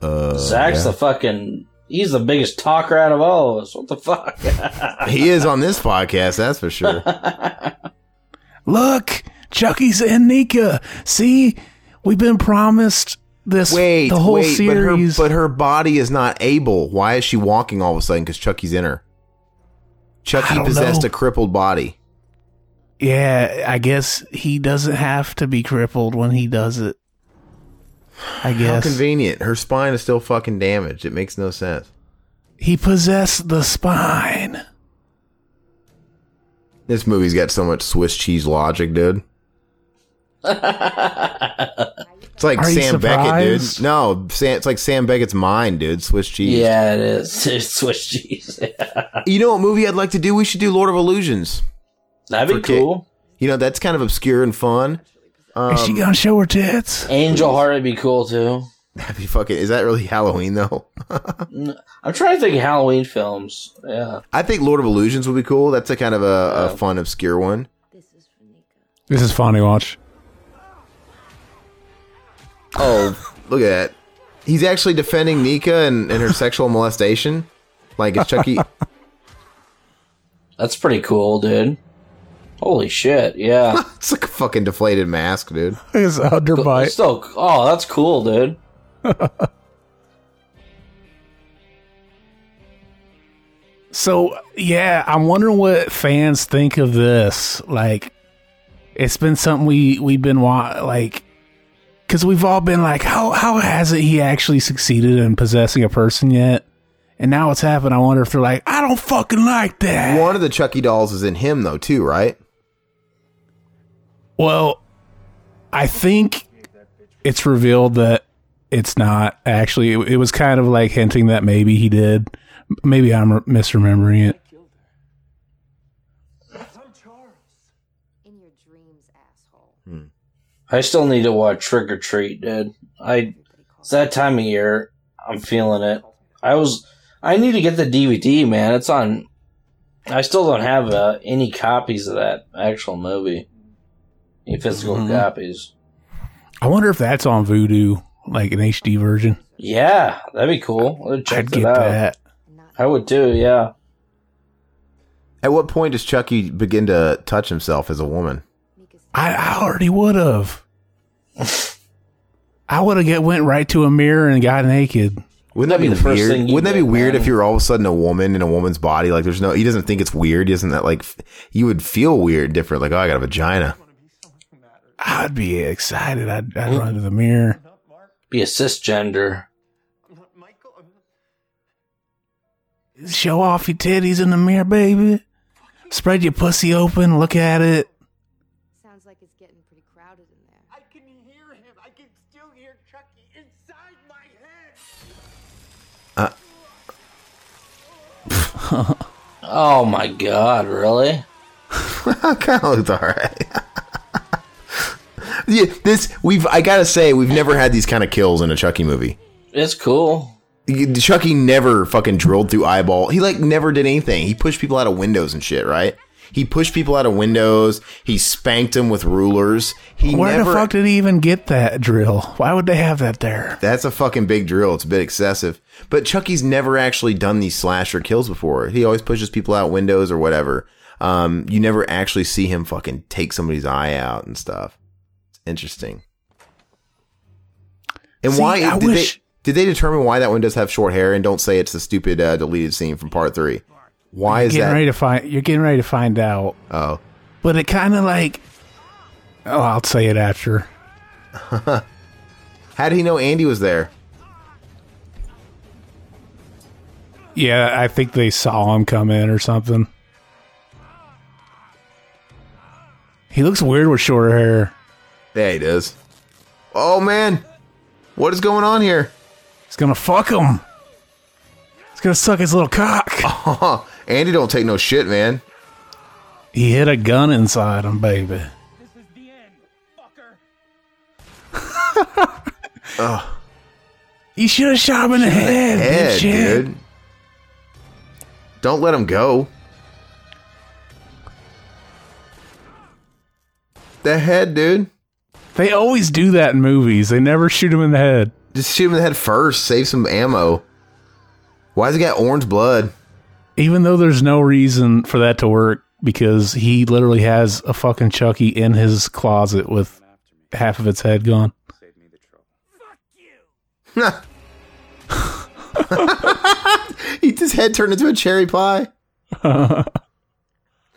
[SPEAKER 3] Uh,
[SPEAKER 6] Zach's
[SPEAKER 3] yeah.
[SPEAKER 6] the fucking. He's the biggest talker out of all of us. What the fuck?
[SPEAKER 3] he is on this podcast, that's for sure.
[SPEAKER 2] Look, Chucky's and Nika. See, we've been promised this
[SPEAKER 3] Wait,
[SPEAKER 2] the whole
[SPEAKER 3] wait,
[SPEAKER 2] series.
[SPEAKER 3] But her, but her body is not able. Why is she walking all of a sudden? Because Chucky's in her. Chucky
[SPEAKER 2] don't
[SPEAKER 3] possessed
[SPEAKER 2] know.
[SPEAKER 3] a crippled body.
[SPEAKER 2] yeah, I guess he doesn't have to be crippled when he does it. I
[SPEAKER 3] How
[SPEAKER 2] guess
[SPEAKER 3] convenient. Her spine is still fucking damaged. It makes no sense.
[SPEAKER 2] he possessed the spine.
[SPEAKER 3] This movie's got so much Swiss cheese logic, dude. It's like
[SPEAKER 2] Are you
[SPEAKER 3] Sam Beckett,
[SPEAKER 2] surprised?
[SPEAKER 3] dude. No, Sam, it's like Sam Beckett's mind, dude. Swiss cheese.
[SPEAKER 6] yeah, it is. It's Swiss cheese.
[SPEAKER 3] You know what movie I'd like to do? We should do Lord of Illusions.
[SPEAKER 6] That'd be
[SPEAKER 3] For kid-
[SPEAKER 6] cool.
[SPEAKER 3] You know, that's kind of obscure and fun. Um,
[SPEAKER 2] Is she gonna show her tits?
[SPEAKER 6] Angel Heart would be cool too.
[SPEAKER 3] that'd be fucking. Is that really Halloween though?
[SPEAKER 6] I'm trying to think of Halloween films. Yeah.
[SPEAKER 3] I think Lord of Illusions would be cool. That's a kind of a,
[SPEAKER 2] Oh.
[SPEAKER 3] a fun, obscure one.
[SPEAKER 2] This is funny. Watch.
[SPEAKER 3] Oh, look at that. He's actually defending Nika and, and her sexual molestation. Like, it's Chucky.
[SPEAKER 6] That's pretty cool, dude. Holy shit, yeah.
[SPEAKER 3] it's like a fucking deflated mask, dude.
[SPEAKER 2] His underbite.
[SPEAKER 6] Still, oh, that's cool, dude.
[SPEAKER 2] So yeah, I'm wondering what fans think of this. Like, it's been something we we've been wa- like, because we've all been like, how how hasn't he actually succeeded in possessing a person yet? And now it's happened. I wonder if they're like, I don't fucking like that.
[SPEAKER 3] One of the Chucky dolls is in him though too, right?
[SPEAKER 2] Well, I think it's revealed that it's not actually. It, it was kind of like hinting that maybe he did. M- Maybe I'm r- misremembering it.
[SPEAKER 3] Hmm.
[SPEAKER 6] I still need to watch Trick or Treat, dude. I it's that time of year. I'm feeling it. I was. I need to get the DVD, man. It's on. I still don't have uh, any copies of that actual movie, any physical
[SPEAKER 2] Mhm.
[SPEAKER 6] copies.
[SPEAKER 2] I wonder if that's on Voodoo, like an HD version.
[SPEAKER 6] Yeah, that'd be cool. I'd, check
[SPEAKER 2] I'd
[SPEAKER 6] it
[SPEAKER 2] get
[SPEAKER 6] out.
[SPEAKER 2] that.
[SPEAKER 6] I would too. Yeah.
[SPEAKER 3] At what point does Chucky begin to touch himself as a woman?
[SPEAKER 2] I, I already would have. I would have get went right to a mirror and got naked.
[SPEAKER 3] Wouldn't that be, weird? Wouldn't that be weird if you're all of a sudden a woman in a woman's body? Like, there's no, he doesn't think it's weird. Isn't that like, f- you would feel weird, different? Like, oh, I got a vagina.
[SPEAKER 2] I'd be excited. I'd, I'd run to the mirror.
[SPEAKER 6] Be a cisgender.
[SPEAKER 2] Show off your titties in the mirror, baby. Spread your pussy open. Look at it.
[SPEAKER 14] I can hear him. I can still hear Chucky inside my head.
[SPEAKER 3] Uh,
[SPEAKER 6] oh my god! Really?
[SPEAKER 3] kind of looked all right. yeah, this, we've, I gotta say, we've never had these kind of kills in a Chucky movie.
[SPEAKER 6] It's cool.
[SPEAKER 3] Chucky never fucking drilled through eyeball. He like never did anything. He pushed people out of windows and shit, right? He pushed people out of windows. He spanked them with rulers. He
[SPEAKER 2] Where
[SPEAKER 3] never
[SPEAKER 2] the fuck did he even get that drill? Why would they have that there?
[SPEAKER 3] That's a fucking big drill. It's a bit excessive. But Chucky's never actually done these slasher kills before. He always pushes people out windows or whatever. Um, you never actually see him fucking take somebody's eye out and stuff. It's interesting. And
[SPEAKER 2] See,
[SPEAKER 3] why
[SPEAKER 2] I
[SPEAKER 3] did
[SPEAKER 2] wish-
[SPEAKER 3] they did they determine why that one does have short hair and don't say it's the stupid uh, deleted scene from part three? Why is
[SPEAKER 2] getting
[SPEAKER 3] that?
[SPEAKER 2] ready to find? You're getting ready to find out.
[SPEAKER 3] Oh,
[SPEAKER 2] but it kind of like. Oh, I'll say it after.
[SPEAKER 3] How did he know Andy was there?
[SPEAKER 2] Yeah, I think they saw him come in or something. He looks weird with shorter hair.
[SPEAKER 3] Yeah, he does. Oh man, what is going on here?
[SPEAKER 2] He's gonna fuck him. He's gonna suck his little cock.
[SPEAKER 3] Andy don't take no shit, man.
[SPEAKER 2] He hid a gun inside him, baby.
[SPEAKER 3] Oh,
[SPEAKER 2] You should have shot him in the head,
[SPEAKER 3] head,
[SPEAKER 2] dipshit.
[SPEAKER 3] dude. Don't let him go. The head, dude.
[SPEAKER 2] They always do that in movies. They never shoot him in the head.
[SPEAKER 3] Just shoot him in the head first. Save some ammo. Why does he got orange blood?
[SPEAKER 2] Even though there's no reason for that to work because he literally has a fucking Chucky in his closet with half of its head gone.
[SPEAKER 3] he, his head turned into a cherry pie.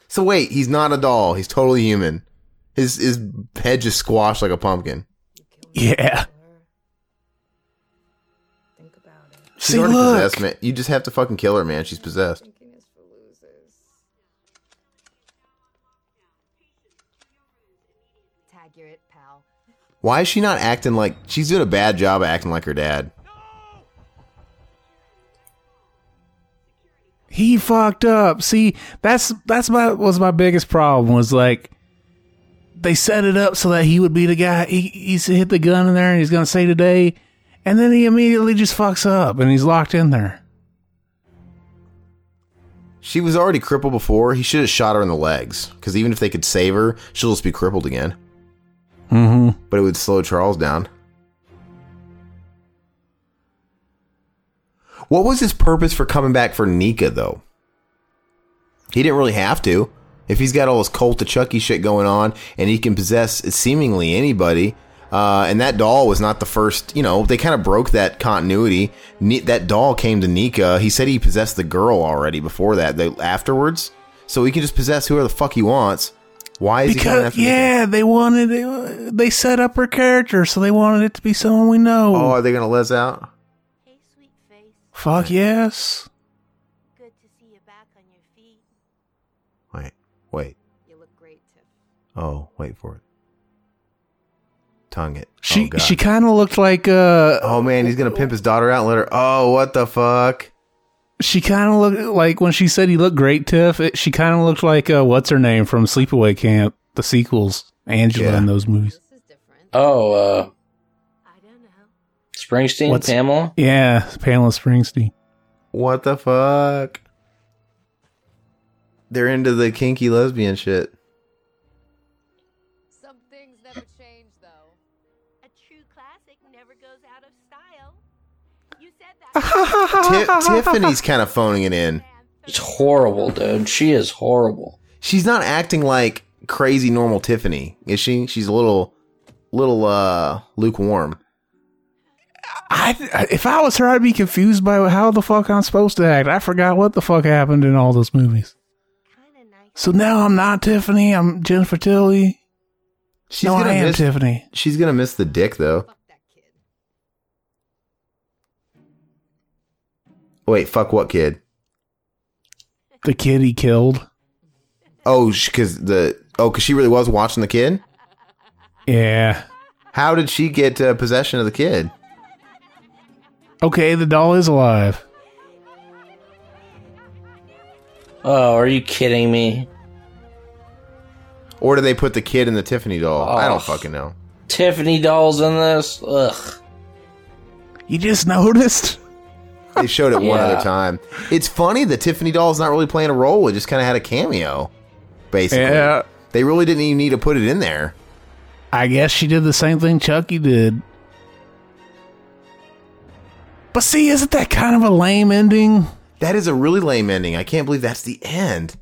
[SPEAKER 3] so wait, he's not a doll. He's totally human. His his head just squashed like a pumpkin.
[SPEAKER 2] Yeah.
[SPEAKER 3] She's already possessed, man. You just have to fucking kill her, man. She's possessed.
[SPEAKER 11] Tag you're it, pal.
[SPEAKER 3] Why is she not acting like she's doing a bad job of acting like her dad?
[SPEAKER 2] he fucked up. See, that's that's my was my biggest problem was like they set it up so that he would be the guy. He he's hit the gun in there and he's gonna say today, and then he immediately just fucks up and he's locked in there.
[SPEAKER 3] She was already crippled before. He should have shot her in the legs. Because even if they could save her, she'll just be crippled again.
[SPEAKER 2] Mm-hmm.
[SPEAKER 3] But it would slow Charles down. What was his purpose for coming back for Nika, though? He didn't really have to. If he's got all this cult of Chucky shit going on and he can possess seemingly anybody, Uh, and that doll was not the first, you know, they kind of broke that continuity. Ni- that doll came to Nika. He said he possessed the girl already before that, they, afterwards. So he can just possess whoever the fuck he wants. Why is he going
[SPEAKER 2] Because
[SPEAKER 3] after Nika?
[SPEAKER 2] yeah, they wanted they, they set up her character, so they wanted it to be someone we know.
[SPEAKER 13] Oh, are they gonna let us out?
[SPEAKER 2] Fuck yes.
[SPEAKER 3] Wait, wait. Oh, wait for it. Tongue it.
[SPEAKER 2] She
[SPEAKER 3] oh, God.
[SPEAKER 2] she kind of looked like uh
[SPEAKER 3] oh man, he's gonna pimp his daughter out and let her. Oh, what the fuck?
[SPEAKER 2] She kind of looked like when she said he looked great, Tiff. It, she kind of looked like uh, what's her name from Sleepaway Camp, the sequels, Angela in those movies.
[SPEAKER 6] Oh, uh. I don't know. Springsteen,
[SPEAKER 2] What's-
[SPEAKER 6] Pamela?
[SPEAKER 2] Yeah, Pamela Springsteen.
[SPEAKER 3] What the fuck? They're into the kinky lesbian shit. Ti- Tiffany's kind of phoning it in.
[SPEAKER 6] It's horrible, dude. She is horrible.
[SPEAKER 3] She's not acting like crazy normal Tiffany, is she? She's a little, little uh lukewarm.
[SPEAKER 2] I, if I was her, I'd be confused by how the fuck I'm supposed to act. I forgot what the fuck happened in all those movies. So now I'm not Tiffany. I'm Jennifer Tilly. no, I am
[SPEAKER 3] miss,
[SPEAKER 2] Tiffany.
[SPEAKER 3] She's gonna miss the dick though. Wait, fuck what kid?
[SPEAKER 2] The kid he killed.
[SPEAKER 3] Oh, because the oh, because she really was watching the kid.
[SPEAKER 2] Yeah.
[SPEAKER 3] How did she get uh, possession of the kid?
[SPEAKER 2] Okay, the doll is alive.
[SPEAKER 6] Oh, are you kidding me?
[SPEAKER 3] Or do they put the kid in the Tiffany doll? I
[SPEAKER 2] Oh.
[SPEAKER 3] don't
[SPEAKER 6] Ugh.
[SPEAKER 3] fucking know.
[SPEAKER 6] Tiffany Doll's in this? Ugh.
[SPEAKER 2] You just noticed?
[SPEAKER 3] They showed it one
[SPEAKER 6] Yeah.
[SPEAKER 3] other time. It's funny that Tiffany doll's not really playing a role. It just kind of had a cameo, basically.
[SPEAKER 2] Yeah.
[SPEAKER 3] They really didn't even need to put it in there.
[SPEAKER 2] I guess she did the same thing Chucky did. But see, isn't that kind of a lame ending?
[SPEAKER 3] That is a really lame ending. I can't believe that's the end.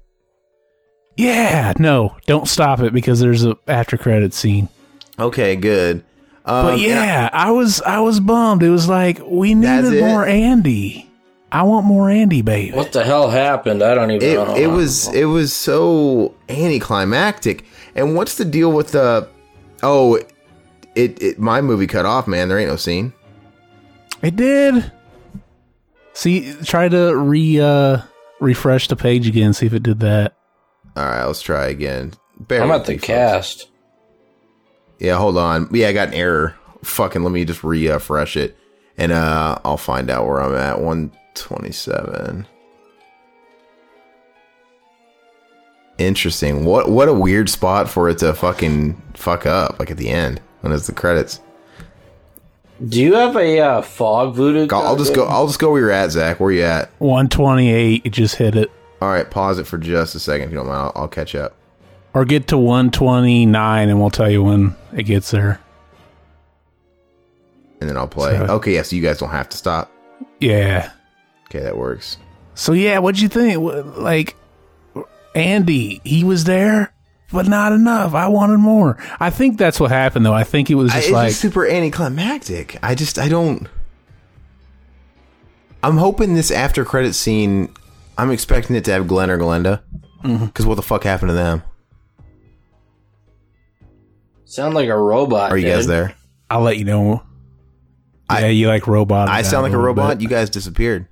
[SPEAKER 2] Yeah, no, don't stop it because there's a after credit scene.
[SPEAKER 3] Okay, good. Um,
[SPEAKER 2] but yeah, I, was I was bummed. It was like we
[SPEAKER 3] That's
[SPEAKER 2] needed
[SPEAKER 3] it?
[SPEAKER 2] more Andy. I want more Andy, babe.
[SPEAKER 6] What the hell happened? I don't even
[SPEAKER 3] it,
[SPEAKER 6] know.
[SPEAKER 3] it was it was so anticlimactic. And what's the deal with the? Oh, it, it my movie cut off, man. There ain't no scene.
[SPEAKER 2] It did. See, try to re uh refresh the page again, see if it did that.
[SPEAKER 3] All right, let's try again. Bear
[SPEAKER 6] I'm
[SPEAKER 3] with
[SPEAKER 6] at the
[SPEAKER 3] me, folks.
[SPEAKER 6] cast.
[SPEAKER 3] Yeah, hold on. Yeah, I got an error. Fucking let me just refresh it. And uh I'll find out where I'm at. 127. Interesting. What what a weird spot for it to fucking fuck up, like at the end when it's the credits.
[SPEAKER 6] Do you have a uh, fog voodoo?
[SPEAKER 3] I'll, I'll just go I'll just go where you're at, Zach. Where you at?
[SPEAKER 2] 128, it just hit it.
[SPEAKER 3] Alright, pause it for just a second if you don't mind. I'll, I'll catch up.
[SPEAKER 2] Or get to 129 and we'll tell you when it gets there.
[SPEAKER 3] And then I'll play.
[SPEAKER 2] Sorry.
[SPEAKER 3] Okay, yeah, so you guys don't have to stop.
[SPEAKER 2] Yeah.
[SPEAKER 3] Okay, that works.
[SPEAKER 2] So yeah, what'd you think? Wh- Like Andy, he was there, but not enough. I wanted more. I think that's what happened though. I think it was
[SPEAKER 3] I-
[SPEAKER 2] just
[SPEAKER 3] it's
[SPEAKER 2] like
[SPEAKER 3] just super anticlimactic. I just I don't. I'm hoping this after credit scene. I'm expecting it to have Glenn or Glenda.
[SPEAKER 2] Mhm.
[SPEAKER 3] Because what the fuck happened to them?
[SPEAKER 6] Sound like a robot.
[SPEAKER 3] Are you guys
[SPEAKER 6] dude.
[SPEAKER 3] there?
[SPEAKER 2] I'll let you know. yeah, you like robot.
[SPEAKER 3] I sound like a robot. You guys disappeared.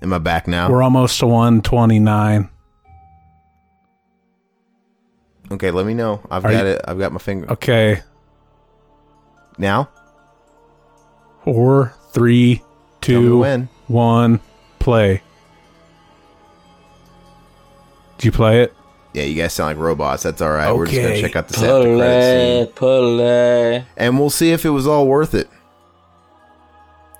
[SPEAKER 3] Am I back now?
[SPEAKER 2] We're almost to 129.
[SPEAKER 3] Okay, let me know. I've
[SPEAKER 2] Are
[SPEAKER 3] got
[SPEAKER 2] you-
[SPEAKER 3] it. I've got my finger
[SPEAKER 2] Okay,
[SPEAKER 3] now.
[SPEAKER 2] four, three,
[SPEAKER 3] Tell me
[SPEAKER 2] two,
[SPEAKER 3] when.
[SPEAKER 2] one, play. Did you play it?
[SPEAKER 3] Yeah, you guys sound like robots. That's all right. We're just gonna
[SPEAKER 2] Okay.
[SPEAKER 3] check out this after credit
[SPEAKER 6] Play,
[SPEAKER 3] scene,
[SPEAKER 6] play.
[SPEAKER 3] and we'll see if it was all worth it.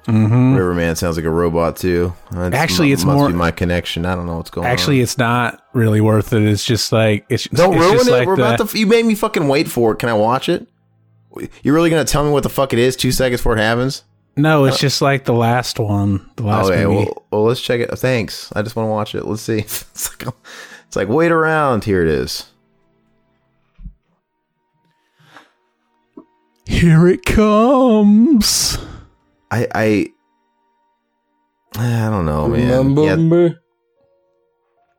[SPEAKER 2] Mm-hmm.
[SPEAKER 3] Riverman sounds like a robot too. That's-
[SPEAKER 2] Actually, it's
[SPEAKER 3] must
[SPEAKER 2] more-
[SPEAKER 3] be my connection. I don't know what's going on.
[SPEAKER 2] Actually, it's not really worth it. It's just like it's
[SPEAKER 3] Don't
[SPEAKER 2] it's
[SPEAKER 3] ruin
[SPEAKER 2] just
[SPEAKER 3] it.
[SPEAKER 2] like
[SPEAKER 3] We're
[SPEAKER 2] that-
[SPEAKER 3] about to. You made me fucking wait for it. Can I watch it? You're really gonna tell me what the fuck it is two seconds before it happens?
[SPEAKER 2] No, it's just like the last one. The last
[SPEAKER 3] Uh, okay,
[SPEAKER 2] movie.
[SPEAKER 3] well, well, let's check it. Thanks. I just want to watch it. Let's see. It's like, it's like wait around. Here it is.
[SPEAKER 2] Here it comes.
[SPEAKER 3] I I I don't know, man.
[SPEAKER 6] Remember
[SPEAKER 3] Yeah,
[SPEAKER 6] me?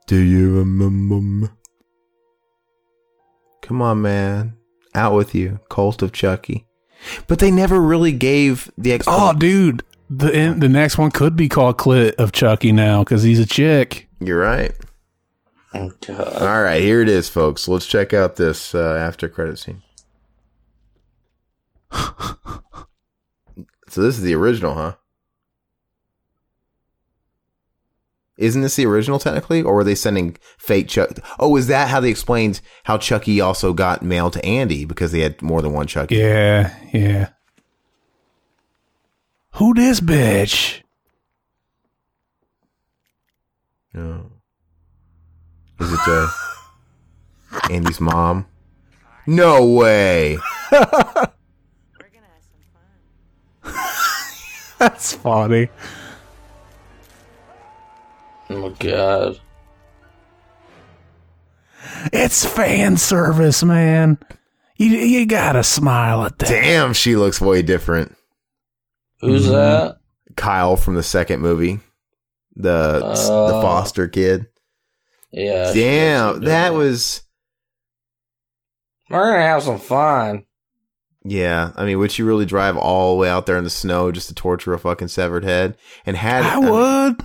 [SPEAKER 3] Do you remember me? Come on, man. Out with you. Cult of Chucky. But they never really gave the ex-
[SPEAKER 2] Oh, dude, the and the next one could be called "Clit of Chucky" now because he's a chick.
[SPEAKER 3] You're right.
[SPEAKER 6] Oh
[SPEAKER 3] All right, here it is, folks. Let's check out this uh, after credit scene. so this is the original, huh? Isn't this the original technically, or were they sending fake Chuck? Oh, is that how they explained how Chucky also got mail to Andy because they had more than one Chucky?
[SPEAKER 2] Yeah, yeah. Who this bitch?
[SPEAKER 3] No. Oh. Is it uh, Andy's mom? No way.
[SPEAKER 2] That's funny.
[SPEAKER 6] Oh my god.
[SPEAKER 2] It's fan service, man. You you gotta smile at that.
[SPEAKER 3] Damn, she looks way different. Mm-hmm.
[SPEAKER 6] Who's that?
[SPEAKER 3] Kyle from the second movie, the the
[SPEAKER 6] Oh.
[SPEAKER 3] foster kid.
[SPEAKER 6] Yeah. she
[SPEAKER 3] Damn,
[SPEAKER 6] looks like
[SPEAKER 3] that was
[SPEAKER 6] We're gonna have some fun.
[SPEAKER 3] yeah. I mean, would she really drive all the way out there in the snow just to torture a fucking severed head? And had
[SPEAKER 2] I
[SPEAKER 3] mean-
[SPEAKER 2] would.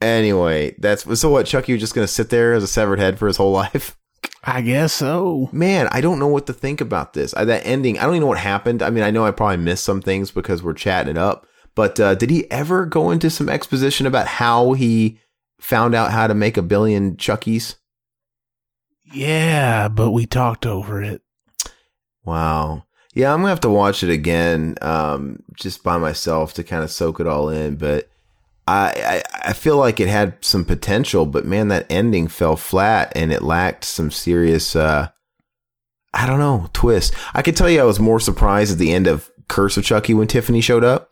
[SPEAKER 3] anyway, that's so what Chucky was just gonna sit there as a severed head for his whole life.
[SPEAKER 2] I guess so.
[SPEAKER 3] Man, I don't know what to think about this. I, that ending, I don't even know what happened. I mean, I know I probably missed some things because we're chatting it up. But uh, did he ever go into some exposition about how he found out how to make a billion Chuckies?
[SPEAKER 2] Yeah, but we talked over it.
[SPEAKER 3] Wow. Yeah, I'm gonna have to watch it again, um, just by myself to kind of soak it all in. But I, I, I feel like it had some potential, but man, that ending fell flat, and it lacked some serious, uh, I don't know, twist. I could tell you, I was more surprised at the end of Curse of Chucky when Tiffany showed up.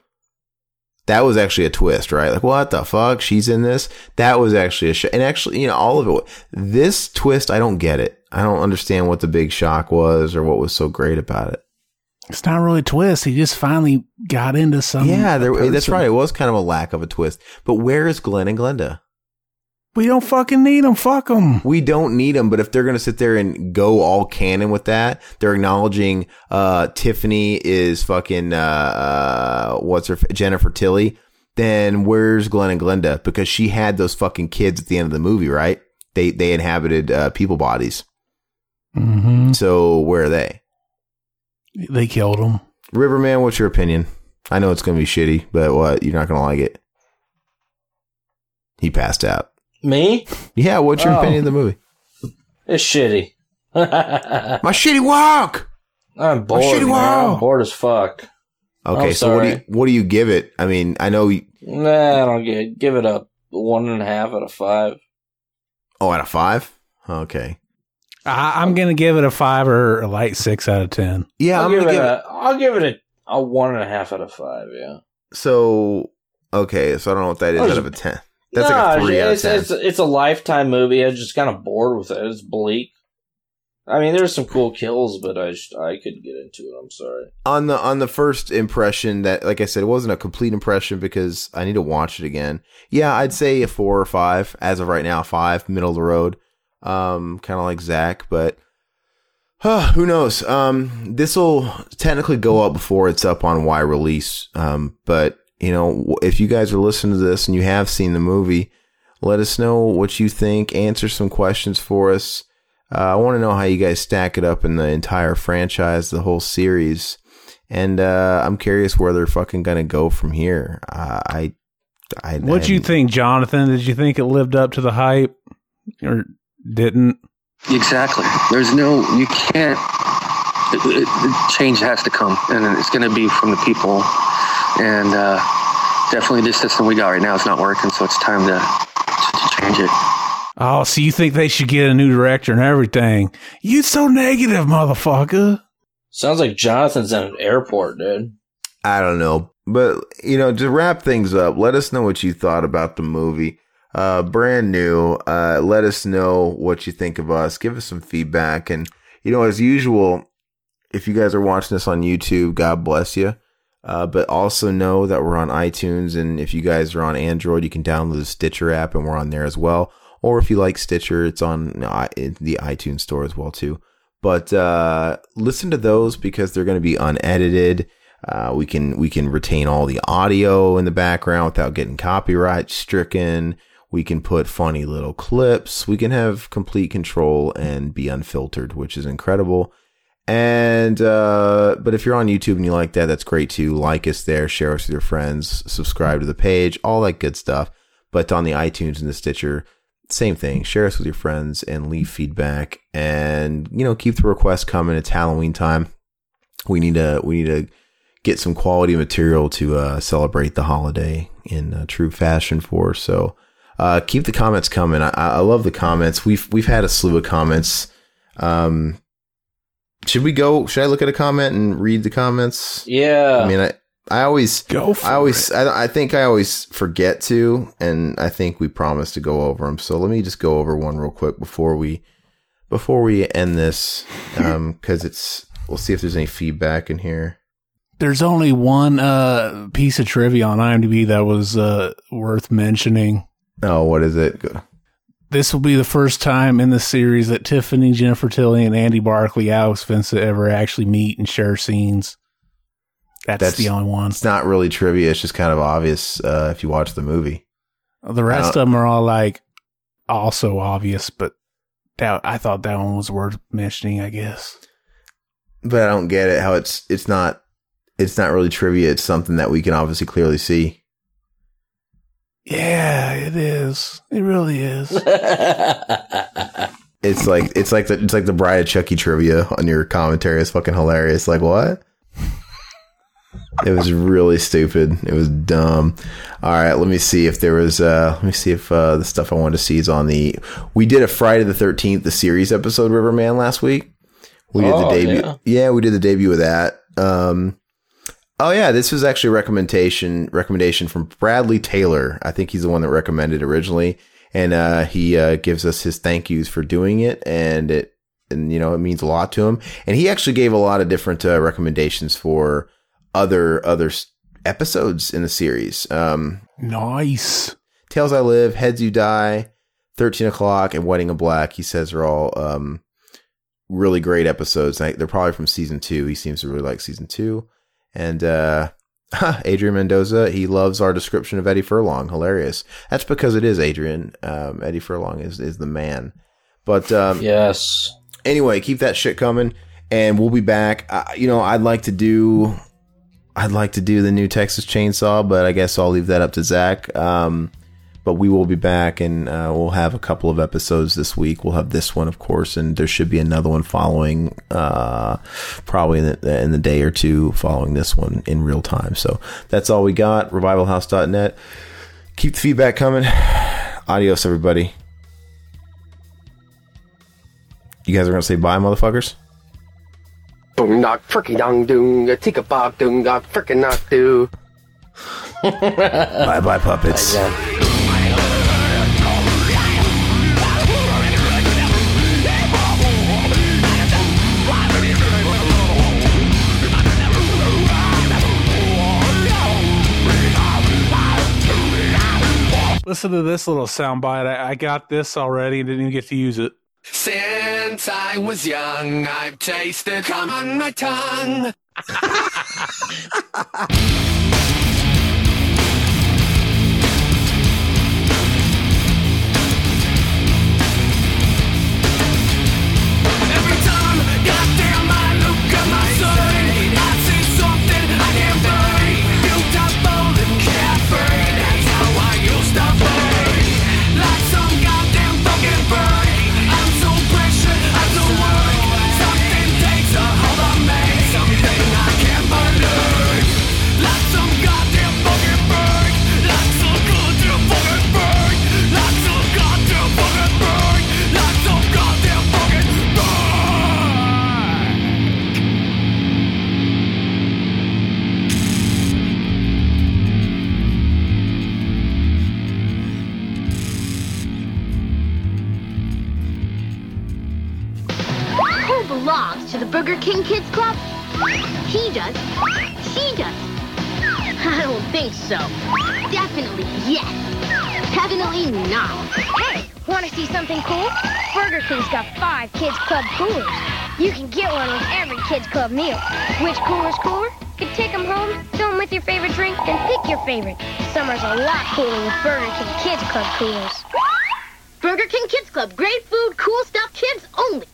[SPEAKER 3] That was actually a twist, right? Like, what the fuck? She's in this. That was actually a sh- and actually, you know, all of it. This twist, I don't get it. I don't understand what the big shock was or what was so great about it.
[SPEAKER 2] It's not really a twist. He just finally got into some.
[SPEAKER 3] yeah, there, that's
[SPEAKER 2] person.
[SPEAKER 3] right. It was kind of a lack of a twist. But where is Glenn and Glenda?
[SPEAKER 2] We don't fucking need him. Fuck him.
[SPEAKER 3] We don't need them, but if they're going to sit there and go all canon with that, they're acknowledging uh, Tiffany is fucking uh, uh, what's her Jennifer Tilly. Then where's Glenn and Glenda? Because she had those fucking kids at the end of the movie, right? They they inhabited uh, people bodies.
[SPEAKER 2] Mm-hmm.
[SPEAKER 3] So where are they?
[SPEAKER 2] They killed him.
[SPEAKER 3] Riverman, what's your opinion? I know it's going to be shitty, but what you're not going to like it. He passed out.
[SPEAKER 6] Me?
[SPEAKER 3] Yeah, what's your
[SPEAKER 6] Oh.
[SPEAKER 3] opinion of the movie?
[SPEAKER 6] It's shitty. I'm
[SPEAKER 3] My shitty walk.
[SPEAKER 6] bored.
[SPEAKER 3] Oh, shitty
[SPEAKER 6] man.
[SPEAKER 3] wow.
[SPEAKER 6] I'm bored as fuck.
[SPEAKER 3] Okay,
[SPEAKER 6] I'm
[SPEAKER 3] so what do you
[SPEAKER 6] Oh, sorry.
[SPEAKER 3] what do you give it? I mean, I know. You,
[SPEAKER 6] Nah, I don't get it. Give it a one and a half out of five.
[SPEAKER 3] oh, out of five. Okay.
[SPEAKER 2] I, I'm gonna give it a five or a light six out of ten.
[SPEAKER 3] Yeah,
[SPEAKER 6] I'll
[SPEAKER 3] I'm
[SPEAKER 6] give
[SPEAKER 3] gonna
[SPEAKER 6] it.
[SPEAKER 3] give it.
[SPEAKER 6] a, I'll give it a, a one and a half out of five. Yeah.
[SPEAKER 3] So okay, so I don't know what that is
[SPEAKER 6] Oh,
[SPEAKER 3] out of a ten. That's like a
[SPEAKER 6] No,
[SPEAKER 3] three out of
[SPEAKER 6] it's,
[SPEAKER 3] ten.
[SPEAKER 6] it's, it's a lifetime movie. I was just kind of bored with it. It's bleak. I mean, there's some cool kills, but I just, I couldn't get into it. I'm sorry.
[SPEAKER 3] on the on the first impression that, like I said, it wasn't a complete impression because I need to watch it again. Yeah, I'd say a four or five as of right now. Five, middle of the road. Um, kind of like Zach, but Huh, who knows? Um, this will technically go up before it's up on Y release. Um, but you know, w- if you guys are listening to this and you have seen the movie, let us know what you think. Answer some questions for us. Uh, I want to know how you guys stack it up in the entire franchise, the whole series, and uh, I'm curious where they're fucking gonna go from here. Uh, I, I,
[SPEAKER 2] What
[SPEAKER 3] I-
[SPEAKER 2] you think, Jonathan? Did you think it lived up to the hype, or didn't?
[SPEAKER 9] Exactly. There's no, you can't, it, it, it- change has to come, and it's going to be from the people. And uh, definitely this system we got right now is not working, so it's time to, to change it.
[SPEAKER 2] Oh, so you think they should get a new director and everything? You so negative, motherfucker.
[SPEAKER 6] Sounds like Jonathan's at an airport, dude.
[SPEAKER 3] I don't know. But, you know, to wrap things up, let us know what you thought about the movie. Uh, brand new. Uh, let us know what you think of us. Give us some feedback. And, you know, as usual, if you guys are watching this on YouTube, God bless you. Uh, but also know that we're on iTunes, and if you guys are on Android, you can download the Stitcher app, and we're on there as well. Or if you like Stitcher, it's on uh, in the iTunes store as well too. But uh, listen to those because they're going to be unedited. Uh, we can we can retain all the audio in the background without getting copyright stricken. We can put funny little clips. We can have complete control and be unfiltered, which is incredible. And uh, but if you're on YouTube and you like that, that's great too. Like us there, share us with your friends, subscribe to the page, all that good stuff. But on the iTunes and the Stitcher, same thing. Share us with your friends and leave feedback, and you know keep the requests coming. It's Halloween time. We need to we need to get some quality material to uh, celebrate the holiday in uh, true fashion for. So uh, keep the comments coming. I, I love the comments. We've we've had a slew of comments. Um, should we go? Should I look at a comment and read the comments?
[SPEAKER 6] Yeah.
[SPEAKER 3] I mean, I I always
[SPEAKER 2] Go for
[SPEAKER 3] I always I, I think I always forget to, and I think we promised to go over them. So let me just go over one real quick before we before we end this, because it's we'll see if there's any feedback in here.
[SPEAKER 2] There's only one uh, piece of trivia on IMDb that was uh, worth mentioning.
[SPEAKER 3] Oh, what is it? Go-
[SPEAKER 2] This will be the first time in the series that Tiffany, Jennifer Tilly, and Andy Barkley, Alex Vincent, ever actually meet and share scenes. That's, the only one.
[SPEAKER 3] It's not really trivia. It's just kind of obvious uh, if you watch the movie.
[SPEAKER 2] The rest
[SPEAKER 3] I
[SPEAKER 2] of them are all like also obvious, but that I thought that one was worth mentioning. I guess.
[SPEAKER 3] But I don't get it. How it's it's not it's not really trivia. It's something that we can obviously clearly see.
[SPEAKER 2] Yeah, it is. It really is.
[SPEAKER 3] It's like it's like the it's like the Bride of Chucky trivia on your commentary is fucking hilarious. Like what? it was really stupid. It was dumb. All right, let me see if there was. Uh, let me see if uh, the stuff I wanted to see is on the. We did a Friday the Thirteenth the series episode Riverman last week. We did the
[SPEAKER 6] Oh,
[SPEAKER 3] debut.
[SPEAKER 6] yeah.
[SPEAKER 3] Yeah. we did the debut of that. Um, oh yeah, this was actually a recommendation recommendation from Bradley Taylor. I think he's the one that recommended originally, and uh, he uh, gives us his thank yous for doing it, and it and you know it means a lot to him. And he actually gave a lot of different uh, recommendations for other other s- episodes in the series. Um,
[SPEAKER 2] nice.
[SPEAKER 3] Tales I Live, Heads You Die, Thirteen O'clock, and Wedding of Black. He says are all um, really great episodes. Like, They're probably from season two. He seems to really like season two. And uh, Adrian Mendoza, he loves our description of Eddie Furlong. Hilarious. That's because it is Adrian. Um, Eddie Furlong is is the man. But um,
[SPEAKER 6] yes.
[SPEAKER 3] Anyway, keep that shit coming, and we'll be back. Uh, you know, I'd like to do, I'd like to do the new Texas Chainsaw, but I guess I'll leave that up to Zach. Um, but we will be back, and uh, we'll have a couple of episodes this week. We'll have this one, of course, and there should be another one following, uh, probably in the, in the day or two following this one in real time. So that's all we got. RevivalHouse.net. Keep the feedback coming. Adios, everybody. You guys are gonna say bye, motherfuckers.
[SPEAKER 9] Boom knock, fricky dong doong, a tika bog doong, knock, frickin' knock doo.
[SPEAKER 3] Bye, bye, puppets.
[SPEAKER 2] Listen to this little soundbite. I, I got this already and didn't even get to use it.
[SPEAKER 15] Since I was young, I've tasted cum on my tongue. Every time, goddamn, I look at my son, I see something I can't burn. Beautiful and carefree, that's how I used to be. Like some goddamn fucking bird, I'm so pressured, I do work. Something takes a hold on me, something I can't believe. Like
[SPEAKER 16] Burger King Kids Club? He does. She does. I don't think so. Definitely yes. Definitely not. Hey, want to see something cool? Burger King's got five Kids Club coolers. You can get one with every Kids Club meal. Which cooler's cooler? You can take 'em home, fill 'em with your favorite drink, and pick your favorite. Summer's a lot cooler with Burger King Kids Club coolers. Burger King Kids Club, great food, cool stuff, kids only.